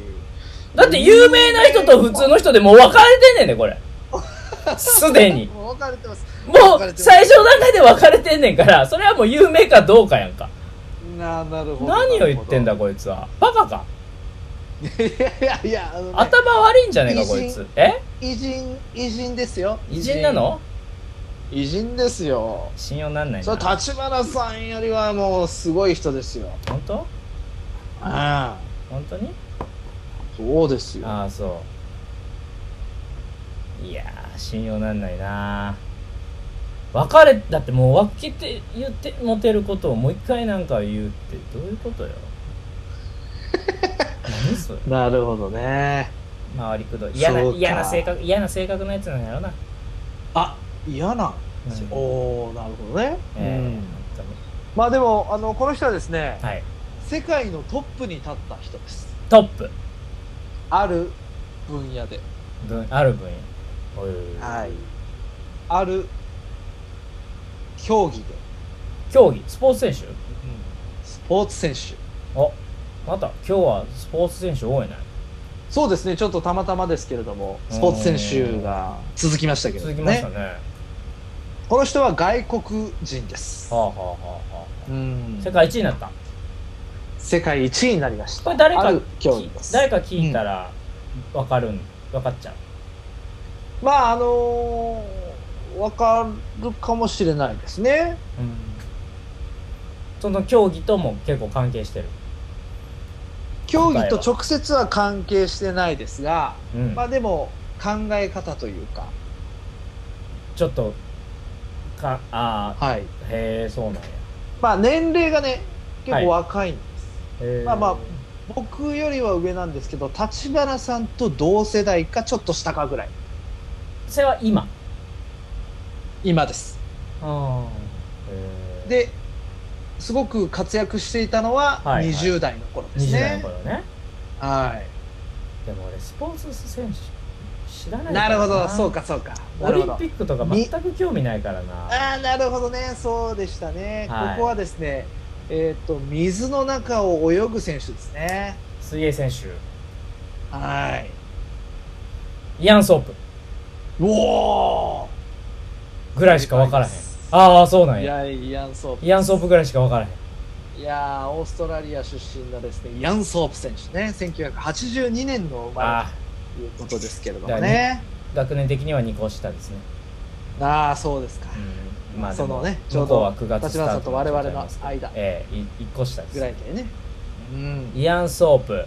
だって有名な人と普通の人でもう分かれてんねんねこれすでにもう分かれてますも分かれてうます最初の段階で分かれてんねんからそれはもう有名かどうかやんかななるほど何を言ってんだなるこいつはバカかほどいやいやいやあのね頭悪いんじゃねえかこいつえ偉人偉人ですよ偉人なの偉人ですよ信用なんないそなれ立花さんよりはもうすごい人ですよ。本当ああ、本当にそうですよ。ああそういやー信用なんないな別れだってもう分けて言ってモテることをもう一回なんか言うってどういう *laughs* ことよ何それなるほどね。回りくどい嫌なそうか嫌な性格嫌な性格のやつなんやろな、あ、嫌な。うんおお、なるほどね。えーうん本当にまあでもあのこの人はですね、はい世界のトップに立った人です。トップある分野で、分ある分野おいはいある競技で、競技スポーツ選手スポーツ選手。おまた今日はスポーツ選手多いなそうですね。ちょっとたまたまですけれども、スポーツ選手が続きましたけど続ね。きましたねはこの人は外国人ですあ。はあはあはあうん世界一位になった世界一位になりました。これ誰あかる競技です。誰か聞いたら分かるん、分かっちゃうまああのーわかるかもしれないですね。その競技とも結構関係してる、競技と直接は関係してないですが、うんまあでも考え方というか、ちょっとかあはい。あへえそうなんやまあ年齢がね結はい構若いんです。へーまあまあ僕よりは上なんですけど、立花さんと同世代かちょっと下かぐらい。それは今今です。でで、すごく活躍していたのははいはい20代の頃です20代のね。頃ねはい。でも俺スポーツ選手知らないからなるほど、そうかそうか。なオるリほンどピ。ックとか全く興味ないからなああ、なるほどね、そうでしたね。はいここはですね、えっ、と、水の中を泳ぐ選手ですね。水泳選手はい。イアン・ソープおおぐらいしか分からへん正解ですああそうなんいやや、イアン・ソープ。イアン・ソープぐらいしか分からへんいやー、オーストラリア出身のですね、イアン・ソープ選手ね、1982年の生まああれということですけれどだもよね。学年的には2校下ですね、ああ、そうですか。まあでそものね、ちょ向うこうはど、 9月ス立ター花トさんと我々のでございます間ええい1個下ですぐらいでね。うん。イアン・ソープ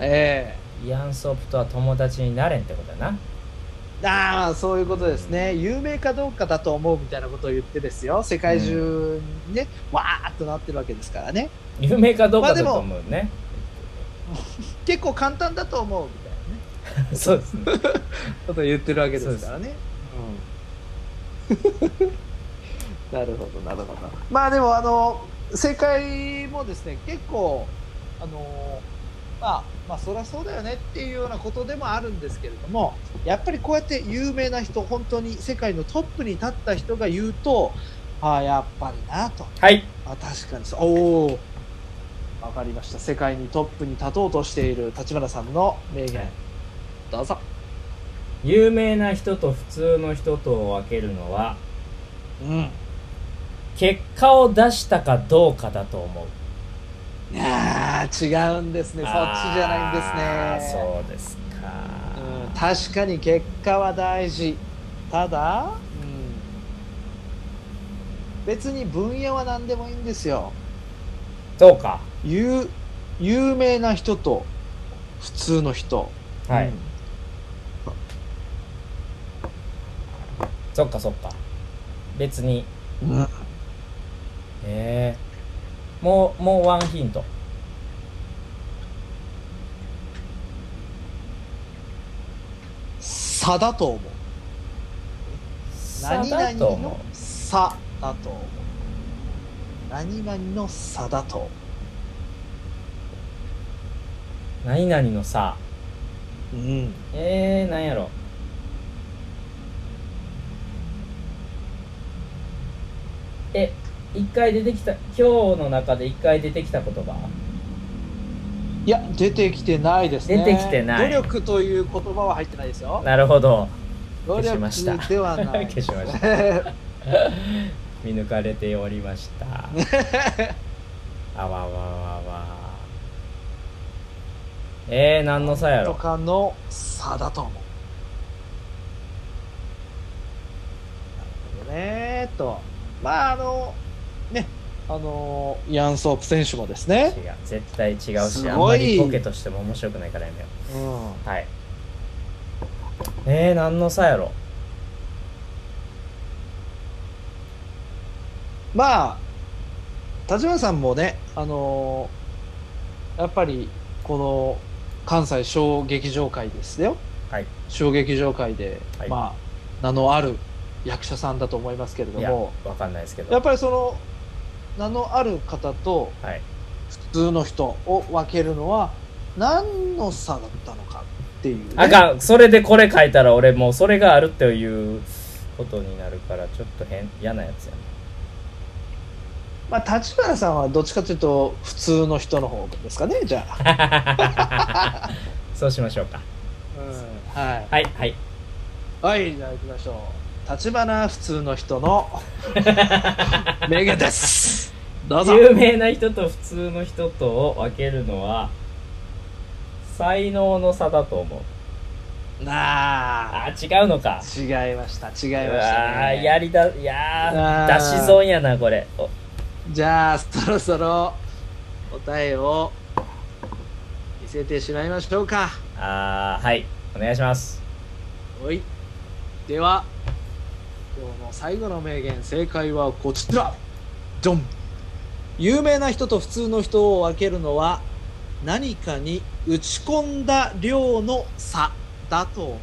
えイアン・ソープとは友達になれんってことだなえああ、そういうことですね。有名かどうかだと思うみたいなことを言ってですよ。世界中にね、わーっとなってるわけですからね。有名かどうまかあでだもと思うね、結構簡単だと思うみたいなね。そうですねことを言ってるわけですからね。うんなるほど、なるほど。まあでも、あの、世界もですね、結構、あの、まあ、まあ、そりゃそうだよねっていうようなことでもあるんですけれども、やっぱりこうやって有名な人、本当に世界のトップに立った人が言うと、ああ、やっぱりなと。はいあ確かにそうおおわかりました世界にトップに立とうとしている立花さんの名言、はいどうぞ有名な人と普通の人とを分けるのはうん結果を出したかどうかだと思ういやー違うんですねそっちじゃないんですね、あーそうですか、うん、確かに結果は大事ただ、うん、別に分野は何でもいいんですよそうか有有名な人と普通の人はい、うんそっかそっか別にうんえー、もうもうワンヒント差だと思う何々差だと思うの差だと思う何々の差だと思何々のさう、うん、えー、何やろえ一回出てきた今日の中で一回出てきた言葉いや出てきてないですね出てきてない努力という言葉は入ってないですよなるほど努消しました力ではない *laughs* 消しまし見抜かれておりました *laughs* あわわわわえー、何の差やとろかの差だと思うなるほどねとまああのねあのヤン・ソープ選手もです違うね、絶対違うすしごいあんまりボケとしても面白くないからやめようん、うはいえー、何の差やろまあ、立花さんもね、あのーやっぱりこの関西小劇場界ですよ、はい小劇場界で、はいまあ、名のある役者さんだと思いますけれどいやも、わかんないですけどやっぱりその名のある方とはい普通の人を分けるのは、何の差だったのかっていう、ね、あかんそれでこれ書いたら俺もうそれがあるっていうことになるからちょっと変嫌なやつやなまあ、立花さんはどっちかというと、普通の人の方ですかね、じゃあ。 *laughs* そうしましょうかうん、はいはいはいはい、じゃあ行きましょう。立花普通の人 *laughs* の名言です。どうぞ。有名な人と普通の人とを分けるのは才能の差だと思うなあ、あ違うのか違いました、違いました、あね。やりだいあやーー出し損やなこれおじゃあ、そろそろ答えを見せてしまいましょうか。あーはいお願いしますおい。では、今日の最後の名言、正解はこちら。ドン。有名な人と普通の人を分けるのは、何かに打ち込んだ量の差だと思う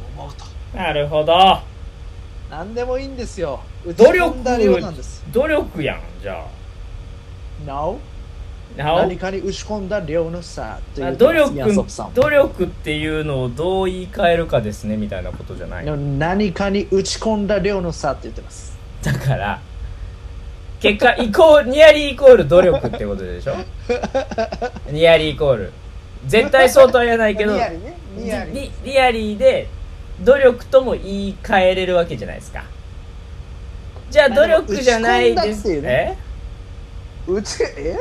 と。なるほど何でもいいんですよ。打ち努力込んだ量なんです。努力やんじゃ No? あなお何かに打ち込んだ量の差というあ努力ヤンソプさん努力っていうのをどう言い換えるかですねみたいなことじゃない *laughs* の何かに打ち込んだ量の差って言ってます。だから結果イコールニアリーイコール努力ってこ *laughs* とでしょニアリーイコール絶対そうとは言えないけどニアリね。ニアリ。リリアリーで努力とも言い換えれるわけじゃないですかじゃあまあ努でも力じゃないで打ち込んだっていすうねね打ち、え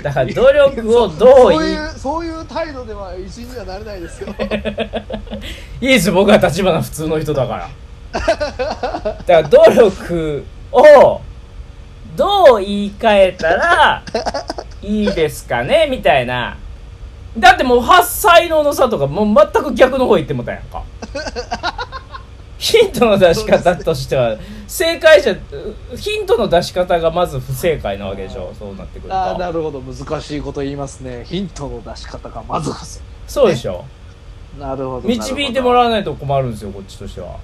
だから努力をどうそう言いいうそういう態度では一員にはなれないですよ *laughs* いいです僕は立花普通の人だからだから努力をどう言い換えたらいいですかねみたいなだってもう発才能の差とかもう全く逆の方行ってもたやんかヒントの出し方としては正解じゃヒントの出し方がまず不正解なわけでしょそうなってく *laughs* るああとなるほど難しいこと言いますねヒントの出し方がまずはそそうでしょうなるほど導いてもう、らわないと困るんですよこっちとしては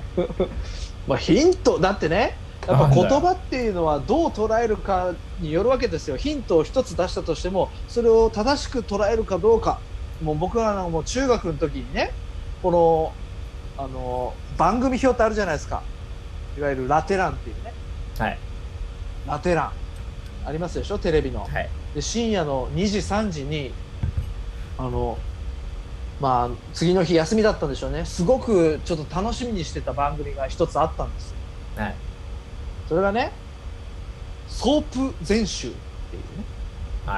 まあ、ヒントだってねやっぱなんだよ言葉っていうのはどう捉えるかによるわけですよヒントを一つ出したとしてもそれを正しく捉えるかどうかもう僕はあのもう中学の時にねこのあの番組表ってあるじゃないですかいわゆるラテランっていうねはいラテランありますでしょテレビの、はいで深夜の2時3時にあのまあ次の日休みだったんでしょうねすごくちょっと楽しみにしてた番組が一つあったんですよはいそれがね「ソープ全集」っていうね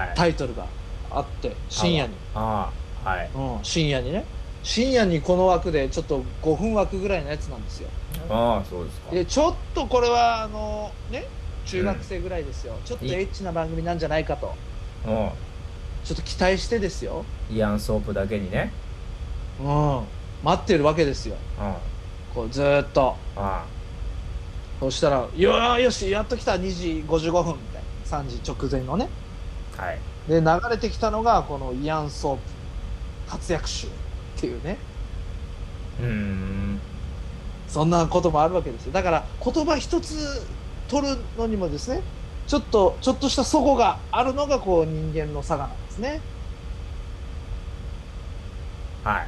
はいタイトルがあって深夜に、ああはいうん、深夜にね深夜にこの枠でちょっと5分枠ぐらいのやつなんですよああそうですかでちょっとこれはあのね中学生ぐらいですよ、ちょっとエッチな番組なんじゃないかとうちょっと期待してですよ、んイアン・ソープだけにねうん、待ってるわけですようんあこうずーっとあそしたら「よーよしやっと来た2時55分」みたいな3時直前のねはいで流れてきたのがこのイアン・ソープ活躍集っていうねうーんそんなこともあるわけですよだから言葉一つ取るのにもですねちょっとちょっとした齟齬があるのがこう人間の差がなんですねはい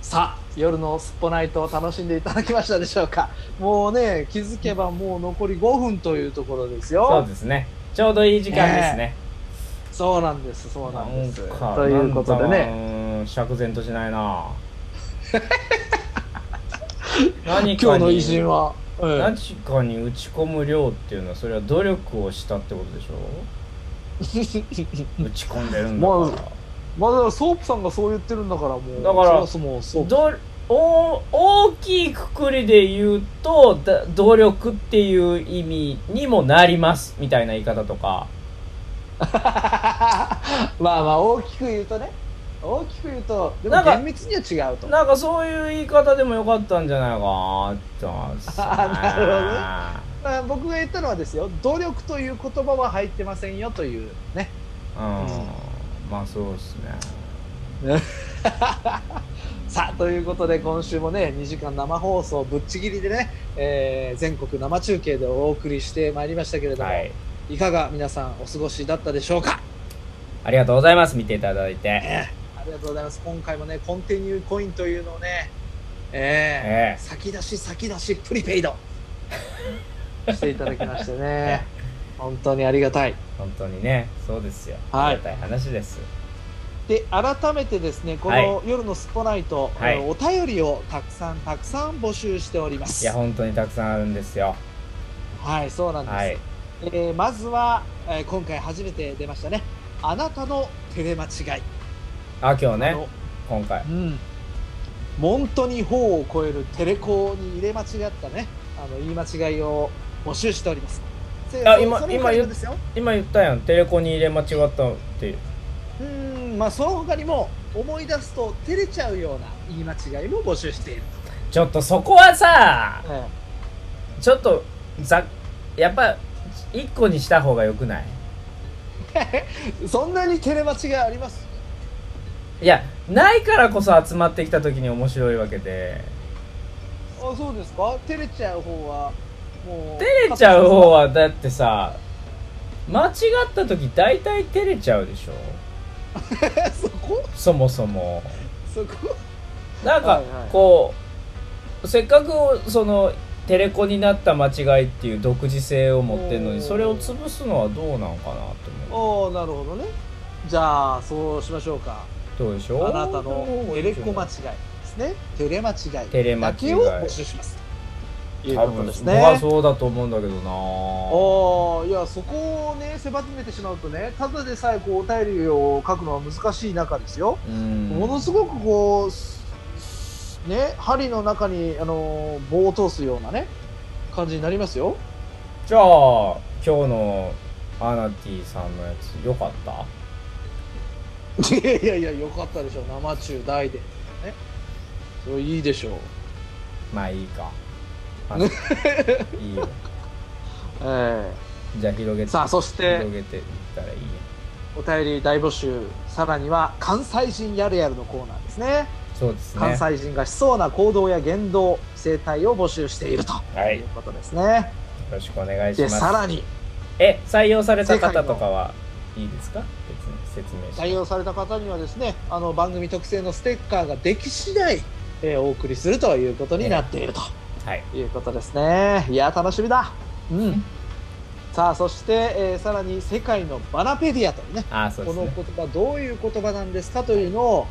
さあ夜のすっぽナイトを楽しんでいただきましたでしょうかもうね気づけばもう残り5分というところですよそうですねちょうどいい時間ですねそうなんですそうなんですなんかということでねね釈然としな *laughs* いな何か今日のに偉人は、うん *laughs* 何かに打ち込む量っていうのはそれは努力をしたってことでしょ打ち込んでるんだから、ままあだからソープさんがそう言ってるんだからもうだからそれはそもう *laughs* ソープどお大きいくくりで言うとだ努力っていう意味にもなりますみたいな言い方とかまあまあ大きく言うとね大きく言うとでなもんか厳密には違うとなんかそういう言い方でもよかったんじゃないかなって思い *laughs* ますなまあ僕が言ったのはですよ努力という言葉は入ってませんよというねうんまあそうですねさあということで今週もね2時間生放送ぶっちぎりでね、えー全国生中継でお送りしてまいりましたけれども、はいいかが皆さんお過ごしだったでしょうかありがとうございます見ていただいてありがとうございます。今回もね、コンティニューコインというのをね、えーええ先出し先出しプリペイドしていただきましてね、本当にありがたい。本当にねそうですよ、はいありがたい話ですで、改めてですね、こはいの夜のスポナイト、はいあのお便りをたくさんたくさん募集しておりまいす。や本当にたくさんあるんですよはい、そうなんです。はいえーまずは、えー今回初めて出ましたね、あなたのテレ間違い。あ今日あねの今回うん、モントに法を超えるテレコに入れ間違ったねあの言い間違いを募集しておりますせあそ今その今他に言もうですよ今言ったやんテレコに入れ間違ったってうんまあその他にも思い出すと照れちゃうような言い間違いも募集している、ちょっとそこはさえちょっとざやっぱ一個にした方がよくないえそんなに照れ間違いありますいやないからこそ集まってきた時に面白いわけであそうですか照れちゃう方はもう照れちゃう方ははだってさ間違った時大体照れちゃうでしょ *laughs* そこそもそもそこなはんかいはいこうせっかくそのテレコになった間違いっていう独自性を持ってるのおーにそれを潰すのはどうなんかなと思うおおなるほどねじゃあそうしましょうかどうでしょうあなたのテレコ間違いですね。テレ間違い。テレ間違だいけを募集します。いう多こと分です僕はね。そうだと思うんだけどなおーいやそこをね狭めてしまうとねただでさえこうお便りを書くのは難しい中ですよ、うんものすごくこうすすね針の中にあのー棒を通すようなね感じになりますよじゃあ今日のアナティさんのやつよかったいやいやいやよかったでしょ生中大でねそれいいでしょうまあいいか *laughs* あのいいよえじゃあ広げえてさあそして広げていったらいいねお便り大募集さらには関西人やるやるのコーナーですねそうですね関西人がしそうな行動や言動生態を募集しているとはいいようことですね、ろしくお願いしでまさすらにえ採用された方とかはいいですか別に説明して採用された方にはですねあの番組特製のステッカーができ次第、えーお送りするということになっているとはいいうことですねいや楽しみだうんさあそして、えーさらに世界のバナペディアというねああそうでこすのね言葉どういう言葉なんですかというのを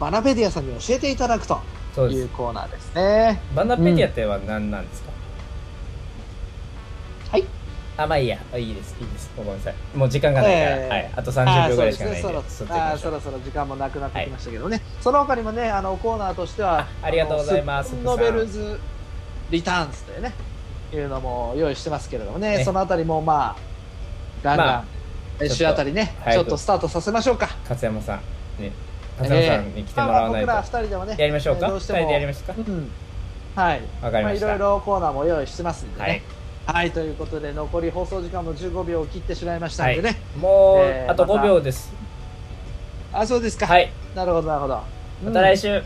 バナペディアさんに教えていただくとそういうですコーナーですね。バナペディアっては何なんですか、はい。あ、まあいいや。あいいです。いいです。ごめんなさい。もう時間がないから。ええはい。あとあ30ーそ秒ぐうらでいしすかないんねで。そろ進んでいきあまーしょそうろそろ時間もなくなってきましたけどね、その他にもねあのコーナーとしてはあありがとうございますあの福さノんベルズ・リターンズというねいうのも用意してますけれどもねねそのあたりもまあガンまガあン練習あたりね、ちょっとちょっとスタートさせましょうか、勝山さん。ね。勝山さんに来てもらわないえーまあまあと。僕ら二人でもねやりましょうか。えーど二うして人もでやりましょうか。うんはいわかりましあ、た。いろいろコーナーも用意してますんでねはい。はい、ということで残り放送時間も15秒を切ってしまいましたんでね、もえう、ーあとま5た秒です。あそうですか、はい。なるほどなるほどまた来週。うん